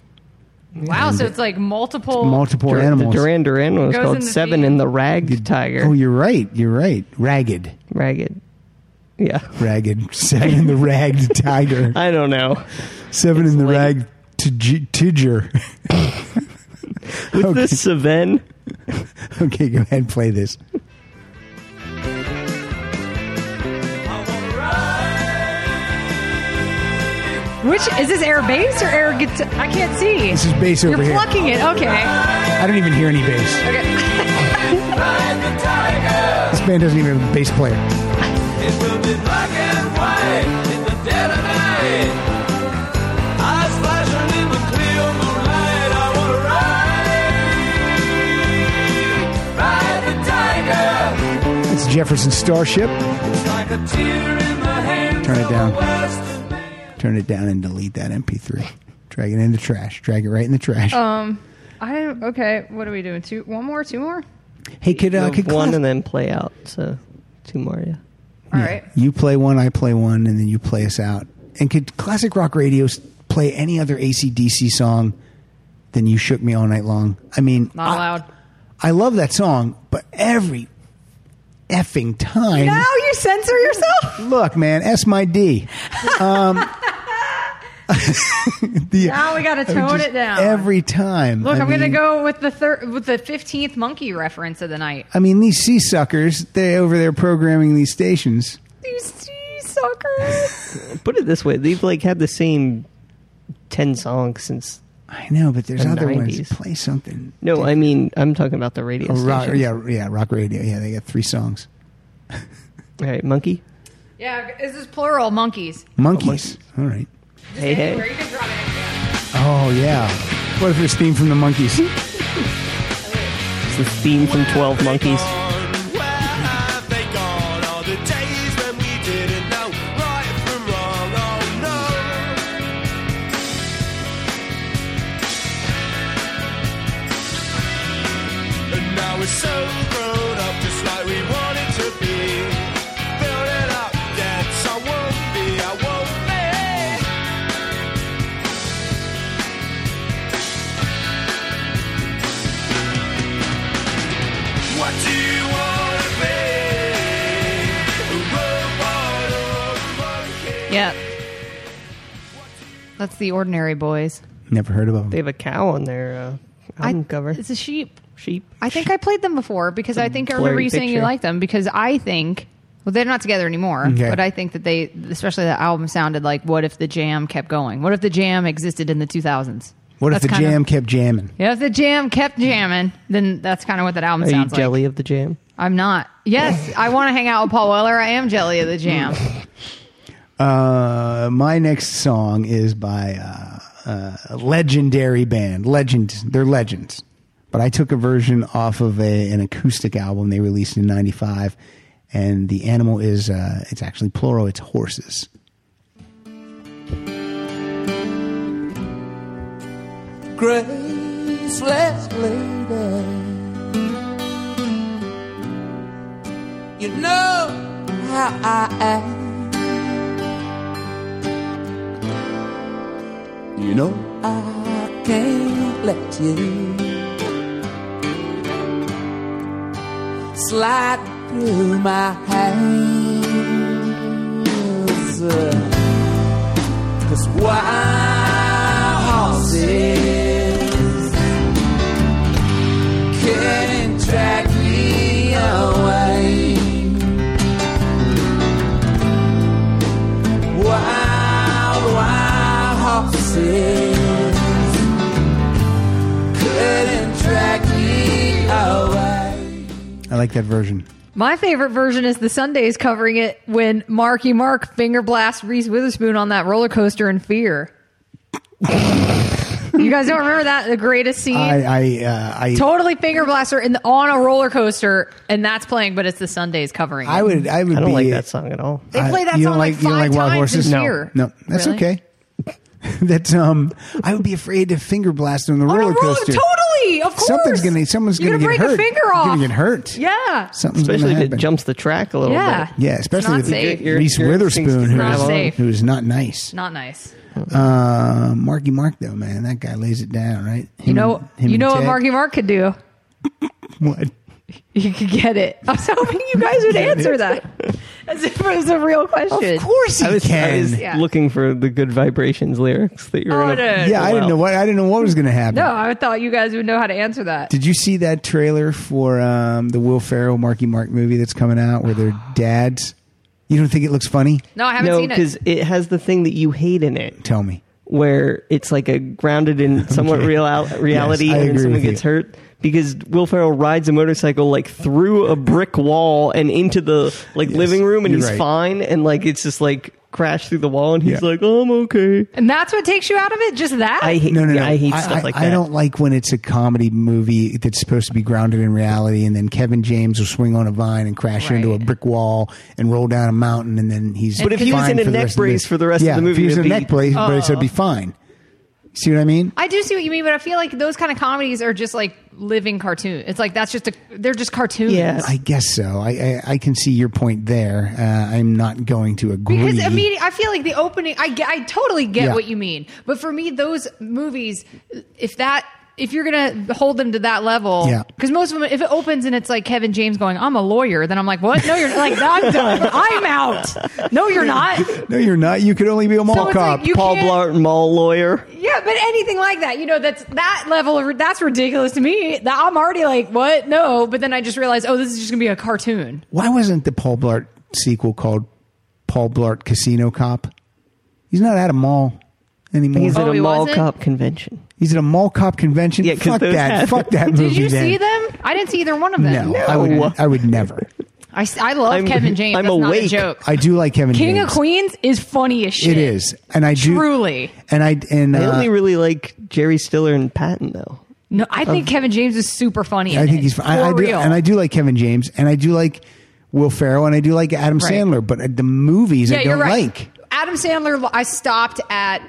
Speaker 2: Wow, so it's like multiple.
Speaker 3: Multiple
Speaker 4: Oh, Dur-
Speaker 3: animals.
Speaker 4: The Duran Duran one was
Speaker 2: Goes in
Speaker 4: called
Speaker 2: the
Speaker 4: Seven and the Ragged Tiger.
Speaker 3: Oh, you're right. You're right. Ragged.
Speaker 4: Ragged. Yeah.
Speaker 3: Ragged. Seven in the ragged tiger.
Speaker 4: I don't know.
Speaker 3: Seven in the ragged tij- tiger.
Speaker 4: With this Seven.
Speaker 3: okay, go ahead and play this.
Speaker 2: Which is this air bass or air guitar? I can't see.
Speaker 3: This is bass over
Speaker 2: You're
Speaker 3: here.
Speaker 2: plucking it. Okay.
Speaker 3: I don't even hear any bass. This band doesn't even have a bass player.
Speaker 5: It will be black and white in the dead of night. Eyes flashing in the clear moonlight. I wanna ride, ride the tiger.
Speaker 3: It's Jefferson Starship.
Speaker 5: It's like a tear in the hand.
Speaker 3: Turn it down.
Speaker 5: of a western
Speaker 3: Turn it down and delete that MP3. Drag it in the trash. Drag it right in the trash.
Speaker 2: Um, I okay. What are we doing? Two, one more, two more.
Speaker 3: hey, could uh,
Speaker 4: Move
Speaker 3: could
Speaker 4: one
Speaker 3: Cliff-
Speaker 4: and then play out. So two more. Yeah.
Speaker 2: All right.
Speaker 3: You play one, I play one, and then you play us out. And could classic rock radio s- play any other ACDC song than "You Shook Me All Night Long"? I mean,
Speaker 2: Not
Speaker 3: I,
Speaker 2: allowed.
Speaker 3: I love that song, but every effing time.
Speaker 2: No, you censor yourself.
Speaker 3: Look, man, S my D. Um, the-
Speaker 2: Now we gotta
Speaker 3: I would
Speaker 2: tone
Speaker 3: just-
Speaker 2: it down.
Speaker 3: every time.
Speaker 2: Look,
Speaker 3: I
Speaker 2: I am gonna
Speaker 3: mean-
Speaker 2: go with the third, with the fifteenth monkey reference of the night.
Speaker 3: I mean, these sea suckers, they over there programming these stations.
Speaker 2: You see, suckers.
Speaker 4: Put it this way, they've like had the same ten songs since.
Speaker 3: I know, but there's
Speaker 4: The
Speaker 3: other
Speaker 4: 90s.
Speaker 3: ones. Play something.
Speaker 4: No, I mean I'm talking about the radio.
Speaker 3: Oh, rock,
Speaker 4: stations.
Speaker 3: yeah, yeah, rock radio. Yeah, they got three songs.
Speaker 4: All right, monkey.
Speaker 2: yeah, this is plural monkeys.
Speaker 3: Monkeys. All right.
Speaker 4: Hey
Speaker 2: Where
Speaker 4: hey.
Speaker 2: you can drop it.
Speaker 3: Oh yeah. What if it's theme from the Monkeys?
Speaker 4: It's the theme from Twelve Monkeys.
Speaker 7: Oh, And now we're so grown up, just like we wanted to be. Build it up, that's I won't be, I won't be. What do you want to be? A robot or a monkey?
Speaker 2: Yeah. That's the ordinary boys.
Speaker 3: Never heard of them.
Speaker 4: They have a cow on their uh, album
Speaker 2: I,
Speaker 4: cover.
Speaker 2: It's a sheep.
Speaker 4: Sheep.
Speaker 2: I think I played them before because I think I
Speaker 4: blurry
Speaker 2: remember you saying you
Speaker 4: picture.
Speaker 2: liked them because I think well they're not together anymore
Speaker 3: Okay.
Speaker 2: but I think that they especially the album sounded like what if the jam kept going what if the jam existed in the 2000s
Speaker 3: What
Speaker 2: That's
Speaker 3: if the
Speaker 2: kind of-
Speaker 3: jam kept jamming?
Speaker 2: yeah if the jam kept jamming then that's kind of what that album
Speaker 4: Are you
Speaker 2: sounds like
Speaker 4: jelly of the jam?
Speaker 2: I'm not yes I want to hang out with Paul Weller I am jelly of the jam
Speaker 3: Uh, my next song is by uh, uh, a legendary band. Legends. They're legends. But I took a version off of a, an acoustic album they released in '95, and the animal is uh, it's actually plural. It's horses.
Speaker 5: graceless lady. You know how I am.
Speaker 17: You know?
Speaker 5: I can't let you slide through my hands. Cause wild horses couldn't drag me away. Wild, wild horses
Speaker 3: I like that version.
Speaker 2: My favorite version is the Sundays covering it when Marky Mark finger blasts Reese Witherspoon on that roller coaster in fear. you guys don't remember that? The greatest scene?
Speaker 3: I I, uh, I
Speaker 2: totally finger blaster in the, on a roller coaster, and that's playing, but it's the Sundays covering it.
Speaker 3: I would I would.
Speaker 4: I don't
Speaker 3: be-
Speaker 4: like that song at all.
Speaker 2: They
Speaker 3: I-
Speaker 2: play that
Speaker 3: you
Speaker 2: song
Speaker 3: don't
Speaker 2: like,
Speaker 3: you
Speaker 2: five
Speaker 3: don't like
Speaker 2: times
Speaker 3: Wild Horses.
Speaker 2: this year.
Speaker 3: No, that's
Speaker 2: Really?
Speaker 3: okay. that's um. I would be afraid to finger blast on the roller coaster.
Speaker 2: Totally, of course.
Speaker 3: Something's gonna someone's
Speaker 2: You're
Speaker 3: gonna,
Speaker 2: gonna
Speaker 3: get
Speaker 2: break a
Speaker 3: hurt.
Speaker 2: finger
Speaker 3: You're gonna
Speaker 2: off.
Speaker 3: get hurt.
Speaker 2: Yeah.
Speaker 3: Something's
Speaker 4: Especially
Speaker 3: gonna
Speaker 4: if it
Speaker 3: happen.
Speaker 4: jumps the track a little
Speaker 2: Yeah.
Speaker 4: bit.
Speaker 3: Yeah, especially
Speaker 2: not safe.
Speaker 3: with
Speaker 2: You're-
Speaker 3: Reese
Speaker 4: you're-
Speaker 3: Witherspoon, who
Speaker 2: not
Speaker 3: is-
Speaker 2: safe.
Speaker 3: who is not nice.
Speaker 2: Not nice.
Speaker 3: Uh, Marky Mark, though, man, that guy lays it down, right?
Speaker 2: You know, you know what Marky Mark could do?
Speaker 3: What?
Speaker 2: You could get it. I was hoping you guys would
Speaker 3: Get
Speaker 2: answer
Speaker 3: it.
Speaker 2: that as if it was a real question.
Speaker 3: Of course he
Speaker 4: I was, I
Speaker 3: can.
Speaker 4: was
Speaker 2: Yeah.
Speaker 4: looking for the good vibrations lyrics that you were
Speaker 2: Oh,
Speaker 4: gonna-
Speaker 2: no.
Speaker 3: yeah, I didn't know what I didn't know what was going to happen.
Speaker 2: No, I thought you guys would know how to answer that.
Speaker 3: Did you see that trailer for um, the Will Ferrell Marky Mark movie that's coming out where they're dads? You don't think it looks funny?
Speaker 2: No, I haven't
Speaker 4: No,
Speaker 2: seen
Speaker 4: because
Speaker 2: it.
Speaker 4: it has the thing that you hate in it,
Speaker 3: Tell me.
Speaker 4: where it's like a grounded in somewhat
Speaker 3: Okay.
Speaker 4: real reality,
Speaker 3: Yes, I
Speaker 4: and then
Speaker 3: agree
Speaker 4: someone
Speaker 3: with you.
Speaker 4: gets hurt. Because Will Ferrell rides a motorcycle like through a brick wall and into the like living room, and
Speaker 3: you're
Speaker 4: he's
Speaker 3: right.
Speaker 4: fine, and like it's just like crash through the wall, and he's
Speaker 3: Yeah.
Speaker 4: like, "Oh, "I'm okay."
Speaker 2: And that's what takes you out of it? Just that?
Speaker 4: I hate.
Speaker 3: No, no, no.
Speaker 4: yeah, I hate stuff like that.
Speaker 3: I don't like when it's a comedy movie that's supposed to be grounded in reality, and then Kevin James will swing on a vine and crash into a
Speaker 2: Right.
Speaker 3: brick wall and roll down a mountain, and then he's.
Speaker 4: But if he was
Speaker 3: fine
Speaker 4: in a
Speaker 3: for the
Speaker 4: neck
Speaker 3: rest of the-
Speaker 4: brace for the rest of
Speaker 3: Yeah,
Speaker 4: the
Speaker 3: if
Speaker 4: movie,
Speaker 3: he was in a neck
Speaker 4: it'd be- Oh.
Speaker 3: brace, brace, it'd be fine. See what I mean?
Speaker 2: I do see what you mean, but I feel like those kind of comedies are just like living cartoon. It's like that's just a they're just cartoons.
Speaker 4: Yeah.
Speaker 3: I guess so. I, I, I can see your point there. Uh, I'm not going to agree.
Speaker 2: Because immediately, I feel like the opening. I get, I totally get
Speaker 3: Yeah.
Speaker 2: what you mean, but for me, those movies, if that, if you're gonna hold them to that level,
Speaker 3: Yeah.
Speaker 2: Because most of them, if it opens and it's like Kevin James going, "I'm a lawyer," then I'm like, "What? No, you're like, no, I'm done. I'm out. No, you're not.
Speaker 3: no, you're not. You could only be a mall
Speaker 2: So it's
Speaker 3: cop.
Speaker 2: like you
Speaker 4: Paul
Speaker 2: can't-
Speaker 4: Blart Mall Lawyer.
Speaker 2: Yeah, but anything like that, you know, that's that level. Of, that's ridiculous to me. That I'm already like, what? No. But then I just realized, oh, this is just gonna be a cartoon.
Speaker 3: Why wasn't the Paul Blart sequel called Paul Blart Casino Cop? He's not at a mall anymore.
Speaker 4: He's
Speaker 2: Oh,
Speaker 4: at a
Speaker 2: he
Speaker 4: mall
Speaker 2: wasn't?
Speaker 4: cop convention.
Speaker 3: He's at a mall cop convention.
Speaker 4: Yeah, 'cause
Speaker 3: fuck
Speaker 4: those
Speaker 3: that.
Speaker 4: have-
Speaker 3: Fuck that movie.
Speaker 2: Did you
Speaker 3: then.
Speaker 2: see them? I didn't see either one of them.
Speaker 3: No, I would.
Speaker 4: No.
Speaker 3: I would never.
Speaker 2: I, s- I love
Speaker 4: I'm-
Speaker 2: Kevin James.
Speaker 4: I'm
Speaker 2: That's
Speaker 4: awake.
Speaker 2: not a joke.
Speaker 3: I do like Kevin.
Speaker 2: King
Speaker 3: James.
Speaker 2: of Queens is funny as
Speaker 3: It
Speaker 2: shit.
Speaker 3: is, and I do
Speaker 2: Truly.
Speaker 3: And I and
Speaker 4: I
Speaker 3: uh,
Speaker 4: only really like Jerry Stiller and Patton though.
Speaker 2: No, I think Kevin James is super funny.
Speaker 3: I
Speaker 2: in
Speaker 3: think
Speaker 2: it.
Speaker 3: he's.
Speaker 2: for
Speaker 3: fine. I, I do,
Speaker 2: real.
Speaker 3: and I do like Kevin James, and I do like Will Ferrell, and I do like Adam
Speaker 2: Right.
Speaker 3: Sandler. But uh, the movies
Speaker 2: yeah,
Speaker 3: I
Speaker 2: you're
Speaker 3: don't
Speaker 2: right.
Speaker 3: like.
Speaker 2: Adam Sandler. I stopped at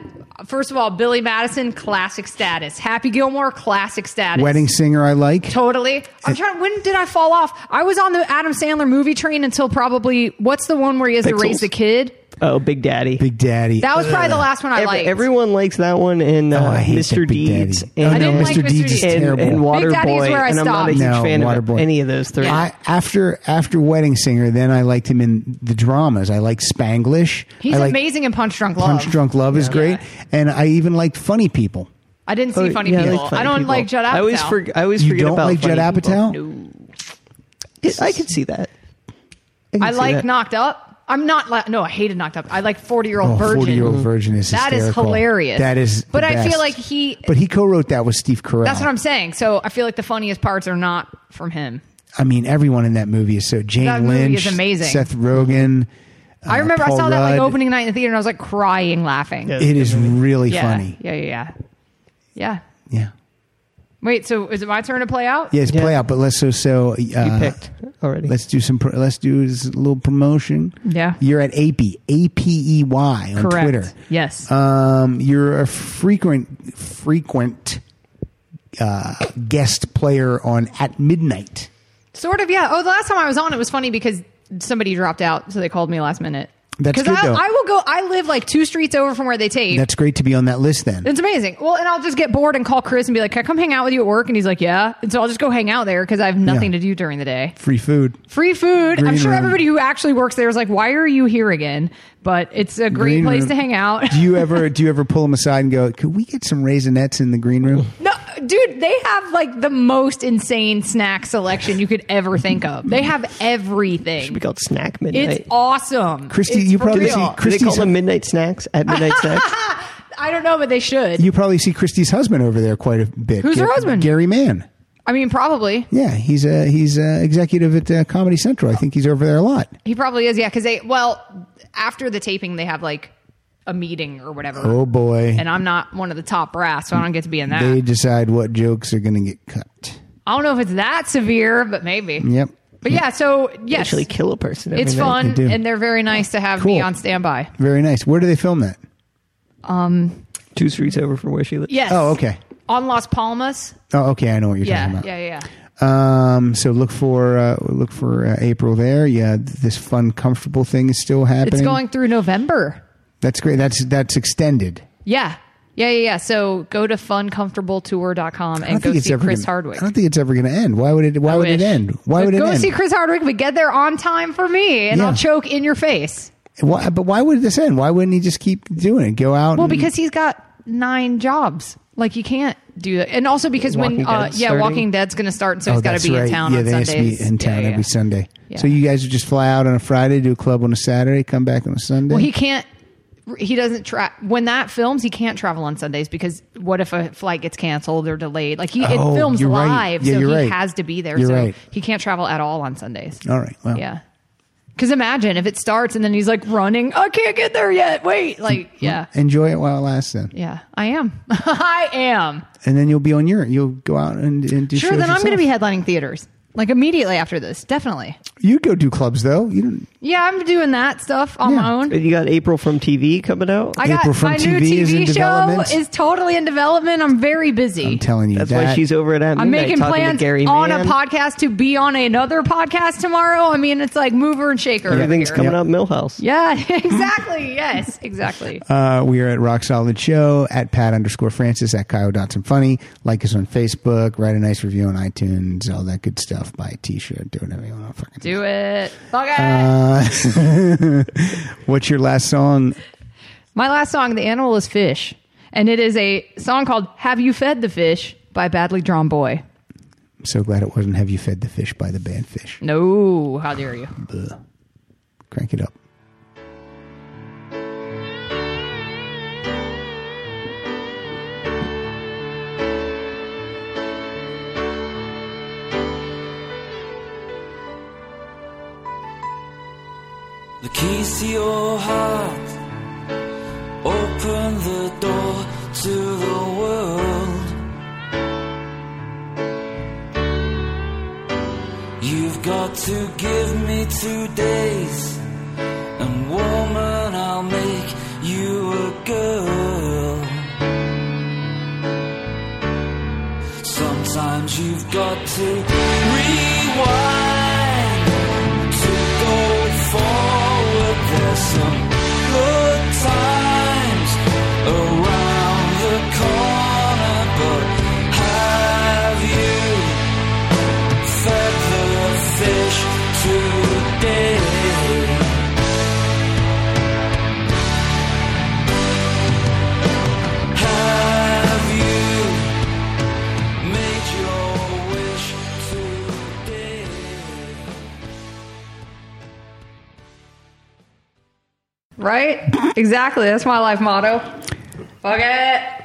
Speaker 2: first of all Billy Madison, classic status. Happy Gilmore, classic status.
Speaker 3: Wedding Singer, I like.
Speaker 2: Totally. I'm trying. When did I fall off? I was on the Adam Sandler movie train until probably what's the one where he has to
Speaker 4: Pixels.
Speaker 2: raise the kid?
Speaker 4: Oh, Big Daddy.
Speaker 3: Big Daddy.
Speaker 2: That was probably
Speaker 3: Uh,
Speaker 2: the last one I
Speaker 4: Every-
Speaker 2: liked.
Speaker 4: Everyone likes that one and uh,
Speaker 3: Oh, I hate
Speaker 4: Mr.
Speaker 3: that Big
Speaker 4: Deeds.
Speaker 3: Daddy.
Speaker 4: And, uh,
Speaker 3: oh,
Speaker 2: I
Speaker 3: no,
Speaker 2: didn't like
Speaker 3: Mr. Deeds is
Speaker 2: Mr.
Speaker 4: and,
Speaker 3: terrible.
Speaker 4: and
Speaker 2: Daddy's
Speaker 4: Waterboy.
Speaker 2: where I
Speaker 4: And I'm not a huge
Speaker 2: stopped.
Speaker 3: No,
Speaker 4: fan of
Speaker 3: Waterboy.
Speaker 4: any of those three.
Speaker 3: I, after after Wedding Singer, then I liked him in the dramas. I like Spanglish.
Speaker 2: He's
Speaker 3: I liked
Speaker 2: amazing in Punch Drunk Love.
Speaker 3: Punch Drunk Love is great, and I even liked Funny People.
Speaker 2: I didn't see
Speaker 4: Oh,
Speaker 2: funny
Speaker 4: yeah, I
Speaker 2: people.
Speaker 4: like Funny
Speaker 2: I don't
Speaker 4: People.
Speaker 2: like Judd Apatow.
Speaker 4: I always, forg- I always
Speaker 3: You
Speaker 4: forget
Speaker 3: don't
Speaker 4: about
Speaker 3: like Judd
Speaker 4: Funny People.
Speaker 3: Apatow?
Speaker 4: I I could see that. can
Speaker 2: I
Speaker 4: see
Speaker 2: like
Speaker 4: that.
Speaker 2: Knocked Up. I'm not like no, I hated Knocked Up. I like 40 year old
Speaker 3: Oh,
Speaker 2: Virgin.
Speaker 3: 40-year-old virgin is
Speaker 2: that is
Speaker 3: hysterical.
Speaker 2: hilarious.
Speaker 3: That is,
Speaker 2: But
Speaker 3: the
Speaker 2: I
Speaker 3: best.
Speaker 2: feel like he.
Speaker 3: But uh, he co-wrote that with Steve Carell.
Speaker 2: that's what I'm saying. So I feel like the funniest parts are not from him.
Speaker 3: I mean, everyone in that movie is so Jane
Speaker 2: That movie
Speaker 3: Lynch,
Speaker 2: is amazing.
Speaker 3: Seth Rogen.
Speaker 2: I
Speaker 3: uh,
Speaker 2: remember I
Speaker 3: Paul
Speaker 2: saw that like
Speaker 3: Rudd.
Speaker 2: opening night in the theater and I was like crying laughing.
Speaker 4: Yeah.
Speaker 3: It is really
Speaker 2: yeah.
Speaker 3: funny.
Speaker 2: Yeah, yeah, yeah, yeah.
Speaker 3: Yeah.
Speaker 2: Wait, so is it my turn to play out?
Speaker 3: Yes,
Speaker 4: Yeah.
Speaker 3: play out, but let's so so. Uh,
Speaker 4: You picked already.
Speaker 3: Let's do some. Pro- let's do this little promotion.
Speaker 2: Yeah.
Speaker 3: you're at AP A P E Y on
Speaker 2: Correct.
Speaker 3: Twitter.
Speaker 2: Yes.
Speaker 3: Um, you're a frequent frequent uh, guest player on At Midnight.
Speaker 2: Sort of, yeah. Oh, the last time I was on, it was funny because somebody dropped out, so they called me last minute.
Speaker 3: That's
Speaker 2: because
Speaker 3: good,
Speaker 2: I,
Speaker 3: though.
Speaker 2: I will go. I live like two streets over from where they tape.
Speaker 3: That's great to be on that list. Then
Speaker 2: It's amazing. Well, and I'll just get bored and call Chris and be like, "Can I come hang out with you at work?" And he's like, "Yeah." And so I'll just go hang out there because I have nothing
Speaker 3: Yeah.
Speaker 2: to do during the day.
Speaker 3: free food.
Speaker 2: Free food.
Speaker 3: Green
Speaker 2: I'm sure
Speaker 3: room.
Speaker 2: everybody who actually works there is like, "Why are you here again?" But it's a great
Speaker 3: Green
Speaker 2: place
Speaker 3: room.
Speaker 2: to hang out.
Speaker 3: do you ever do you ever pull them aside and go? Could we get some raisinets in the green room?
Speaker 2: no, dude, they have like the most insane snack selection you could ever think of. They have
Speaker 4: Should be
Speaker 2: everything.
Speaker 4: called Snack
Speaker 2: It's
Speaker 4: Midnight.
Speaker 2: awesome.
Speaker 3: Christy,
Speaker 2: It's
Speaker 3: you
Speaker 2: for
Speaker 3: probably
Speaker 2: real.
Speaker 3: see-
Speaker 4: Do they call
Speaker 3: Christie's-
Speaker 4: them Midnight Snacks at Midnight Snacks?
Speaker 2: I don't know, but they should.
Speaker 3: You probably see Christy's husband over there quite a bit.
Speaker 2: Who's her husband?
Speaker 3: Gary Mann.
Speaker 2: I mean, probably.
Speaker 3: Yeah, he's a he's a executive at uh, Comedy Central. I think he's over there a lot.
Speaker 2: He probably is, yeah, because they, well, after the taping, they have like a meeting or whatever.
Speaker 3: Oh, boy.
Speaker 2: And I'm not one of the top brass, so I don't get to be in that.
Speaker 3: They decide what jokes are going to get cut.
Speaker 2: I don't know if it's that severe, but maybe.
Speaker 3: Yep.
Speaker 2: But yeah, so yes.
Speaker 4: Actually, kill a person. every
Speaker 2: It's
Speaker 4: night.
Speaker 2: fun,
Speaker 3: do.
Speaker 2: and they're very nice to have me
Speaker 3: Cool.
Speaker 2: on standby.
Speaker 3: Very nice. Where do they film that?
Speaker 2: Um,
Speaker 4: Two streets over from where she lives.
Speaker 2: yes.
Speaker 3: Oh, okay.
Speaker 2: On Las Palmas.
Speaker 3: Oh, okay. I know what you're
Speaker 2: Yeah,
Speaker 3: talking about.
Speaker 2: yeah, yeah.
Speaker 3: Um, so look for uh, look for uh, April there. Yeah, th- this fun, comfortable thing is still happening.
Speaker 2: It's going through November.
Speaker 3: That's great. That's that's extended.
Speaker 2: Yeah. Yeah, yeah, yeah. So go to funcomfortabletour.com
Speaker 3: I don't
Speaker 2: and go
Speaker 3: think it's
Speaker 2: see
Speaker 3: ever
Speaker 2: Chris
Speaker 3: gonna,
Speaker 2: Hardwick.
Speaker 3: I don't think it's ever going to end. Why would it? Why would it end? Why would it
Speaker 2: go
Speaker 3: end?
Speaker 2: see Chris Hardwick, but get there on time for me, and
Speaker 3: Yeah.
Speaker 2: I'll choke in your face.
Speaker 3: Why, but why would this end? Why wouldn't he just keep doing it? Go out.
Speaker 2: Well,
Speaker 3: and-
Speaker 2: because he's got nine jobs. Like you can't do that, and also because when
Speaker 3: Walking
Speaker 2: uh,
Speaker 3: Dead's
Speaker 2: yeah,
Speaker 3: starting?
Speaker 2: Walking Dead's going to start, and so he's got
Speaker 3: Oh, that's
Speaker 2: to be
Speaker 3: right.
Speaker 2: in town
Speaker 3: Yeah,
Speaker 2: on
Speaker 3: they has to be
Speaker 2: Sundays.
Speaker 3: in town
Speaker 2: Yeah, yeah,
Speaker 3: every
Speaker 2: yeah.
Speaker 3: Sunday.
Speaker 2: Yeah.
Speaker 3: So you guys would just fly out on a Friday, do a club on a Saturday, come back on a Sunday.
Speaker 2: Well, he can't. He doesn't tra- when that films. He can't travel on Sundays because what if a flight gets canceled or delayed? Like he
Speaker 3: Oh,
Speaker 2: it films
Speaker 3: you're right.
Speaker 2: live,
Speaker 3: Yeah,
Speaker 2: so he
Speaker 3: you're right.
Speaker 2: has to be there.
Speaker 3: You're
Speaker 2: so
Speaker 3: right. Oh,
Speaker 2: he can't travel at all on Sundays.
Speaker 3: All right. Well,
Speaker 2: Yeah. Because imagine if it starts and then he's like running. I can't get there yet. Wait. Like
Speaker 3: Mm-hmm.
Speaker 2: yeah,
Speaker 3: Enjoy it while it lasts, then,
Speaker 2: yeah. I am. I am.
Speaker 3: and then you'll be on your. You'll go out and, and do.
Speaker 2: Sure.
Speaker 3: shows
Speaker 2: Then I'm going to
Speaker 3: yourself.
Speaker 2: be headlining theaters like immediately after this. Definitely.
Speaker 3: You go do clubs though. You don't.
Speaker 2: Yeah, I'm doing that stuff on my own.
Speaker 4: And you got April from TV coming out.
Speaker 2: I got my new TV show is totally in development. I'm very busy.
Speaker 4: I'm
Speaker 3: telling you,
Speaker 4: that's why
Speaker 3: that-
Speaker 4: she's over at.
Speaker 2: I'm making plans
Speaker 4: Gary
Speaker 2: on
Speaker 4: Mann.
Speaker 2: a podcast to be on another podcast tomorrow. I mean, it's like mover and shaker.
Speaker 4: Everything's
Speaker 2: here.
Speaker 4: coming up Millhouse.
Speaker 2: Yeah, exactly. yes, exactly.
Speaker 3: Uh, we are at Rock Solid Show at Pat underscore Francis at Kyle Dotson Funny. Like us on Facebook. Write a nice review on iTunes. All that good stuff. Buy a T-shirt. Do whatever you want. Fucking.
Speaker 2: Do it. Fuck it.
Speaker 3: Uh, what's your last song?
Speaker 2: My last song, The Animal is Fish, and it is a song called Have You Fed the Fish by Badly Drawn Boy.
Speaker 3: I'm so glad it wasn't "Have You Fed the Fish" by the band Fish.
Speaker 2: No, how dare you?
Speaker 3: Ugh. Crank it up.
Speaker 5: The keys to your heart open the door to the world. You've got to give me two days, and woman, I'll make you a girl. Sometimes you've got to rewind to go forward. There's some good times around the corner, but have you fed the fish today? Have you made your wish today?
Speaker 2: Right? exactly. That's my life motto. Fuck it.